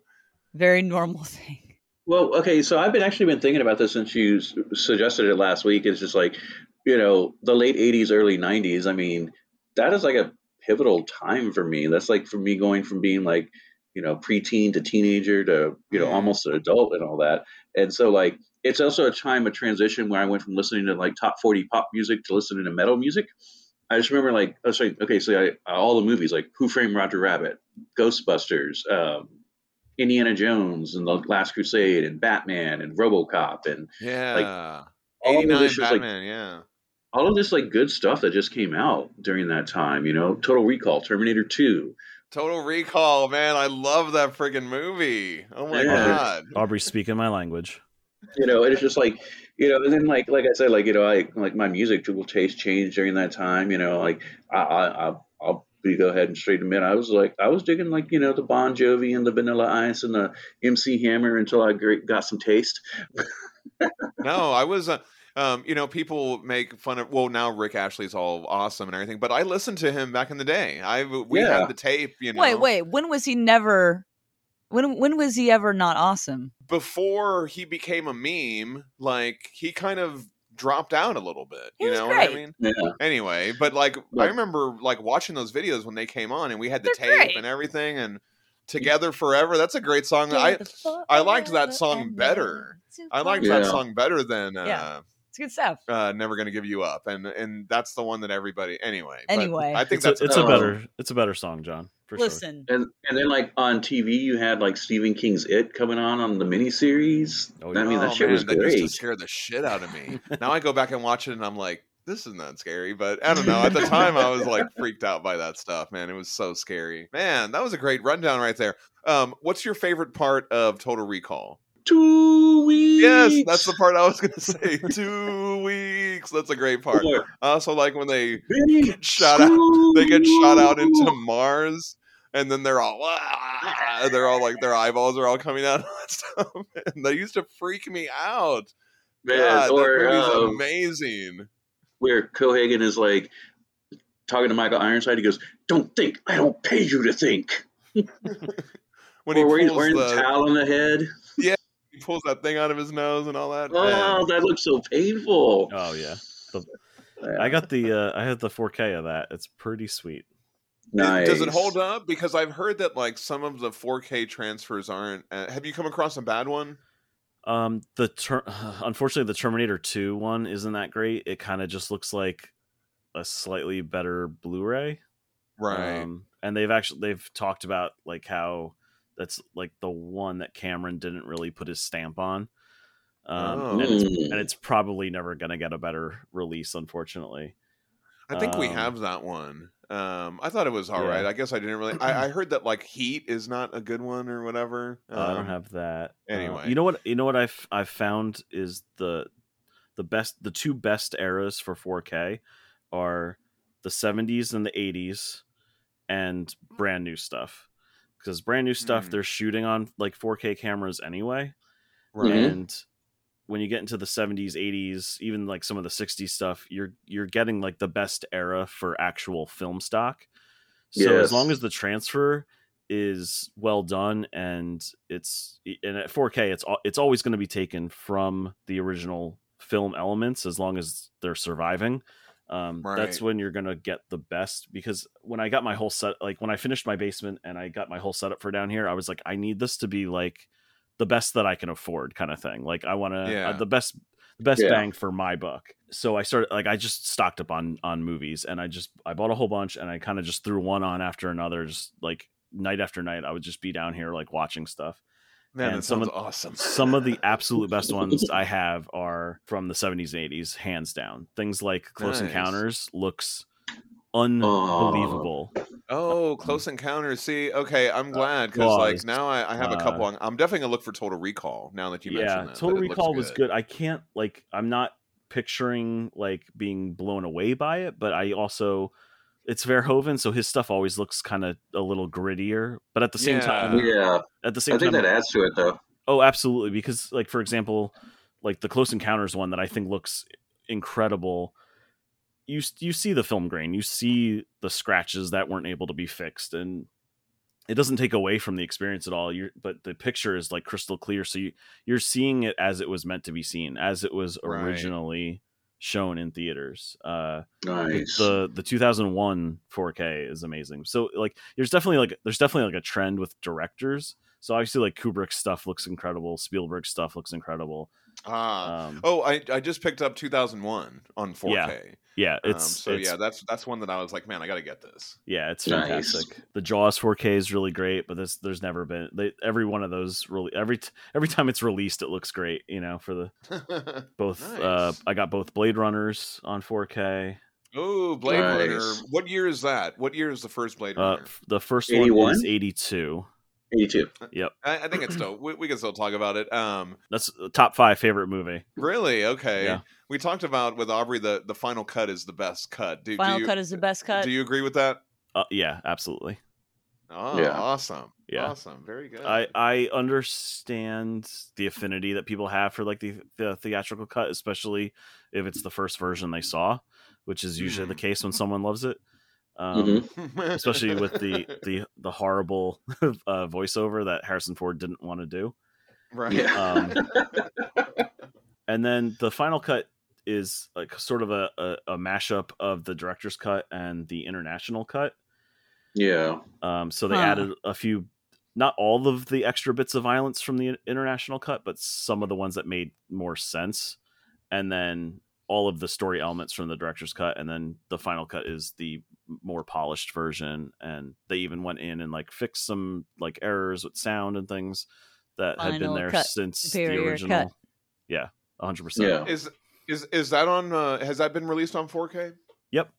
C: Very normal <laughs> thing.
B: Well, okay, so I've been actually been thinking about this since you s- suggested it last week. It's just like, you know, the late '80s, early '90s. I mean, that is like a pivotal time for me. That's like for me going from being like, you know, preteen to teenager to you know
A: Mhm.
B: almost an adult and all that. And so like, it's also a time of transition where I went from listening to like top 40 pop music to listening to metal music. I just remember like, I was like, okay, so I, all the movies like Who Framed Roger Rabbit, Ghostbusters, um, Indiana Jones and the Last Crusade and Batman and RoboCop and
A: yeah,
B: all of
A: eighty nine
B: this is like
A: Batman. yeah,
B: all of this like good stuff that just came out during that time. You know, Total Recall, Terminator Two.
A: Total Recall, man. I love that friggin' movie. Oh my
B: Yeah.
A: god.
D: Aubrey speaking my language.
B: You know, and it's just like you know, and then like like I said, like you know, I like my music taste changed during that time. You know, like I I, I I'll be go ahead and straight admit I was like I was digging like you know the Bon Jovi and the Vanilla Ice and the MC Hammer until I gr- got some taste.
A: No, I was. Uh, um, you know, people make fun of. Well, now Rick Ashley's all awesome and everything, but I listened to him back in the day. I we
B: Yeah.
A: had the tape. You know,
C: Wait, wait. When was he never? When when was he ever not awesome?
A: Before he became a meme, like he kind of dropped out a little bit.
C: He
A: you
C: was
A: know what I
C: great.
A: mean?
B: Yeah.
A: anyway but like i
B: But-
A: remember like watching those videos when they came on and we had the
C: They're
A: tape
C: great.
A: and everything and
D: Mm.
A: together forever that's a great song i I liked that song better. i liked that
B: Yeah.
A: song better than uh,
C: Yeah. It's good stuff.
A: uh never gonna give you up and and that's the one that everybody anyway but
C: Anyway.
A: i think
D: It's,
A: that's
D: a, it's a
B: um,
D: better it's a better song, John. For sure.
C: Listen,
B: And and then like on TV, you had like Stephen King's It coming on on the miniseries.
D: Oh,
B: I mean,
A: Oh,
B: that shit
A: man,
B: was
A: that used to
B: great.
A: scare the shit out of
B: <laughs>
A: me now i go back and watch it and i'm like this is not scary but i don't know at the time i was like freaked out by that stuff man it was so scary man that was a great rundown right there um what's your favorite part of total recall
B: Two weeks.
A: Yes, that's the part I was gonna <laughs> say. Two weeks. That's a great part.
B: Or,
A: I also like when they
B: "Benny,
A: shot out-
B: screw
A: they get shot out into
B: you."
A: Mars, and then they're all "Ah," and they're all like their eyeballs are all coming out and <laughs> stuff. And they used to freak me out.
B: Man,
A: God,
B: or
A: that movie's
B: um,
A: amazing.
B: where Cohagen is like talking to Michael Ironside. He goes, "Don't think. I don't pay you to think."
A: <laughs> When he
B: or where he's
A: pulls,
B: wearing the
A: the,
B: towel on the head.
A: he pulls that thing out of his nose and all that. man.
B: Oh, that looks so painful.
D: Oh yeah.
B: Yeah.
D: I got the uh, I had the 4K of that. It's pretty sweet.
A: It- Does it hold up? Because I've heard that like some of the 4K transfers aren't. Uh, have you come across a bad one?
D: Um, the ter- <sighs> unfortunately the Terminator 2 one isn't that great. It kind of just looks like a slightly better Blu-ray. Um, and they've actually they've talked about like how that's like the one that Cameron didn't really put his stamp on. Um, and, it's,
B: Mm.
D: and it's probably never gonna get a better release, unfortunately.
A: I think we
D: Um,
A: have that one. Um, I thought it was all
D: yeah.
A: right. I guess I didn't really.
D: <clears throat>
A: I, I heard that like Heat is not a good one or whatever.
D: Uh, I
A: Um,
D: don't have that. Uh,
A: anyway.
D: you know what? You know what I've I've found is the the best the two best eras for 4K are the 70s and the 80s and brand new stuff because brand new stuff
A: Mm.
D: they're shooting on like 4K cameras anyway.
A: Right.
B: Mhm.
D: and when you get into the 70s 80s even like some of the 60s stuff you're you're getting like the best era for actual film stock so as
B: Yes.
D: long as the transfer is well done and it's and at 4k it's al- it's always going to be taken from the original film elements as long as they're surviving um, that's
A: Right.
D: when you're gonna get the best because when i got my whole set like when i finished my basement and i got my whole setup for down here i was like i need this to be like the best that i can afford kind of thing like i want to
A: Yeah.
D: the best the best
B: Yeah.
D: bang for my buck so i started like i just stocked up on on movies and i just i bought a whole bunch and i kind of just threw one on after another just like night after night i would just be down here like watching stuff
A: Man,
D: and
A: that
D: some
A: sounds
D: of-
A: awesome.
D: some of the absolute best ones I have are from the 70s and 80s, hands down. Things like Close
A: Nice.
D: Encounters looks unbelievable. <laughs>
A: oh, Close Encounters. See, okay, I'm glad because
D: Jaws,
A: like now I, I have a couple.
D: uh,
A: on, I'm definitely gonna look for Total Recall now that you
D: yeah,
A: mentioned that.
D: Total
A: but it looks
D: Recall was good. I can't like I'm not picturing like being blown away by it, but I also it's Verhoeven, so his stuff always looks kind of a little grittier. But at the same time,
B: Yeah,
D: at the
B: I
D: same
B: think
D: time,
B: that adds to it though.
D: Oh, absolutely. Because, like, for example, like the Close Encounters one that I think looks incredible. You s- you see the film grain, you see the scratches that weren't able to be fixed, and it doesn't take away from the experience at all. You but the picture is like crystal clear, so you you're seeing it as it was meant to be seen, as it was
A: Right.
D: originally shown in theaters. Uh, the-
B: Nice.
D: the the 2001 4K is amazing. So like there's definitely like there's definitely like a trend with directors. So obviously like Kubrick's stuff looks incredible, Spielberg's stuff looks incredible.
A: Ah.
D: Um,
A: Oh, I, I just picked up 2001 on 4K.
D: yeah,
A: Um,
D: it's
A: so
D: it's-
A: yeah, that's that's one that I was like, man, I gotta get this. <laughs>
D: yeah, it's
B: Nice.
D: fantastic. The Jaws 4K is really great, but this there's never been they, every one of those really every t- every time it's released it looks great, you know, for the both uh
A: Nice.
D: I got both Blade Runners on 4K.
A: oh, Blade
B: Nice.
A: Runner. What year is that? What year is the first Blade
D: Uh
A: Runner?
D: f- the first one
B: 81?
D: is 82.
B: Eighty-two.
A: I, I think
D: <clears throat>
A: it's still we, we can still talk about it. Um,
D: That's the top 5 favorite movie.
A: really, okay.
D: Yeah.
A: We talked about with Aubrey the the final cut is the best cut. Do, do
C: Final
A: you
C: cut is the best cut.
A: do you agree with that?
D: Uh, yeah, absolutely.
A: Oh,
B: Yeah.
A: awesome.
D: Yeah.
A: Awesome. Very good. <laughs>
D: I I understand the affinity that people have for like the, the theatrical cut, especially if it's the first version they saw, which is usually the
A: Mhm.
D: case when someone loves it. Um,
A: Mm-hmm.
B: Mhm.
D: Especially with
A: <laughs>
D: the the the horrible <laughs> uh, voiceover that Harrison Ford didn't want to do.
A: right.
B: Yeah.
D: Um, and then the final cut is like sort of a, a, a mashup of the director's cut and the international cut.
B: Yeah.
D: Um, so they
C: Huh.
D: added a few, not all of the extra bits of violence from the international cut, but some of the ones that made more sense. And then all of the story elements from the director's cut, and then the final cut is the more polished version. And they even went in and like fixed some like errors with sound and things that had been
C: Final
D: there
C: cut,
D: since the
C: superior cut.
D: original. Yeah, hundred percent.
B: Yeah.
A: <laughs> Is is is that on uh has that been released on 4K?
D: Yep.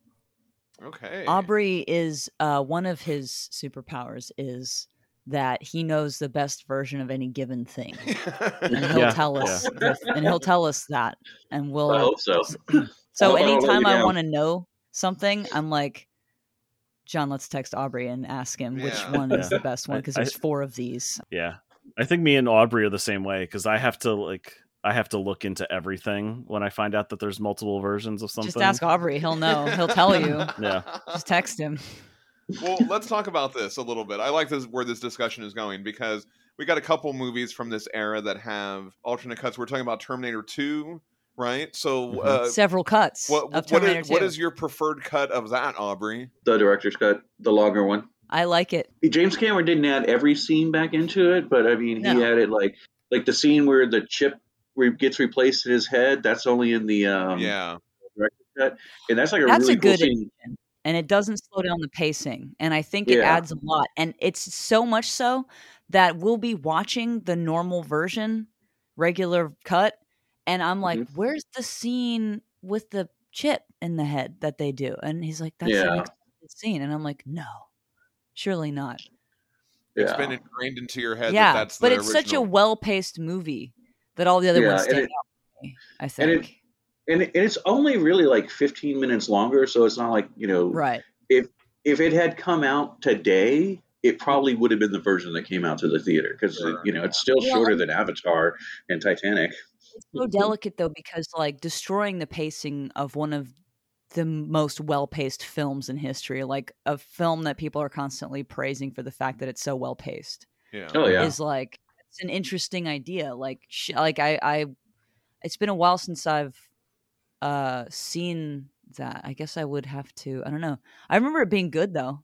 A: Okay. <laughs>
C: Aubrey is uh, one of his superpowers is that he knows the best version of any given thing, and
A: <laughs>
C: he'll
D: Yeah,
C: tell us, if- and he'll tell us that, and we'll.
B: I hope so.
C: So
B: I hope I don't let
C: anytime
B: you
C: I
B: down.
C: want to know something, I'm like, John, let's text Aubrey and ask him which
A: Yeah.
C: one is
D: Yeah.
C: the best one
D: I-
C: because
D: I-
C: there's four of these.
D: Yeah. I think me and Aubrey are the same way because I have to like I have to look into everything when I find out that there's multiple versions of something.
C: Just ask Aubrey; he'll know. He'll tell you.
D: <laughs> Yeah.
C: Just text him.
A: well, let's talk about this a little bit. I like this where this discussion is going because we got a couple movies from this era that have alternate cuts. We're talking about Terminator 2, right? So, uh,
C: Several cuts
A: what
C: Mm-hmm. of
A: what
C: Terminator
A: is, what
C: 2.
A: is your preferred cut of that, Aubrey?
B: The director's cut, the longer one.
C: I like it.
B: James Cameron didn't add every scene back into it, but I mean, he
C: No.
B: added like like the scene where the chip re- gets replaced in his head. That's only in the um,
A: yeah,
B: and that's like a
C: That's
B: really
C: a good
B: cool scene.
C: and it doesn't slow down the pacing. And I think it
B: Yeah.
C: adds a lot. And it's so much so that we'll be watching the normal version, regular cut, and I'm like,
B: Mm-hmm.
C: where's the scene with the chip in the head that they do? And he's like, that's
B: Yeah.
C: the next scene. And I'm like, no, surely not.
A: it's
B: Yeah.
A: been ingrained into your head.
C: yeah.
A: that that's
C: but
A: the
C: it's such a
A: original.
C: well paced movie that all the other
B: Yeah,
C: ones
B: and
C: stand
B: it-
C: out for me, I
B: and it-
C: think.
B: and, it- and it's only really like 15 minutes longer so it's not like you know
C: right.
B: if it had come out today it probably would have been the version that came out to the theater because
A: Sure.
B: you know it's still
C: Well,
B: shorter than avatar and titanic
C: it's so delicate though because like destroying the pacing of one of the most well-paced films in history like a film that people are constantly praising for the fact that it's so well-paced
A: yeah.
B: oh yeah
C: is like it's an interesting idea like sh- like I I it's been a while since I've uh seen that I guess I would have to I don't know I remember it being good though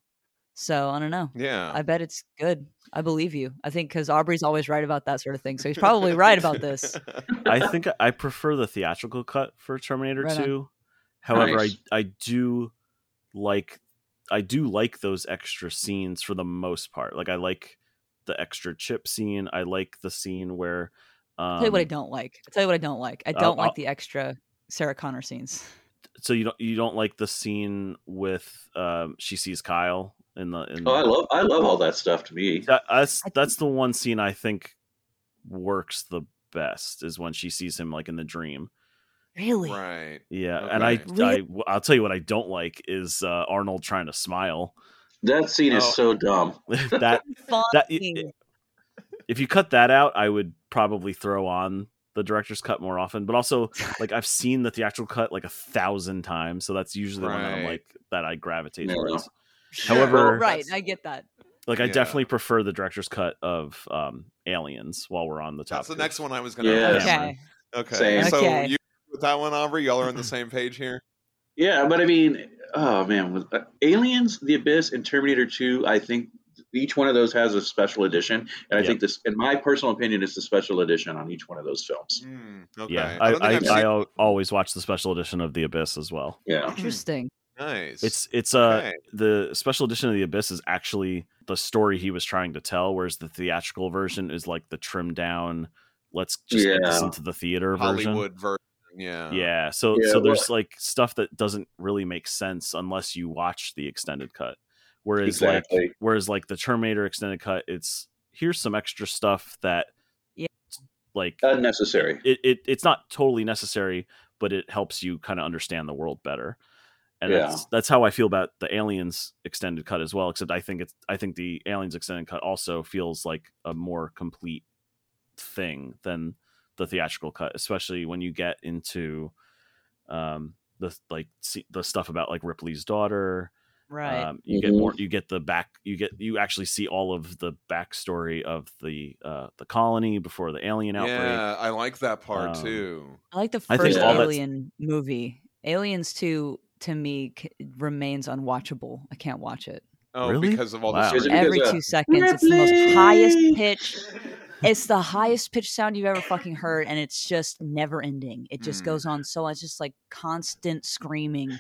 C: so I don't know
A: yeah.
C: I bet it's good I believe you I think cuz Aubrey's always right about that sort of thing so <laughs> he's probably
A: <laughs>
C: right about this
D: I think I prefer the theatrical cut for Terminator
C: Right on.
D: 2. However,
B: Nice.
D: I I do like I do like those extra scenes for the most part. Like I like the extra chip scene. I like the scene where um,
C: I'll tell you what I don't like. I'll tell you what I don't like. I
D: I'll-
C: don't
D: I'll-
C: like the extra Sarah Connor scenes.
D: so you don't you don't like the scene with um, she sees Kyle in the in
B: oh
D: the,
B: i love i love all that stuff to me
D: That, that's
C: I think-
D: that's the one scene I think works the best is when she sees him like in the dream.
C: Really?
A: right.
D: Yeah, and I,
A: Okay.
D: I I'll tell you what I don't like is uh, Arnold trying
A: <laughs>
D: to smile. <laughs>
B: that scene is
A: Oh.
B: so dumb
D: that
C: Fun
D: That- eh,
C: scene.
D: if you cut that out, I would probably throw on the director's cut more often. But also,
A: <laughs>
D: like I've seen the theatrical cut like a thousand times, so that's usually the one that I'm
A: Right.
D: like that I gravitate
B: Yeah.
D: towards.
A: Sure.
D: However-
C: Well, Oh, right,
A: That's-
C: I get that.
D: Like I
A: Yeah.
D: definitely prefer the director's cut of um, Aliens. While we're on the topic,
A: That's the next one I was going to
B: Yeah.
A: ask.
C: Okay.
A: Okay.
B: Same.
A: So
C: Okay.
A: you with that one, Aubrey, y'all are on the same page here.
C: <laughs>
B: yeah but i mean oh man with uh, aliens the abyss and terminator 2 i think each one of those has a special edition and i
D: Yeah.
B: think this in my personal opinion it's the special edition on each one of those films
A: Mm, okay.
D: Yeah,
A: I
D: I,
A: don't
D: I, I,
A: think I've seen-
D: al- always watch the special edition of The Abyss as well.
B: yeah
C: Interesting.
A: <clears throat> nice.
D: It's it's uh
A: Okay.
D: the special edition of The Abyss is actually the story he was trying to tell, whereas the theatrical version is like the trimmed down. Let's just get this
B: Yeah.
D: into the theater version.
A: Hollywood uh, version. Yeah.
D: Yeah, so
B: Yeah,
D: so
B: well-
D: there's like stuff that doesn't really make sense unless you watch the extended cut. Whereas like
B: Exactly.
D: whereas like the Terminator extended cut, it's here's some extra stuff that
C: Yeah.
D: like
B: unnecessary
D: it, it it's not totally necessary, but it helps you kind of understand the world better. and
B: Yeah.
D: that's that's how I feel about the Aliens extended cut as well. Except I think it's I think the Aliens extended cut also feels like a more complete thing than the theatrical cut, especially when you get into um, the like see, the stuff about like Ripley's daughter.
C: Right.
D: Um, you get
B: Mhm.
D: more. You get the back. You get you actually see all of the backstory of the uh, the colony before the alien outbreak.
A: yeah, I like that part
D: Um,
A: too.
C: I like the
D: I think
C: first
B: all
D: that's-
C: Alien movie. Aliens 2 to me c- remains unwatchable. I can't watch it.
A: Oh,
D: really?
A: because of all
D: Wow.
A: the
B: Is it
A: screaming.
B: because,
C: Every
B: uh,
C: two seconds, it's the
B: Ripley!
C: most highest pitch. It's the highest pitch sound you've ever fucking heard, and it's just never ending. It just
A: Hmm.
C: goes on so it's just like constant screaming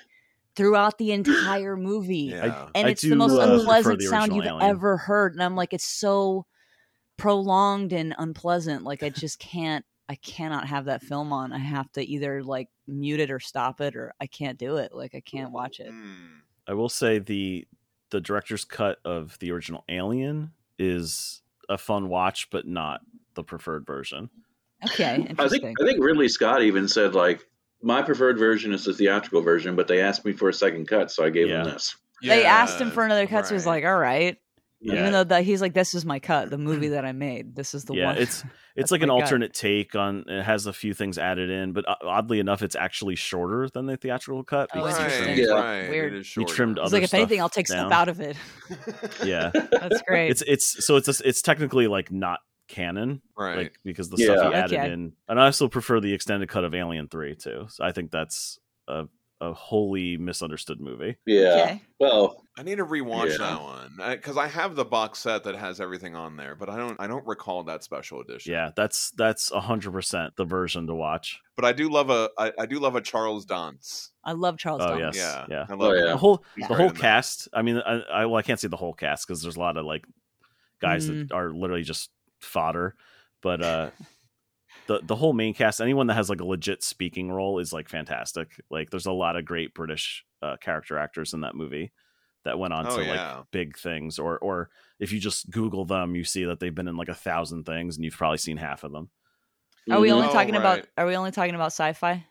C: throughout the entire movie.
A: Yeah.
C: and
D: I
C: it's the
D: do,
C: most
D: uh, prefer
C: unpleasant
D: the
C: sound
D: original
C: you've
D: Alien.
C: ever heard and i'm like it's so prolonged and unpleasant like i just can't i cannot have that film on i have to either like mute it or stop it or i can't do it like i can't watch it
A: Mm.
D: I will say the the director's cut of the original Alien is a fun watch, but not the preferred version. <laughs>
C: okay
B: I think
C: interesting
B: I think Ridley Scott even said like my preferred version is the theatrical version, but they asked me for a second cut, so I gave
D: Yeah.
B: them this.
C: they asked him
A: Yeah,
C: for another cut so he's
A: right.
C: like all right
D: Yeah,
C: even though that he's like this is my cut the
D: <clears throat>
C: movie that i made this is the
D: Yeah,
C: one <laughs>
D: it's- it's
C: that's
D: like an
C: my gut.
D: alternate take on. It has a few things added in, but o- oddly enough, it's actually shorter than the theatrical cut.
C: Oh,
D: because he
C: interesting.
D: trimmed-
A: Right,
B: Yeah.
A: right,
C: Weird.
A: It is
D: He
A: shorter.
D: trimmed
C: It's
D: other
C: like if anything
D: stuff
C: i'll take stuff
D: down.
C: out of it
D: <laughs> Yeah,
C: that's great
D: it's it's so it's a, it's technically like not canon,
A: right.
D: like because the stuff
B: Yeah.
D: he added
C: Okay.
D: in. And I also prefer the extended cut of Alien Three too. So I think that's a a wholly misunderstood movie.
B: <laughs> Yeah.
C: okay
B: Well,
A: I need to rewatch
B: Yeah.
A: that one because I, have the box set that has everything on there, but I don't. I don't recall that special edition.
D: Yeah, that's that's hundred percent the version to watch.
A: but I do love a. I, I do love a Charles Dance.
C: i love charles
D: Oh,
C: Dance.
D: yes.
A: Yeah,
D: yeah.
A: I love
B: Oh,
A: him.
B: yeah.
D: The whole
A: He's
D: the
A: great
D: whole
A: in that.
D: cast. I mean, I, I well, I can't say the whole cast because there's a lot of like guys that are literally just fodder. But uh, the the whole main cast, anyone that has like a legit speaking role, is like fantastic. Like, there's a lot of great British uh, character actors in that movie that went on
A: Oh,
D: to
A: yeah.
D: like big things. Or or if you just Google them, you see that they've been in like a thousand things, and you've probably seen half of them.
C: are we
B: mhm.
C: only
A: Oh,
C: talking about
A: right.
C: are we only talking about sci-fi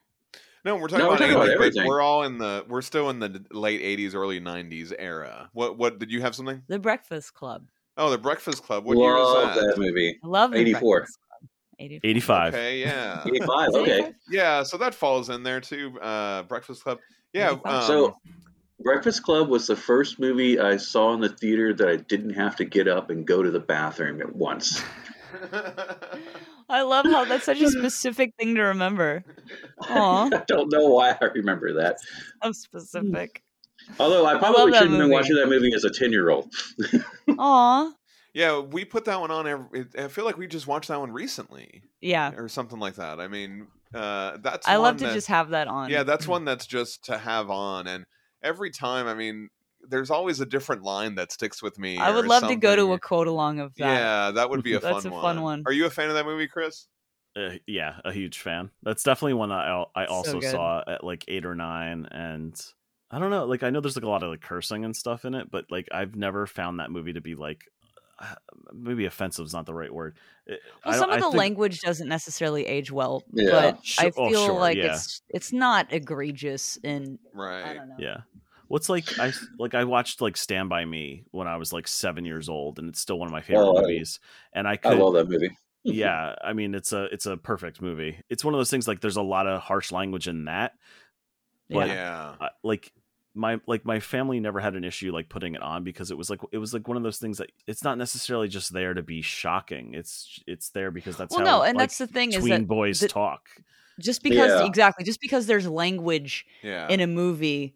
A: No, we're talking
B: No, we're
A: about,
B: talking about
A: aliens, but
B: everything.
A: We're all in the. We're still in the d- late '80s, early '90s era. What? What did you have something?
C: the breakfast club
A: Oh, the Breakfast Club. What year
B: love
A: was
B: that?
A: that?
B: movie?
C: <laughs> I love the
B: 84.
C: Breakfast Club. 84.
D: Eighty five.
A: Okay,
B: <laughs>
A: yeah,
B: Eighty five.
C: Is it
B: Okay.
C: 85?
A: yeah. So that falls in there too. Uh, Breakfast Club. Yeah. Um,
C: 85.
B: So, Breakfast Club was the first movie I saw in the theater that I didn't have to get up and go to the bathroom at once. <laughs>
A: um,
C: I love how that's such a specific thing to remember. Aw.
B: I don't know why I remember that.
C: I'm specific.
B: Mm. Although I probably
C: love that
B: shouldn't have been
C: movie.
B: watching that movie as a ten year old.
C: Aw.
A: <laughs> yeah, we put that one on. Every, I feel like we just watched that one recently.
C: Yeah.
A: or something like that. I mean, uh, that's
C: I love
A: one
C: to
A: that-
C: just have Mm. that on.
A: yeah, that's one that's just to have on, and every time, I mean, there's always a different line that sticks with me.
C: I would
A: or
C: love to go to
A: something.
C: a quote along of that.
A: Yeah, that would be a
C: <laughs> That's
A: fun
C: a
A: one.
C: fun one.
A: Are you a fan of that movie, Chris?
D: uh, yeah, a huge fan. That's definitely one I al- I
C: So
D: also
C: good.
D: saw at like eight or nine, and I don't know. Like I know there's like a lot of like cursing and stuff in it, but like I've never found that movie to be like uh, maybe offensive is not the right word. It- I
C: Well,
D: don't-
C: some
D: I
C: of the
D: think-
C: language doesn't necessarily age well,
B: Yeah.
C: but
D: Sh-
C: I
D: oh,
C: feel
D: sure,
C: like
D: yeah.
C: it's it's not egregious and I
A: Right.
C: don't know.
D: Yeah. What's like I like I watched like Stand by Me when I was like seven years old, and it's still one of my favorite
B: Oh, I-
D: movies. And
B: <laughs>
D: I
B: I
D: could
B: love that movie.
D: yeah i mean it's a it's a perfect movie it's one of those things like there's a lot of harsh language in that but
A: yeah.
D: I- like my like my family never had an issue like putting it on because it was like it was like one of those things that it's not necessarily just there to be shocking it's it's there because that's
C: Well,
D: how
C: no, and
D: like,
C: that's the thing is
D: tween
C: that
D: boys
C: the-
D: talk <laughs>
C: just because
B: Yeah.
C: exactly just because there's language
A: Yeah.
C: in a movie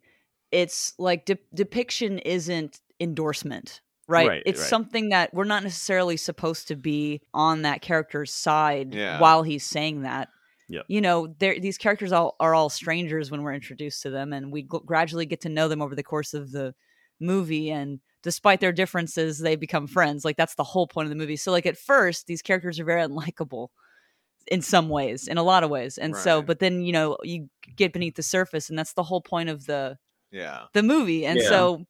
C: it's like de- depiction isn't endorsement right,
D: Right,
C: it's
D: right.
C: something that we're not necessarily supposed to be on that character's side
A: Yeah.
C: while he's saying that
D: Yep.
C: you know they're- these characters all, are all strangers when we're introduced to them and we gl- gradually get to know them over the course of the movie and despite their differences they become friends like that's the whole point of the movie so like at first these characters are very unlikable in some ways in a lot of ways and so
A: Right.
C: but then you know you get beneath the surface and that's the whole point of the
A: yeah.
C: the movie and
B: Yeah.
C: so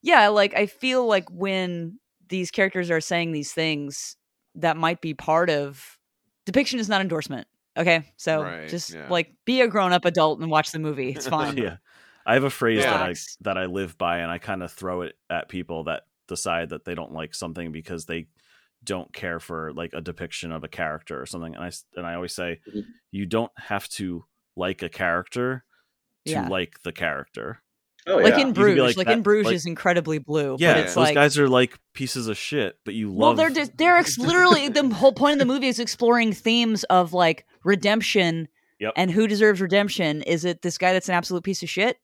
C: yeah like i feel like when these characters are saying these things that might be part of depiction is not endorsement okay so
A: Right,
C: just
A: yeah. <laughs>
C: like be a grown-up adult and watch the movie it's fine
D: yeah I have a phrase that I
C: Facts.
D: that I live by, and I kind of throw it at people that decide that they don't like something because they don't care for like a depiction of a character or something. And I s- and I always say,
B: Mhm.
D: you don't have to like a character to
C: Yeah.
D: like the character.
B: <laughs> Oh
C: like
B: yeah.
D: You
C: in <laughs>
D: could be
C: Bruges,
D: like
C: like, in
D: that-
C: Bruges
D: like-
C: is incredibly blue.
D: Yeah,
C: but it's
D: those
C: like,
D: guys are like pieces of shit, but you
C: well,
D: love.
C: they're just, Derek's literally the whole point of the movie is exploring themes of like redemption
D: Yep.
C: and who deserves redemption. Is it this guy that's an absolute piece of shit?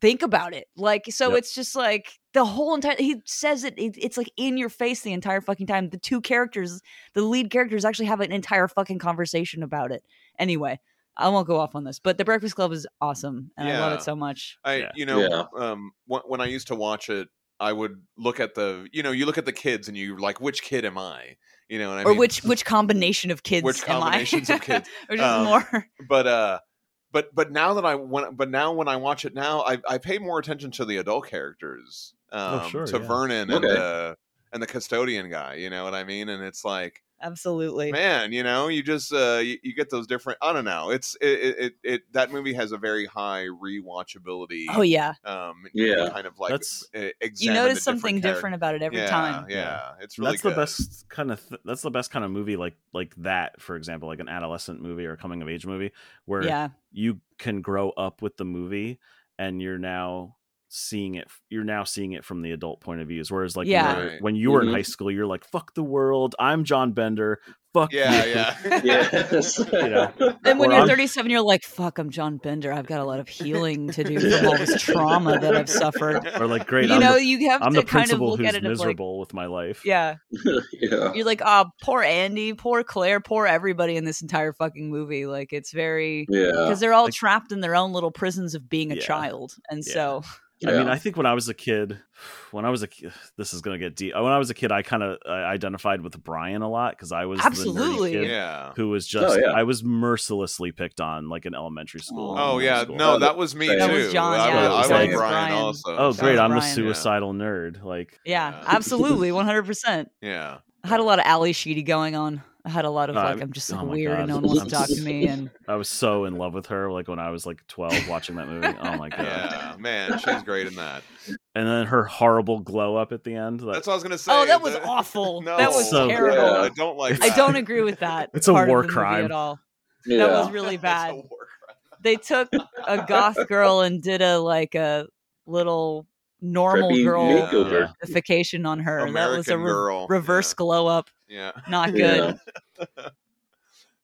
C: Think about it. Like, so
D: Yep.
C: it's just like the whole entire. He says it, it. It's like in your face the entire fucking time. The two characters, the lead characters, actually have an entire fucking conversation about it. Anyway, I won't go off on this, but The Breakfast Club is awesome, and I love
A: Yeah.
C: it so much.
A: I,
D: Yeah.
A: you know, um, when, when I used to watch it, I would look at the, you know, you look at the kids and you're like, which kid am I? You know, and I
C: or
A: mean, <laughs>
C: which which combination of kids?
A: which
C: am I?
A: combinations of kids?
C: <laughs> Which is
A: Um,
C: more.
A: but uh but but now that i when but now when i watch it now i i pay more attention to the adult characters um
D: Oh, sure,
A: to
D: yeah.
A: vernon and
B: Okay.
A: the and the custodian guy you know what i mean and it's like
C: Absolutely.
A: man you know you just uh you, you get those different i don't know it's it, it it it that movie has a very high rewatchability
C: Oh yeah.
A: um
B: Yeah.
A: you kind of like
D: That's-
A: e-
C: You
A: examine the
C: notice something
A: different,
C: different about it every
A: yeah,
C: time.
A: yeah, it's really
D: that's
A: good.
D: the best kind of th- that's the best kind of movie like like that for example like an adolescent movie or a coming of age movie where
C: Yeah.
D: you can grow up with the movie and you're now seeing it you're now seeing it from the adult point of views whereas like
C: Yeah.
D: when, you were,
A: Right. Mm-hmm.
D: when you were in
B: Mhm.
D: high school you're like fuck the world i'm john bender fuck
A: yeah
D: you."
A: yeah
B: <laughs>
D: <laughs>
B: yes.
D: know.
C: And when
D: Or
C: you're
D: I'm-
C: 37, you're like, "Fuck, I'm John Bender. I've got a lot of healing to do from <laughs> all this trauma that
A: <laughs>
C: I've
D: <laughs>
C: suffered."
D: <laughs>
C: <laughs>
D: or like great
C: you
D: i'm,
C: know,
D: the,
C: you have
D: I'm
C: to
D: the
C: kind of
D: principal
C: look at
D: who's
C: it as like,
D: miserable with my life
C: yeah,
B: <laughs> yeah.
C: you're like, "Ah, poor Andy, poor Claire, poor everybody in this entire fucking movie." Like, it's very
B: Yeah.
C: because they're all
D: Like-
C: trapped in their own little prisons of being a
D: Yeah.
C: child, and
D: Yeah.
C: so
D: I mean, I think when I was a kid, when I was a ki- <sighs> this is gonna get deep. When I was a kid, I kind of identified with Brian a lot because I was
C: Absolutely.
D: the nerdy kid
A: yeah
D: who was just
B: yeah.
D: I was mercilessly picked on like in elementary school.
A: Oh
D: middle
A: yeah,
D: school.
A: no, that was me
B: That
A: too.
B: was
C: John,
A: I was,
D: yeah, it
A: I
D: was
A: was
D: like-
A: Brian,
C: Brian.
A: also.
D: Oh great, I'm the
C: Brian.
D: suicidal nerd. Like
C: yeah,
A: Yeah. <laughs>
C: absolutely, 100. percent
A: Yeah,
C: I had a lot of alley sheedy going on. I had a lot of
D: Uh,
C: like, I'm just
D: oh
C: like
D: my
C: weird and no
D: God.
C: one wants
B: I'm
C: to talk to me. And
D: I was so in love with her like when I was like 12 watching that movie.
A: <laughs>
D: Oh my god.
A: yeah, man, she's great in
D: <laughs>
A: that.
D: And then her horrible glow up at the end. That,
A: That's what I was gonna say.
C: oh, that was
A: the-
C: awful.
A: <laughs> No,
C: that was
D: So
C: terrible.
B: bad.
A: I don't like.
C: I
A: that. <laughs>
C: don't agree with that.
D: <laughs> It's a
C: part of
D: war
C: the movie
D: crime.
C: at all.
B: yeah.
C: That was really
A: That's a
C: bad.
A: war crime.
C: They took
A: <laughs>
C: a goth girl and did a like a little normal
B: Preppy
C: girl
B: makeover.
C: ification on her. that was a
A: American
C: re-
A: girl.
C: reverse glow up.
A: Yeah.
C: Not
B: Yeah.
C: good.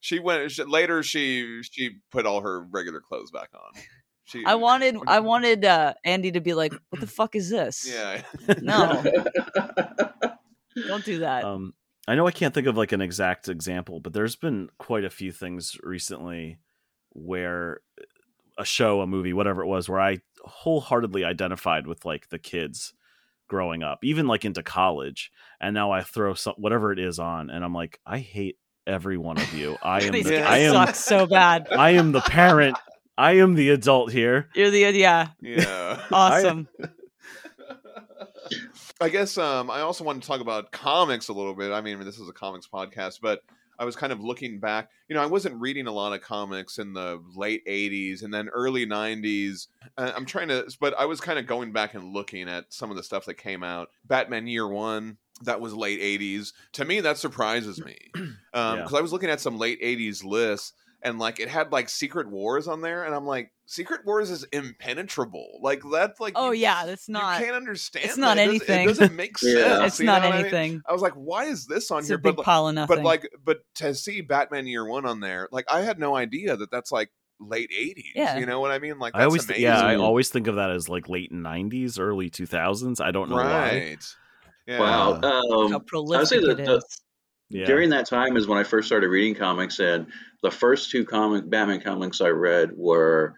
A: She went she, later. She she put all her regular clothes back on. She.
C: I wanted I wanted uh, Andy to be like, "What
A: <clears throat>
C: the fuck is this?
A: Yeah.
C: <laughs> No, don't do that."
D: um i know i can't think of like an exact example but there's been quite a few things recently where a show a movie whatever it was where i wholeheartedly identified with like the kids growing up even like into college and now i throw some whatever it is on and i'm like i hate every one of you i am
C: These
D: the,
A: Yeah.
D: i
C: guys
D: am
C: suck so bad.
D: i am the parent i am the adult here
C: You're the yeah,
A: Yeah.
C: awesome.
A: I guess um, I also want to talk about comics a little bit. I mean, this is a comics podcast, but I was kind of looking back. You know, I wasn't reading a lot of comics in the late 80s and then early 90s. Uh, I'm trying to, but I was kind of going back and looking at some of the stuff that came out. Batman Year One, that was late 80s. To me, that surprises me because
D: Yeah.
A: I was looking at some late 80s lists and like it had like Secret Wars on there, and I'm like, Secret Wars is impenetrable. Like that's like
C: Oh
A: you-
C: yeah, that's not.
A: you can't understand.
C: it's not
A: that. It doesn't-
C: anything.
A: It doesn't
D: <laughs>
A: make sense.
B: Yeah.
C: It's
A: you
C: not
A: know what I mean?
C: anything.
A: I was like, why is this on
C: It's
A: here?
C: a big
A: but,
C: pile of nothing.
A: but like, but to see Batman Year One on there, like I had no idea that that's like late '80s.
C: Yeah.
A: You know what I mean? Like that's
D: i always
A: amazing.
D: yeah i
B: amazing.
D: always think of that as like late 90s early 2000s i don't know why
A: right. Yeah.
B: <laughs> Wow.
C: how
B: Um,
C: prolific
B: say
C: it
B: that the-
C: is.
D: yeah
B: During that time is when I first started reading comics, and the first two comic Batman comics I read were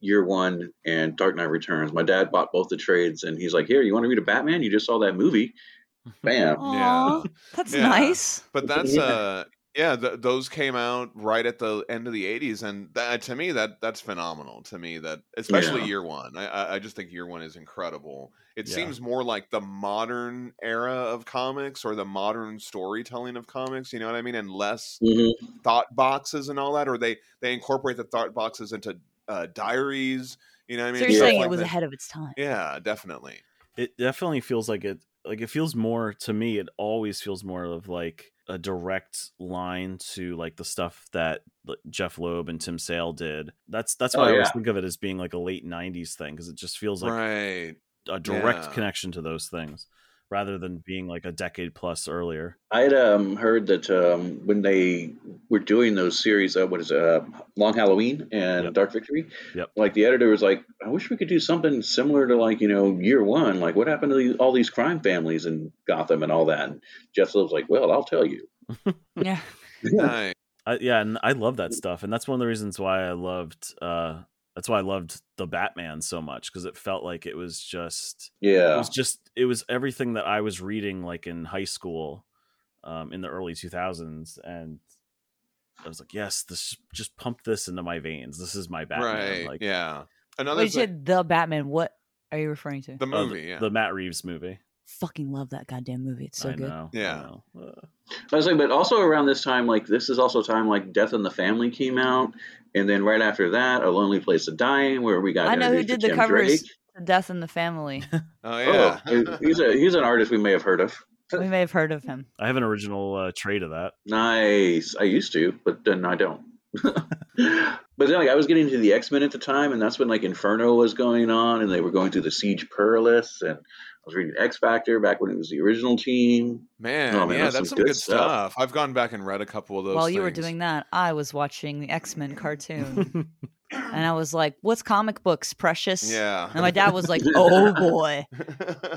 B: Year One and Dark Knight Returns. My dad bought both the trades, and he's like, "Here, you want to read a Batman? You just saw that
D: <laughs>
B: movie." Bam.
A: <laughs>
C: Aw, that's
A: Yeah.
C: nice.
A: But that's
B: Yeah.
A: uh yeah, th- those came out right at the end of the '80s, and that, to me, that that's phenomenal. To me, that especially
B: Yeah.
A: year one, I- I, I just think year one is incredible. It
D: Yeah.
A: seems more like the modern era of comics or the modern storytelling of comics. You know what I mean? And less
B: Mhm.
A: thought boxes and all that, or they they incorporate the thought boxes into uh, diaries. You know what I mean?
C: so you're
A: Stuff
C: saying
A: like
C: it was
A: that.
C: ahead of its time.
A: Yeah, definitely.
D: it definitely feels like it like it feels more to me it always feels more of like a direct line to like the stuff that like, jeff loeb and tim sale did that's that's why
B: Oh,
D: i always
B: yeah.
D: think of it as being like a late 90s thing because it just feels like
A: right.
D: a direct
A: yeah.
D: connection to those things rather than being like a decade plus earlier
B: I had um, heard that um, when they were doing those series, uh, what is it, uh, Long Halloween and
D: Yep.
B: Dark Victory,
D: Yep.
B: like the editor was like, I wish we could do something similar to like, you know, year one. Like, what happened to these, all these crime families in Gotham and all that? And Jeff Loeb's like, well, I'll tell you.
A: <laughs>
C: Yeah.
A: Nice.
D: I, yeah and i love that stuff and that's one of the reasons why i loved uh that's why i loved the batman so much because it felt like it was just it
B: Yeah.
D: was just it was everything that I was reading like in high school, um, in the early two thousands, and I was like, yes, this just pump this into my veins. This is my Batman.
A: Right.
D: Like,
A: yeah. Another
C: Wait,
A: thing,
C: you said Oh, the Batman. What are you referring to?
A: the
D: uh,
A: movie. yeah.
D: the Matt Reeves movie.
C: Fucking love that goddamn movie. It's so
D: I
C: good.
D: know. I
A: Yeah.
D: know. Uh,
B: I was like, but also around this time, like, this is also time like Death in the Family came out. And then right after that, A Lonely Place to Die, in, where we got
C: I know who
B: introduced to
C: did the
B: Jim
C: covers.
B: Drake.
C: to Death in
A: <laughs>
C: the Family.
A: oh yeah.
B: Oh, he's, a, he's an artist we may have heard of.
C: we may have heard of him.
D: I have an original uh, trade of that.
B: Nice. I used to, but then I don't. <laughs> but then, like, I was getting into the X Men at the time, and that's when like Inferno was going on, and they were going through the Siege Perilous, and I was reading X Factor back when it was the original team.
A: <laughs> man,
B: Oh, man,
A: yeah,
B: that's
A: that's,
B: some
A: some good,
B: good stuff.
A: stuff. I've gone back and read a couple of those.
C: While you were
A: things.
C: doing that, I was watching the X Men
A: <laughs>
C: cartoon, and I was like, "What's comic books, precious?"
A: yeah.
C: And my dad was like, "Oh boy,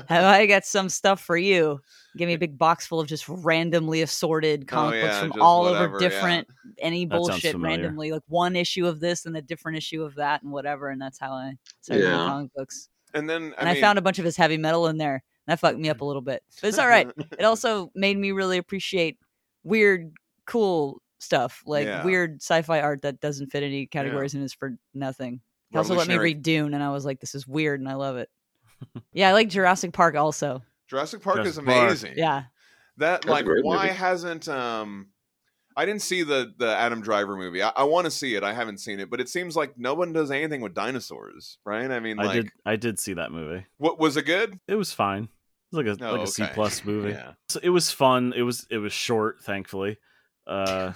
C: have I got some stuff for you? Give me a big box full of just randomly assorted comic books
A: Oh, yeah,
C: from
A: just
C: all over
A: whatever, yeah.
C: different any
D: That sounds
C: bullshit
D: familiar.
C: randomly, like one issue of this and a different issue of that and whatever." And that's how I started reading
B: Yeah.
C: comic books.
A: <laughs> and then I,
C: And I,
A: mean, <laughs>
C: found a bunch of his heavy metal in there. and That fucked me up a little bit, but it's all right.
A: <laughs>
C: it also made me really appreciate weird, cool stuff like
A: Yeah.
C: weird sci-fi art that doesn't fit any categories and is for nothing. It also let me
A: Revolutionary-
C: read Dune, and I was like, "This is weird," and I love
A: <laughs>
C: it. yeah, I like Jurassic Park also.
A: Jurassic Park is
D: Jurassic Park.
A: amazing. <laughs>
C: Yeah,
A: That
B: That's a
A: like
B: great
A: why
B: movie.
A: hasn't um I didn't see the the Adam Driver movie. I, I want to see it. I haven't seen it, but it seems like no one does anything with dinosaurs, right? I mean, like,
D: <laughs> I did. I did see that movie.
A: what was it good?
D: It was fine. It was like a
A: No,
D: like a C
A: Oh, okay.
D: plus movie.
A: Yeah. <laughs>
D: So it was fun. It was it was short, thankfully. Uh,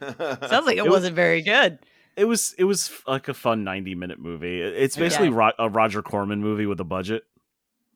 C: sounds like it,
D: It was-
C: wasn't very good.
D: it was it was f- like a fun ninety minute movie. It- It's basically
C: Yeah.
D: Ro- a Roger Corman movie with a budget.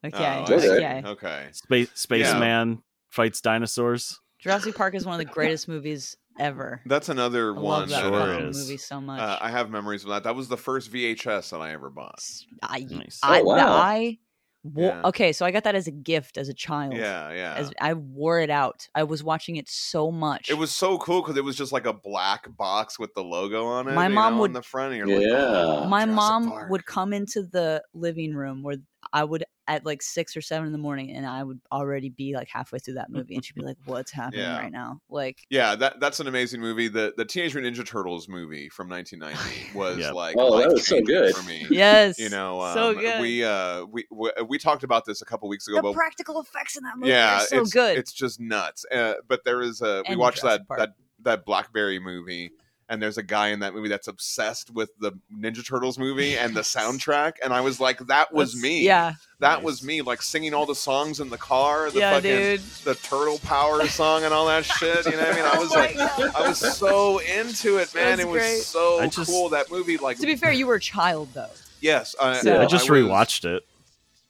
A: Oh,
C: Okay,
A: I see.
C: okay.
A: Okay.
D: Space Spaceman fights dinosaurs.
C: Jurassic Park is one of the greatest movies ever.
A: That's another
C: I
A: one
C: love that
A: that,
D: Sure
C: fucking
A: um,
D: is.
C: movie so much.
A: uh, I have memories of that. That was the first VHS that I ever bought.
C: S- I,
D: Nice.
C: I,
B: Oh, wow.
C: I wo-
A: Mm. Yeah.
C: okay, so I got that as a gift as a child.
A: Yeah, yeah.
C: as I wore it out. I was watching it so much.
A: it was so cool because it was just like a black box with the logo on it.
C: My
A: you
C: mom
A: know,
C: would-
A: on the front. And you're like,
B: Yeah.
C: my
A: Jurassic
C: mom
A: Park.
C: would come into the living room where I would at like six or seven in the morning, and I would already be like halfway through that movie, and she'd be like, "What's happening
A: Yeah.
C: right now?" Like,
A: <laughs> Yeah, that that's an amazing movie. The the Teenage Mutant Ninja Turtles movie from
C: <laughs>
A: 1990 was
D: Yeah.
A: like
B: Oh, that was so
A: life-changing
B: good.
A: for me.
C: yes,
A: You know, um,
C: so good.
A: we uh we, we we talked about this a couple weeks ago,
C: the
A: but
C: practical effects in that movie
A: yeah,
C: are so
A: it's
C: good.
A: It's just nuts. Uh, but there is a we
C: And
A: watched
C: Jurassic
A: that
C: Park.
A: that that Blackberry movie. And there's a guy in that movie that's obsessed with the Ninja Turtles movie and the soundtrack, and I was like, "That was
C: That's-
A: me.
C: Yeah,
A: that
D: Nice.
A: was me." Like singing all the songs in the car, the
C: yeah,
A: fucking
C: dude.
A: the Turtle Power song and all that shit. You know what I mean? I was
C: <laughs> Oh my
A: like,
C: God.
A: I was so into it, man.
C: That's
A: it was
C: great.
A: so
D: I just-
A: cool that movie. Like,
C: to be fair, you were a child though.
A: yes, I,
C: So-
D: I just
A: was-
D: rewatched it.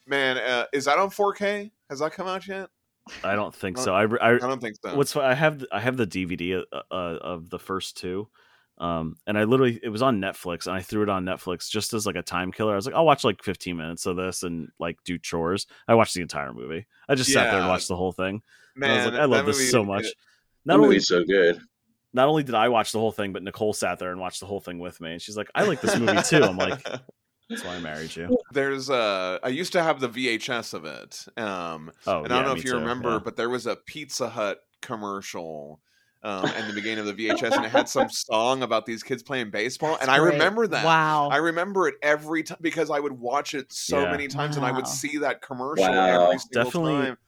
A: Man, uh, is that on 4K? Has that come out yet?
D: I don't think so. I, re- I
A: I don't think so.
D: what's fu- I have I have the DVD uh, uh, of the first two, um, and I literally it was on Netflix, and I threw it on Netflix just as like a time killer. I was like, I'll watch like 15 minutes of this and like do chores. I watched the entire movie. I just sat there and
A: Yeah.
D: watched the whole thing. And
A: man?
D: I was like, I love
A: that
D: this
A: movie-
D: so much.
B: That
D: Not only
B: movie's so
A: <laughs>
B: good.
D: not only did I watch the whole thing, but Nicole sat there and watched the whole thing with me, and she's like, I like this movie too. I'm like, that's why I married you.
A: <laughs> there's uh, I used to have the VHS of it. Um,
D: Oh,
A: and
D: yeah,
A: I don't know
D: me
A: if you
D: too,
A: remember,
D: yeah.
A: but there was a Pizza Hut commercial um, in the beginning of the VHS, and it had
D: <laughs>
A: some song about these kids playing baseball, Oh, and I
C: Great.
A: remember that.
C: Wow,
A: I remember it every time because I would watch it so
D: Yeah.
A: many times, and I would
C: Wow.
A: see that commercial
B: Wow.
A: every single
D: Definitely
A: time.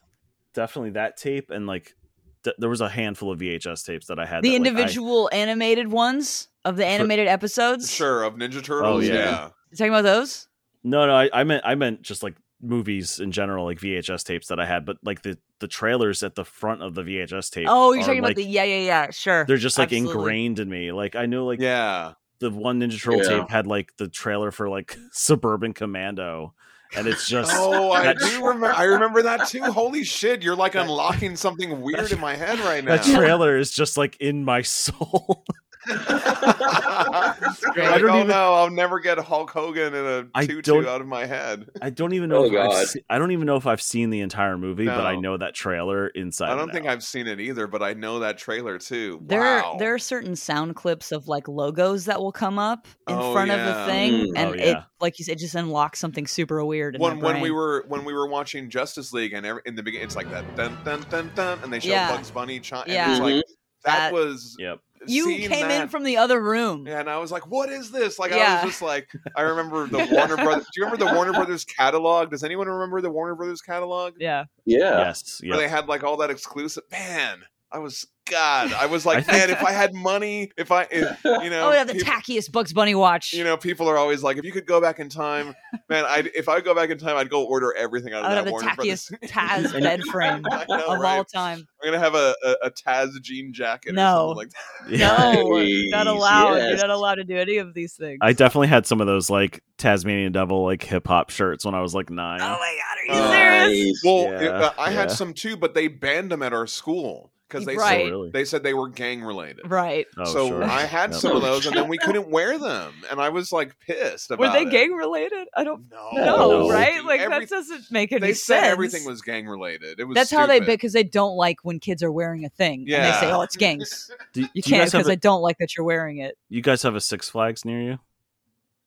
D: definitely that tape and like th- there was a handful of VHS tapes that I had.
C: the
D: that, like, I-
C: individual animated ones of the animated episodes.
A: Sure, of Ninja Turtles.
D: Oh, yeah.
A: yeah.
C: talking about those?
D: No, no, I, I meant I meant just like movies in general, like VHS tapes that I had, but like the the trailers at the front of the VHS tape.
C: Oh, you're
D: are,
C: talking
D: like-
C: about the yeah, yeah, yeah. Sure.
D: They're just like
C: Absolutely.
D: ingrained in me. Like I know, like
A: yeah.
D: the one Ninja Turtle
B: Yeah.
D: tape had like the trailer for like <laughs> Suburban Commando, and it's just
A: Oh, I
D: that-
A: do remember. I remember that too. Holy shit! You're like unlocking something weird in my head right now.
D: that trailer is just like in my <laughs> soul.
A: You're like,
D: don't
A: oh
D: even-
A: no, I'll never get Hulk Hogan in a
D: I
A: tutu
D: don't-
A: out of my head.
D: I don't even know.
B: Oh,
D: if I've
B: God.
D: se- I don't even know if I've seen the entire movie, but I
A: No.
D: know that trailer inside.
A: I
D: and
A: don't think
D: out.
A: I've seen it either, but I know that trailer too.
C: There,
A: wow.
C: there are certain sound clips of like logos that will come up in
A: Oh,
C: front of
A: yeah.
C: the thing,
B: Mm.
C: and
D: Oh,
C: it,
D: yeah.
C: like you said, it just unlocks something super weird. In my
A: when when we
C: brain.
A: were when we were watching Justice League and every, in the beginning, it's like that dun dun dun dun, and they show
C: Yeah.
A: Bugs Bunny. Chi-
C: Yeah.
A: and it's
D: Mm-hmm.
A: like that,
C: That-
A: was
D: Yep.
C: you
A: seeing
C: came in
A: that-
C: from the other room.
A: Yeah, and I was like, "What is this?" Like, I
C: Yeah.
A: was just like, I remember
C: <laughs>
A: the Warner Brothers. Do you remember the Warner Brothers catalog? Does anyone remember the Warner Brothers catalog?
C: Yeah.
B: Yeah.
D: Yes.
A: Where
D: Yep.
A: they had like all that exclusive. Man, I was God. I was like,
D: <laughs> I
A: man, if I had money, if I, if, you know,
C: <laughs> oh, yeah, the
A: people-
C: tackiest Bugs Bunny watch.
A: You know, people are always like, if you could go back in time, man, I would if I go back in time, I'd go order everything out of
C: out
A: that
C: of the
A: Warner Brothers.
C: tackiest
A: <laughs>
C: Taz bed frame
A: I know,
C: <laughs> of
A: right?
C: all time.
A: <laughs> I'm gonna have a, a, a Taz jean jacket.
C: No.
A: or something like that.
D: <laughs>
C: No,
B: Nice,
C: not allowed. You're
B: yes.
C: not allowed to do any of these things.
D: I definitely had some of those like Tasmanian Devil like hip hop shirts when I was like nine.
C: Oh my god,
A: Uh,
C: are you serious?
A: Well,
D: Yeah,
A: it- uh, I had
D: yeah.
A: some too, but they banned them at our school because they
D: Oh,
C: Right.
A: said
D: really?
A: they said they were gang related.
C: Right.
D: Oh,
A: so
D: sure.
A: I had
D: Yep.
A: some of those, and then
C: <laughs>
A: we couldn't wear them, and I was like pissed
C: Were
A: about.
C: they
A: it.
C: gang related? I don't
A: No,
C: know,
D: No.
C: right?
A: Dude,
C: Like
A: every-
C: that doesn't make any
A: they
C: sense.
A: said everything was gang related. It was
C: That's how they
A: stupid.
C: because they don't like when kids are wearing a thing. And they
A: Yeah.
C: say, "Oh,
A: <laughs>
C: it's gangs."
D: do,
C: You
D: do you
C: can't
D: guys have
C: because
D: a,
C: I don't like that you're wearing it.
D: you guys have a Six Flags near you?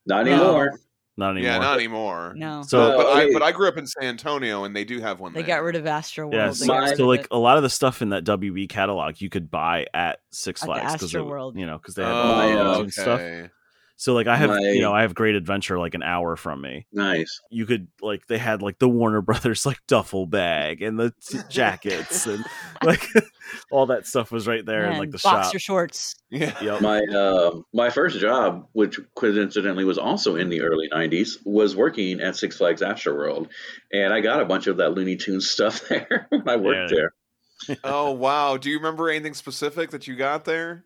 B: Not
C: No.
B: anymore.
D: Not anymore.
A: Yeah, not anymore.
C: No,
D: So
A: but
B: Oh,
A: I
B: wait.
A: but I grew up in San Antonio, and they do have one.
C: they
A: there.
C: got rid of Astro World.
D: yeah,
C: they
D: so,
C: got rid
D: so,
C: of
D: like
C: it.
D: a lot of the stuff in that WB catalog you could buy at Six
C: At the
D: Flags it-
C: Astroworld.
D: you know, because they
A: Oh,
D: had all the games
A: okay.
D: and stuff. So like I have,
B: My-
D: you know, I have Great Adventure like an hour from me.
B: Nice.
D: You could like they had like the Warner <laughs> Brothers like duffel bag and the t- jackets and like <laughs> all that stuff was right there in like
C: And
D: the
C: boxer
D: shop.
C: shorts.
A: Yeah.
D: Yep.
B: My uh, my first job, which coincidentally was also in the early '90s, was working at Six Flags Astroworld, and I got a bunch of that Looney Tunes stuff <laughs> there when I worked
D: Yeah.
B: there.
A: <laughs> Oh wow! Do you remember anything specific that you got there?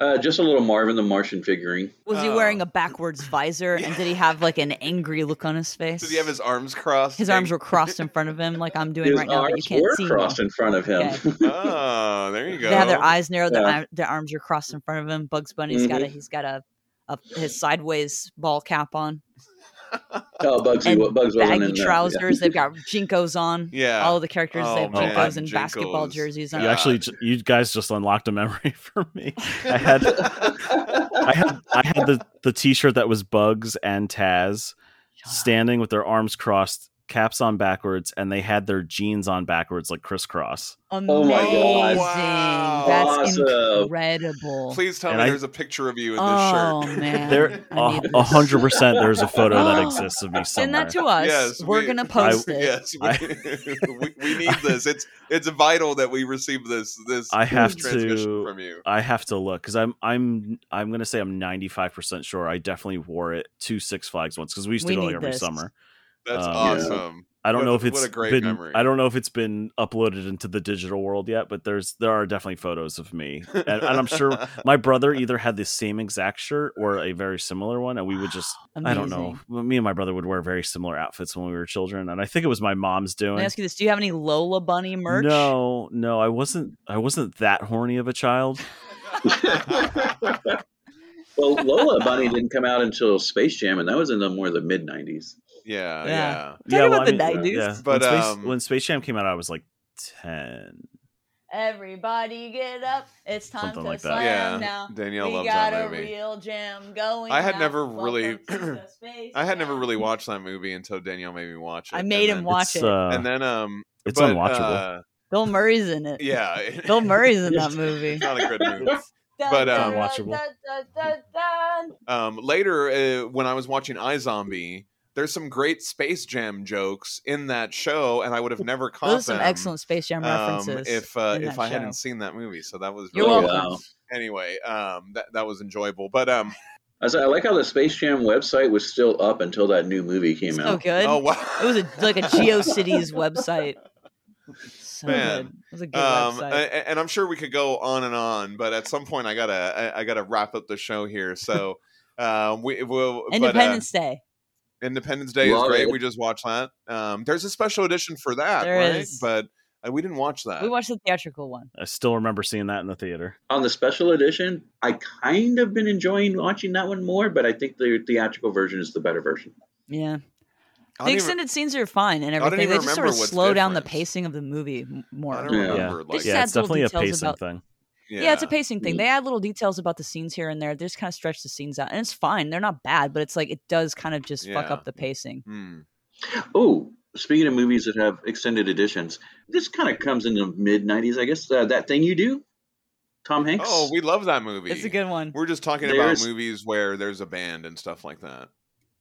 B: Uh, just a little Marvin the Martian figurine.
C: Was he
A: Oh.
C: wearing a backwards visor? And
A: <laughs>
C: did he have like an angry look on his face?
A: Did he have his arms crossed?
C: His arms were crossed in front of him, like
D: <laughs>
C: I'm doing
B: His
C: right now, but you
B: arms
C: can't
B: were
C: see. me.
B: crossed in front of him.
A: <laughs> Oh, there you go.
C: They have their eyes narrowed. Their,
B: Yeah.
C: ar- their arms are crossed in front of him. Bugs Bunny's got
D: Mm-hmm.
C: a he's got a, a his sideways ball cap on,
B: <laughs> oh, Bugsy,
C: And
B: Bugs wasn't
C: baggy
B: in there.
C: trousers. They've got jinkos on.
A: Yeah.
C: All of the characters
A: Oh,
C: they have
D: man.
C: jinkos and basketball
A: Jinkos.
C: jerseys on. Oh,
D: You actually, j- you guys just unlocked a memory <laughs> for me.
C: <laughs>
D: I had I had I had the the T-shirt that was Bugs and Taz standing with their arms crossed, caps on backwards, and they had their jeans on backwards, like crisscross.
C: Amazing!
B: Oh my God.
A: Wow.
C: That's
B: Awesome.
C: incredible.
A: <laughs> Please tell
D: And
A: me
D: I-
A: there's a picture of you in this
C: oh
A: shirt.
C: man,
D: There,
C: I need
D: a- a
C: this.
D: hundred percent. There's a
C: <laughs>
D: photo that exists of me
C: Send
D: somewhere.
C: that to us.
A: Yes,
C: We're
A: we-
C: gonna post it.
A: Yes, we, <laughs> we, we
D: <laughs>
A: need this. It's it's vital that we receive this this
D: I have
A: transmission
D: to-
A: from you.
D: I have to look because I'm I'm I'm gonna say I'm 95 percent sure I definitely wore it to Six Flags once because we used to
C: We
D: go like
C: need
D: every
C: this.
D: summer.
A: That's
D: Um, Yeah.
A: awesome.
D: I don't
A: What-
D: know if it's
A: what a great
D: been,
A: memory.
D: I don't know if it's been uploaded into the digital world yet, but there's there are definitely photos of me, and, and
C: <laughs>
D: I'm sure my brother either had the same exact shirt or a very similar one, and we would
C: <gasps>
D: just I don't know.
C: Amazing.
D: Me and my brother would wear very similar outfits when we were children, and I think it was my mom's
C: Let me
D: doing.
C: ask you this: Do you have any Lola Bunny merch?
D: No, no, I wasn't. I wasn't that horny of a child.
B: <laughs> well, Lola Bunny didn't come out until Space Jam, and that was in the more the mid '90s.
A: <laughs> yeah,
C: Yeah.
A: yeah.
C: Talk
D: well,
C: about
D: I
C: the
D: mean,
C: nineties.
D: yeah.
A: But,
D: when Space,
A: um,
D: when Space Jam came out, I was like ten.
C: Everybody get up! It's time
D: Something
C: to
D: like that.
C: slam
A: Yeah.
C: now.
A: Danielle
C: Oh, we
A: loves
C: got
A: that
C: a
A: movie.
C: real jam going.
A: I had
C: now.
A: never
C: Welcome
A: really- <clears throat>
C: to the Space
A: I had never
C: Jam.
A: really watched that movie until Danielle made me watch it.
C: I made
A: and
C: him
A: then-
C: watch
D: it's,
C: it.
D: Uh,
A: And then um,
D: it's
A: but,
D: unwatchable.
A: uh,
C: Bill Murray's in it.
A: yeah, <laughs>
C: Bill Murray's
D: <laughs>
C: in that movie.
A: It's not a good movie. But, um, Um, later, uh, when I was watching iZombie, there's some great Space Jam jokes in that show, and I would have never caught
C: Those are some
A: them,
C: excellent Space Jam
A: um,
C: references.
A: if uh,
C: in
A: if
C: that
A: I
C: show.
A: hadn't seen that movie. So that was
C: You're
A: really
B: Oh,
C: welcome.
B: wow.
A: anyway. Um, that that was enjoyable, but um,
B: I, was, I like how the Space Jam website was still up until that new movie came
C: so
B: out.
C: good.
A: Oh wow!
C: It was a,
A: <laughs>
C: like a GeoCities website. So
A: Man.
C: good. It was a good
A: Um,
C: website.
A: a- a- and I'm sure we could go on and on, but at some point I gotta I, I gotta wrap up the show here.
C: <laughs>
A: So um, we will
C: Independence Day.
A: But, uh, Independence Day is
B: Love
A: great.
B: it.
A: We just watched that. Um, there's a special edition for that,
C: There
A: right?
C: is.
A: But uh, we didn't watch that.
C: We watched the theatrical one.
D: I still remember seeing that in the theater.
B: On the special edition, I kind of been enjoying watching that one more, but I think the theatrical version is the better version.
A: I
C: Yeah. The
A: don't even-
C: extended scenes are fine and
A: I don't
C: everything.
A: even
C: they just sort of
A: remember what's
C: slow down the
A: different.
C: pacing of the movie m- more.
A: I don't
B: Yeah.
A: remember.
C: They
A: Like,
C: just
D: yeah, it's
C: adds little
D: definitely a
C: details
D: pacing
C: about-
D: thing.
C: yeah. it's a pacing thing.
A: Mm.
C: They add little details about the scenes here and there. They just kind of stretch the scenes out, and it's fine. They're not bad, but it's like it does kind of just fuck
A: Yeah.
C: up the pacing.
A: Hmm.
B: Oh, speaking of movies that have extended editions, this kind of comes in the mid '90s, I guess. Uh, that thing you do, Tom Hanks.
A: Oh, we love that movie.
C: It's a good one.
A: We're just talking
B: There's-
A: about movies where there's a band and stuff like that.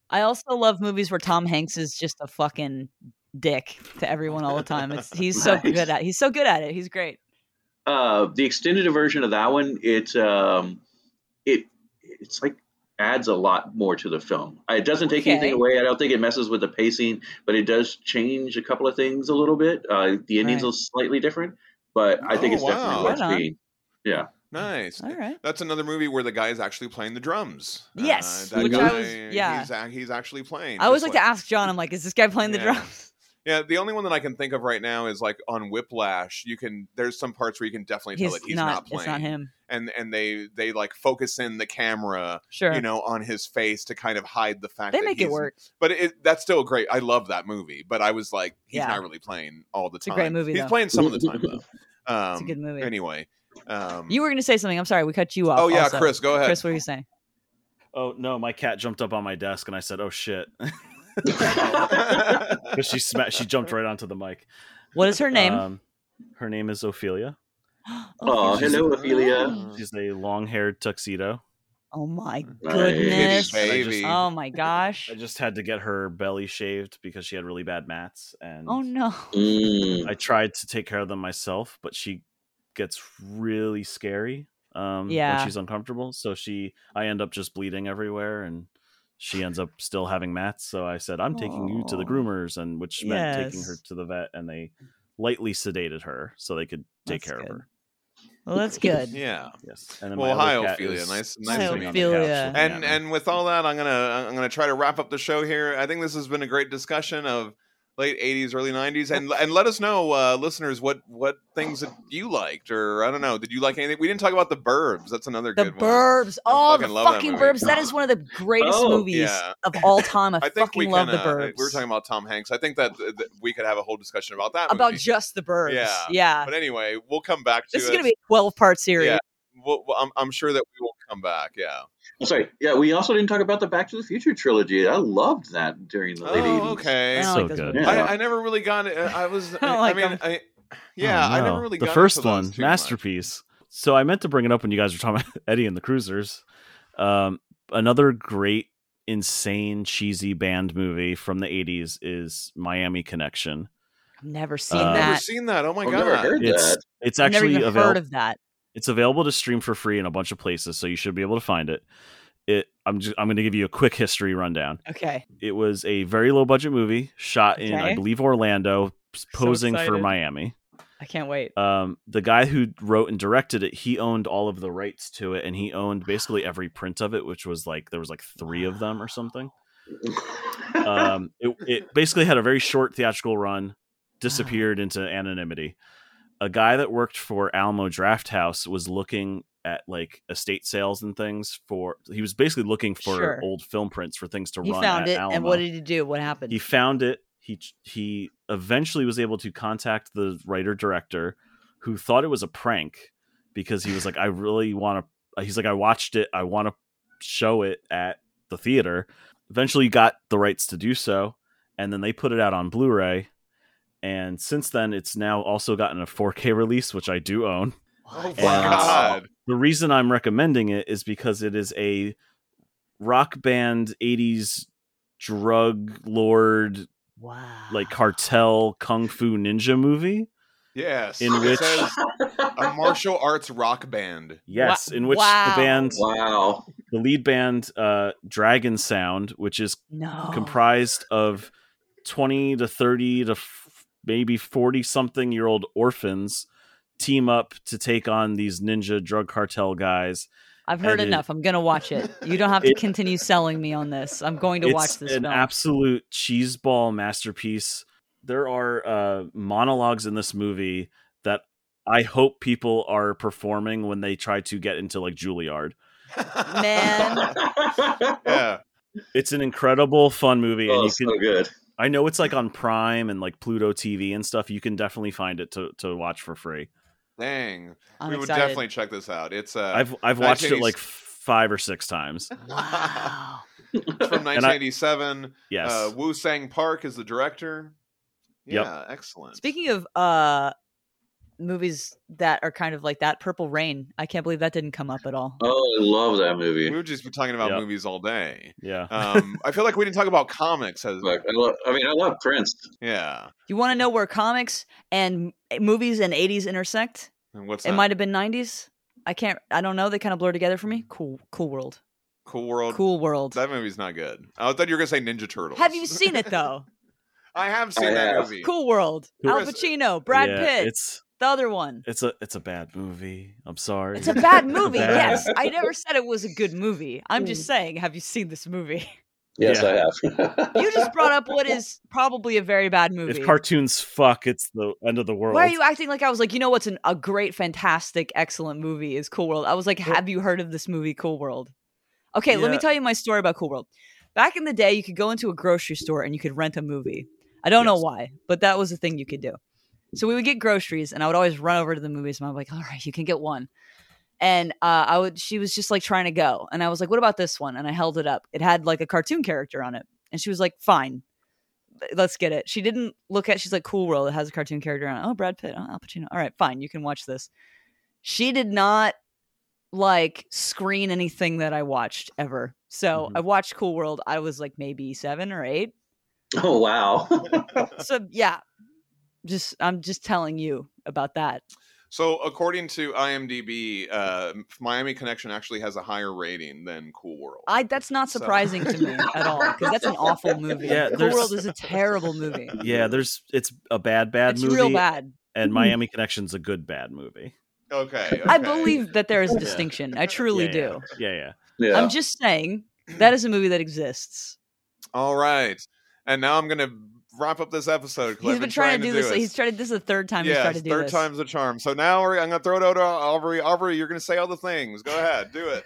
C: I also love movies where Tom Hanks is just a fucking dick to everyone all the time. It's,
A: <laughs>
C: he's so
B: Nice.
C: good at. He's so good at it. He's great.
B: uh, the extended version of that one, it um, it it's like adds a lot more to the film. Uh, It doesn't take
C: Okay.
B: anything away. I don't think it messes with the pacing, but it does change a couple of things a little bit. Uh, the endings
C: Right.
B: are slightly different, but I think
A: Oh,
B: it's
A: wow.
B: definitely worth
C: Right on.
B: seeing. Yeah,
A: Nice.
C: All right.
A: That's another movie where the guy is actually playing the drums. Uh,
C: Yes,
A: that
B: which I
A: guy,
C: was- yeah.
A: he's, ac- he's actually playing.
C: I always
A: just
C: like to ask John. I'm like, is this guy playing the
A: Yeah.
C: drums? <laughs>
A: Yeah, the only one that I can think of right now is like on Whiplash. You can there's some parts where you can definitely tell
C: He's,
A: that he's
C: not.
A: not, playing,
C: it's not him.
A: and and they they like focus in the camera,
C: Sure.
A: you know, on his face to kind of hide the fact
C: they
A: that
C: make
A: he's,
C: it work.
A: But it, that's still great. I love that movie, but I was like, he's
C: Yeah.
A: not really playing all the
C: It's a
A: time.
C: great movie,
A: He's
C: though.
A: playing some of the time though. Um,
C: It's a good movie.
A: Anyway, um,
C: You were going to say something. I'm sorry, we cut you off.
A: oh yeah,
C: also.
A: Chris, go ahead.
C: Chris, what are you saying?
D: Oh no, my cat jumped up on my desk and I said, "Oh shit!" <laughs> 'Cause she sma- she jumped right onto the mic.
C: What is her name? <gasps>
D: Um, her name is Ophelia.
B: Oh,
C: she's-
B: hello, Ophelia.
D: She's a long-haired tuxedo.
C: Oh my
B: Nice.
C: goodness.
A: Baby.
C: Oh
A: <laughs>
C: my gosh.
D: I just had to get her belly shaved because she had really bad mats, and
C: Oh no.
B: Mm.
D: I tried to take care of them myself, but she gets really scary. Um,
C: Yeah.
D: when she's uncomfortable, so she I end up just bleeding everywhere, and she ends up still having mats. So I said, "I'm taking you to the
C: Aw.
D: groomers," and which meant taking
C: Oh,
D: her
C: Yes.
D: to the vet, and they lightly sedated her so they could take
C: That's
D: care
C: good.
D: of her.
C: Well, that's good.
A: Yeah.
D: Yes. And
A: Well, hi,
D: other cat
A: Ophelia.
D: is
A: Nice-
D: sitting
A: nice
D: on
C: to
D: the
C: meet
D: couch
C: you.
D: looking at
A: and
D: me.
A: and with all that i'm gonna i'm gonna try to wrap up the show here i think this has been a great discussion of late 80s early 90s and and let us know uh listeners what what things that you liked or i don't know did you like anything we didn't talk about the burbs that's another
C: The
A: good one
C: Burbs. Oh,
A: fucking
C: the
A: love that
C: fucking
A: movie.
C: Burbs. That is one of the greatest
B: Oh,
C: movies
A: yeah.
C: of
A: <laughs>
C: all time. I,
A: I think
C: fucking
A: we
C: love
A: can.
C: the
A: Uh,
C: Burbs.
A: we were talking about Tom Hanks. I think that, that we could have a whole discussion about that.
C: about
A: movie.
C: just the Burbs.
A: Yeah.
C: Yeah.
A: but anyway, we'll come back to
C: This is
A: it.
C: going to be a 12 part series.
A: Yeah. We'll, we'll- I'm, I'm sure that we will come back. Yeah.
B: I'm sorry. Yeah, we also didn't talk about the Back to the Future trilogy. I loved that during the late
A: Oh,
B: 80s.
C: I
A: okay.
C: don't
D: So
C: like those
D: good.
C: movies.
B: Yeah.
A: I, I never really got it. I
C: <laughs>
A: was.
C: don't
A: I,
C: like
A: mean,
C: them.
A: I, yeah,
D: Oh,
A: I
D: no.
A: never really.
D: the
A: got into
D: first
A: those
D: one,
A: too much.
D: masterpiece. So I meant to bring it up when you guys were talking <laughs> about Eddie and the Cruisers. Um, another great, insane, cheesy band movie from the '80s is Miami Connection.
C: I've never seen
D: Uh,
A: Never
C: that.
A: seen that. Oh my
B: I've
A: god.
B: never heard
D: It's
B: that.
D: it's
C: I've never
D: actually
C: even
D: available.
C: heard of that.
D: it's available to stream for free in a bunch of places, so you should be able to find it. It I'm just I'm going to give you a quick history rundown.
C: Okay.
D: It was a very low budget movie shot in I
C: Okay.
D: believe Orlando, posing for
C: excited.
D: Miami.
C: I can't wait.
D: um, the guy who wrote and directed it, he owned all of the rights to it, and he
C: <gasps>
D: owned basically every print of it, which was like there was like three of them
C: <laughs>
D: or something.
B: uh, <laughs>
D: Um, it, it basically had a very short theatrical run, disappeared into anonymity. A guy that worked for Alamo Draft House was looking at like estate sales and things for. He was basically looking for
C: Sure.
D: old film prints for things to
C: He
D: run.
C: found
D: at
C: it.
D: Alamo
C: And what did he do? What happened?
D: he found it he he eventually was able to contact the writer director who thought it was a prank because he was like i really want to he's like i watched it i want to show it at the theater eventually got the rights to do so and then they put it out on blu-ray and since then it's now also gotten a 4k release which i do own
A: <laughs> Oh my
D: Wow.
A: god.
D: the reason I'm recommending it is because it is a rock band 80s drug lord
C: wow.
D: like cartel kung fu ninja movie.
A: Yes.
D: In
A: it
B: <laughs>
C: <laughs>
D: which-
A: says a martial arts rock band.
D: Yes,
C: Wa-
D: in which
C: wow.
D: the band
B: wow.
D: the lead band uh, Dragon Sound, which is
C: No.
D: comprised of 20 to 30 to f- maybe 40 something year old orphans team up to take on these ninja drug cartel guys.
C: I've heard
D: and it-
C: enough. I'm going to watch it. You don't have to
D: It-
C: continue selling me on this. I'm going to
D: it's
C: watch this
D: an
C: film.
D: absolute cheeseball masterpiece. There are uh, monologues in this movie that I hope people are performing when they try to get into like Juilliard.
C: Man.
A: <laughs> yeah.
D: It's an incredible fun movie,
B: Oh,
D: and
B: so
D: you can.
B: good.
D: I know it's like on Prime and like Pluto TV and stuff. You can definitely find it to to watch for free.
A: Dang.
C: I'm
A: we would
C: excited.
A: definitely check this out. It's uh <laughs>
D: I've I've watched it
A: 1980s
D: like five or six times.
C: Wow.
A: it's from
D: <laughs> and I-
A: 1987.
D: Yes.
A: Uh, Wu Sang Park is the director.
D: Yep.
A: Yeah, excellent.
C: Speaking of uh movies that are kind of like that, Purple Rain. I can't believe that didn't come up at all.
B: Oh, I love that
A: we
B: movie.
A: would just be talking about
D: Yep.
A: movies all day.
D: yeah.
A: Um, I feel like we didn't talk about comics as
B: Like, I, love, I mean, I love Prince.
A: yeah.
C: You want to know where comics and m- movies and 80s intersect?
A: And what's
C: It
A: that?
C: might have been 90s. I can't I don't know. They kind of blur together for me. Cool cool world.
A: Cool World?
C: Cool world.
A: That movie's not good. I thought you were gonna say Ninja Turtles.
C: Have you seen
A: <laughs>
C: it though?
A: I have seen
B: I
A: that
B: have.
A: movie.
C: cool world. Al
A: Chris-
C: Pacino, Brad
D: Yeah,
C: Pitt,
D: It's
C: the other
D: <laughs>
C: one.
D: it's a it's a bad movie. I'm sorry.
C: It's a bad movie.
D: bad.
C: Yes, I never said it was a good movie. I'm just saying, have you seen this movie? <laughs>
B: Yes,
D: Yeah.
B: I have. <laughs>
C: You just brought
A: <laughs>
C: up what is probably a very bad movie.
D: if cartoons fuck, it's the end of the world.
C: Why are you acting like I was like, you know what's an, a great, fantastic, excellent movie is Cool World? I was like, have you heard of this movie, Cool World? Okay, let me
D: Yeah.
C: tell you my story about Cool World. Back in the day, you could go into a grocery store and you could rent a movie. I don't know
D: Yes.
C: why, but that was a thing you could do. So we would get groceries, and I would always run over to the movies, and I'm like, all right, you can get one. And uh, I would, she was just like trying to go, and I was like, what about this one? And I held it up. It had like a cartoon character on it, and she was like, fine let's get it. She didn't look at. She's like, "Cool World." It has a cartoon character on. it. Oh, Brad Pitt. Oh, Al Pacino. All right, fine. You can watch this. She did not like screen anything that I watched ever. So
D: Mhm.
C: I watched Cool World. I was like maybe seven or eight.
B: oh, <laughs> wow.
C: So yeah, just I'm just telling you about that.
A: So, according to IMDb, uh, Miami Connection actually has a higher rating than Cool World.
C: I that's not
A: So-
C: surprising to
D: <laughs>
C: me at all because that's an awful movie.
D: Yeah,
C: cool
D: there's-
C: World is a terrible movie.
D: Yeah, there's it's a bad <laughs> bad
C: It's
D: movie,
C: real bad. Mm-hmm.
D: and Miami Connection's a good bad movie.
A: okay,
C: <laughs> I
A: okay.
C: believe that there is a
B: Yeah.
C: distinction. I truly
D: yeah,
C: do.
D: Yeah, yeah.
B: yeah.
C: I'm just saying that is a movie that exists.
A: All right, and now I'm gonna wrap up this episode. 'cause
C: He's
A: I've
C: been, trying, to do this.
A: it.
C: He's tried. This is the third time he's
A: yeah,
C: tried to
A: it's
C: do
A: third
C: this.
A: time's a charm. So now we're, I'm gonna throw it out to Aubrey. Aubrey, you're gonna say all the things. Go ahead, do
C: <laughs>
A: it.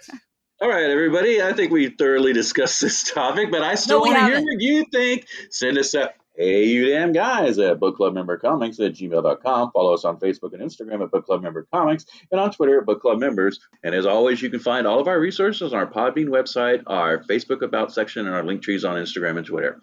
B: All right, everybody. I think we thoroughly discussed this topic, but I still
C: we
B: want to hear
C: haven't.
B: what you think. Send us a hey, you damn guys at book club member comics at gmail.com. Follow us on Facebook and Instagram at book club member comics and on Twitter at book club members. And as always, you can find all of our resources on our Podbean website, our Facebook about section, and our link trees on Instagram and Twitter.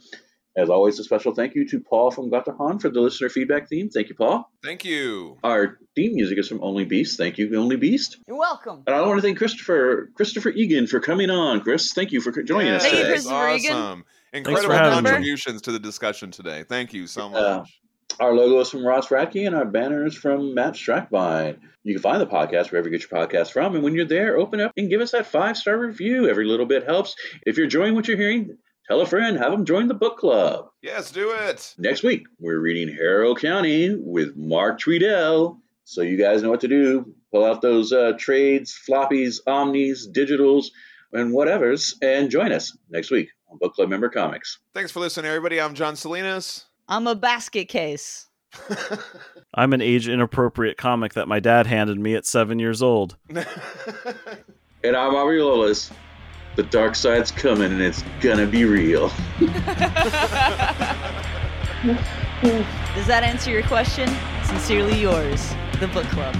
B: As always, a special thank you to Paul from Gotterhan for the listener feedback theme. Thank you, Paul.
A: Thank you.
B: Our theme music is from Only Beast. Thank you, Only Beast.
C: You're welcome.
B: And I want to thank Christopher Christopher Egan for coming on. Chris, thank you for co- joining us
A: Yes,
C: Thank you,
B: today.
A: that's
C: Christopher Egan.
A: Awesome.
D: for
A: Incredible
D: having me.
A: contributions to the discussion today. Thank you so much.
B: Our logo is from Ross Radke and our banner is from Matt Strackbine. You can find the podcast wherever you get your podcast from. And when you're there, open up and give us that five star review. Every little bit helps. If you're enjoying what you're hearing, tell a friend, have them join the book club.
A: Yes, do it.
B: Next week, we're reading Harrow County with Mark Tweedell. So you guys know what to do. Pull out those uh, trades, floppies, omnis, digitals, and whatevers, and join us next week on Book Club Member Comics.
A: Thanks for listening, everybody. I'm John Salinas.
C: I'm a basket case.
D: I'm an age inappropriate comic that my dad handed me at seven years old.
B: And I'm Aubrey Lolas. The dark side's coming, and it's gonna be real. <laughs>
C: Does that answer your question? Sincerely yours, the book club.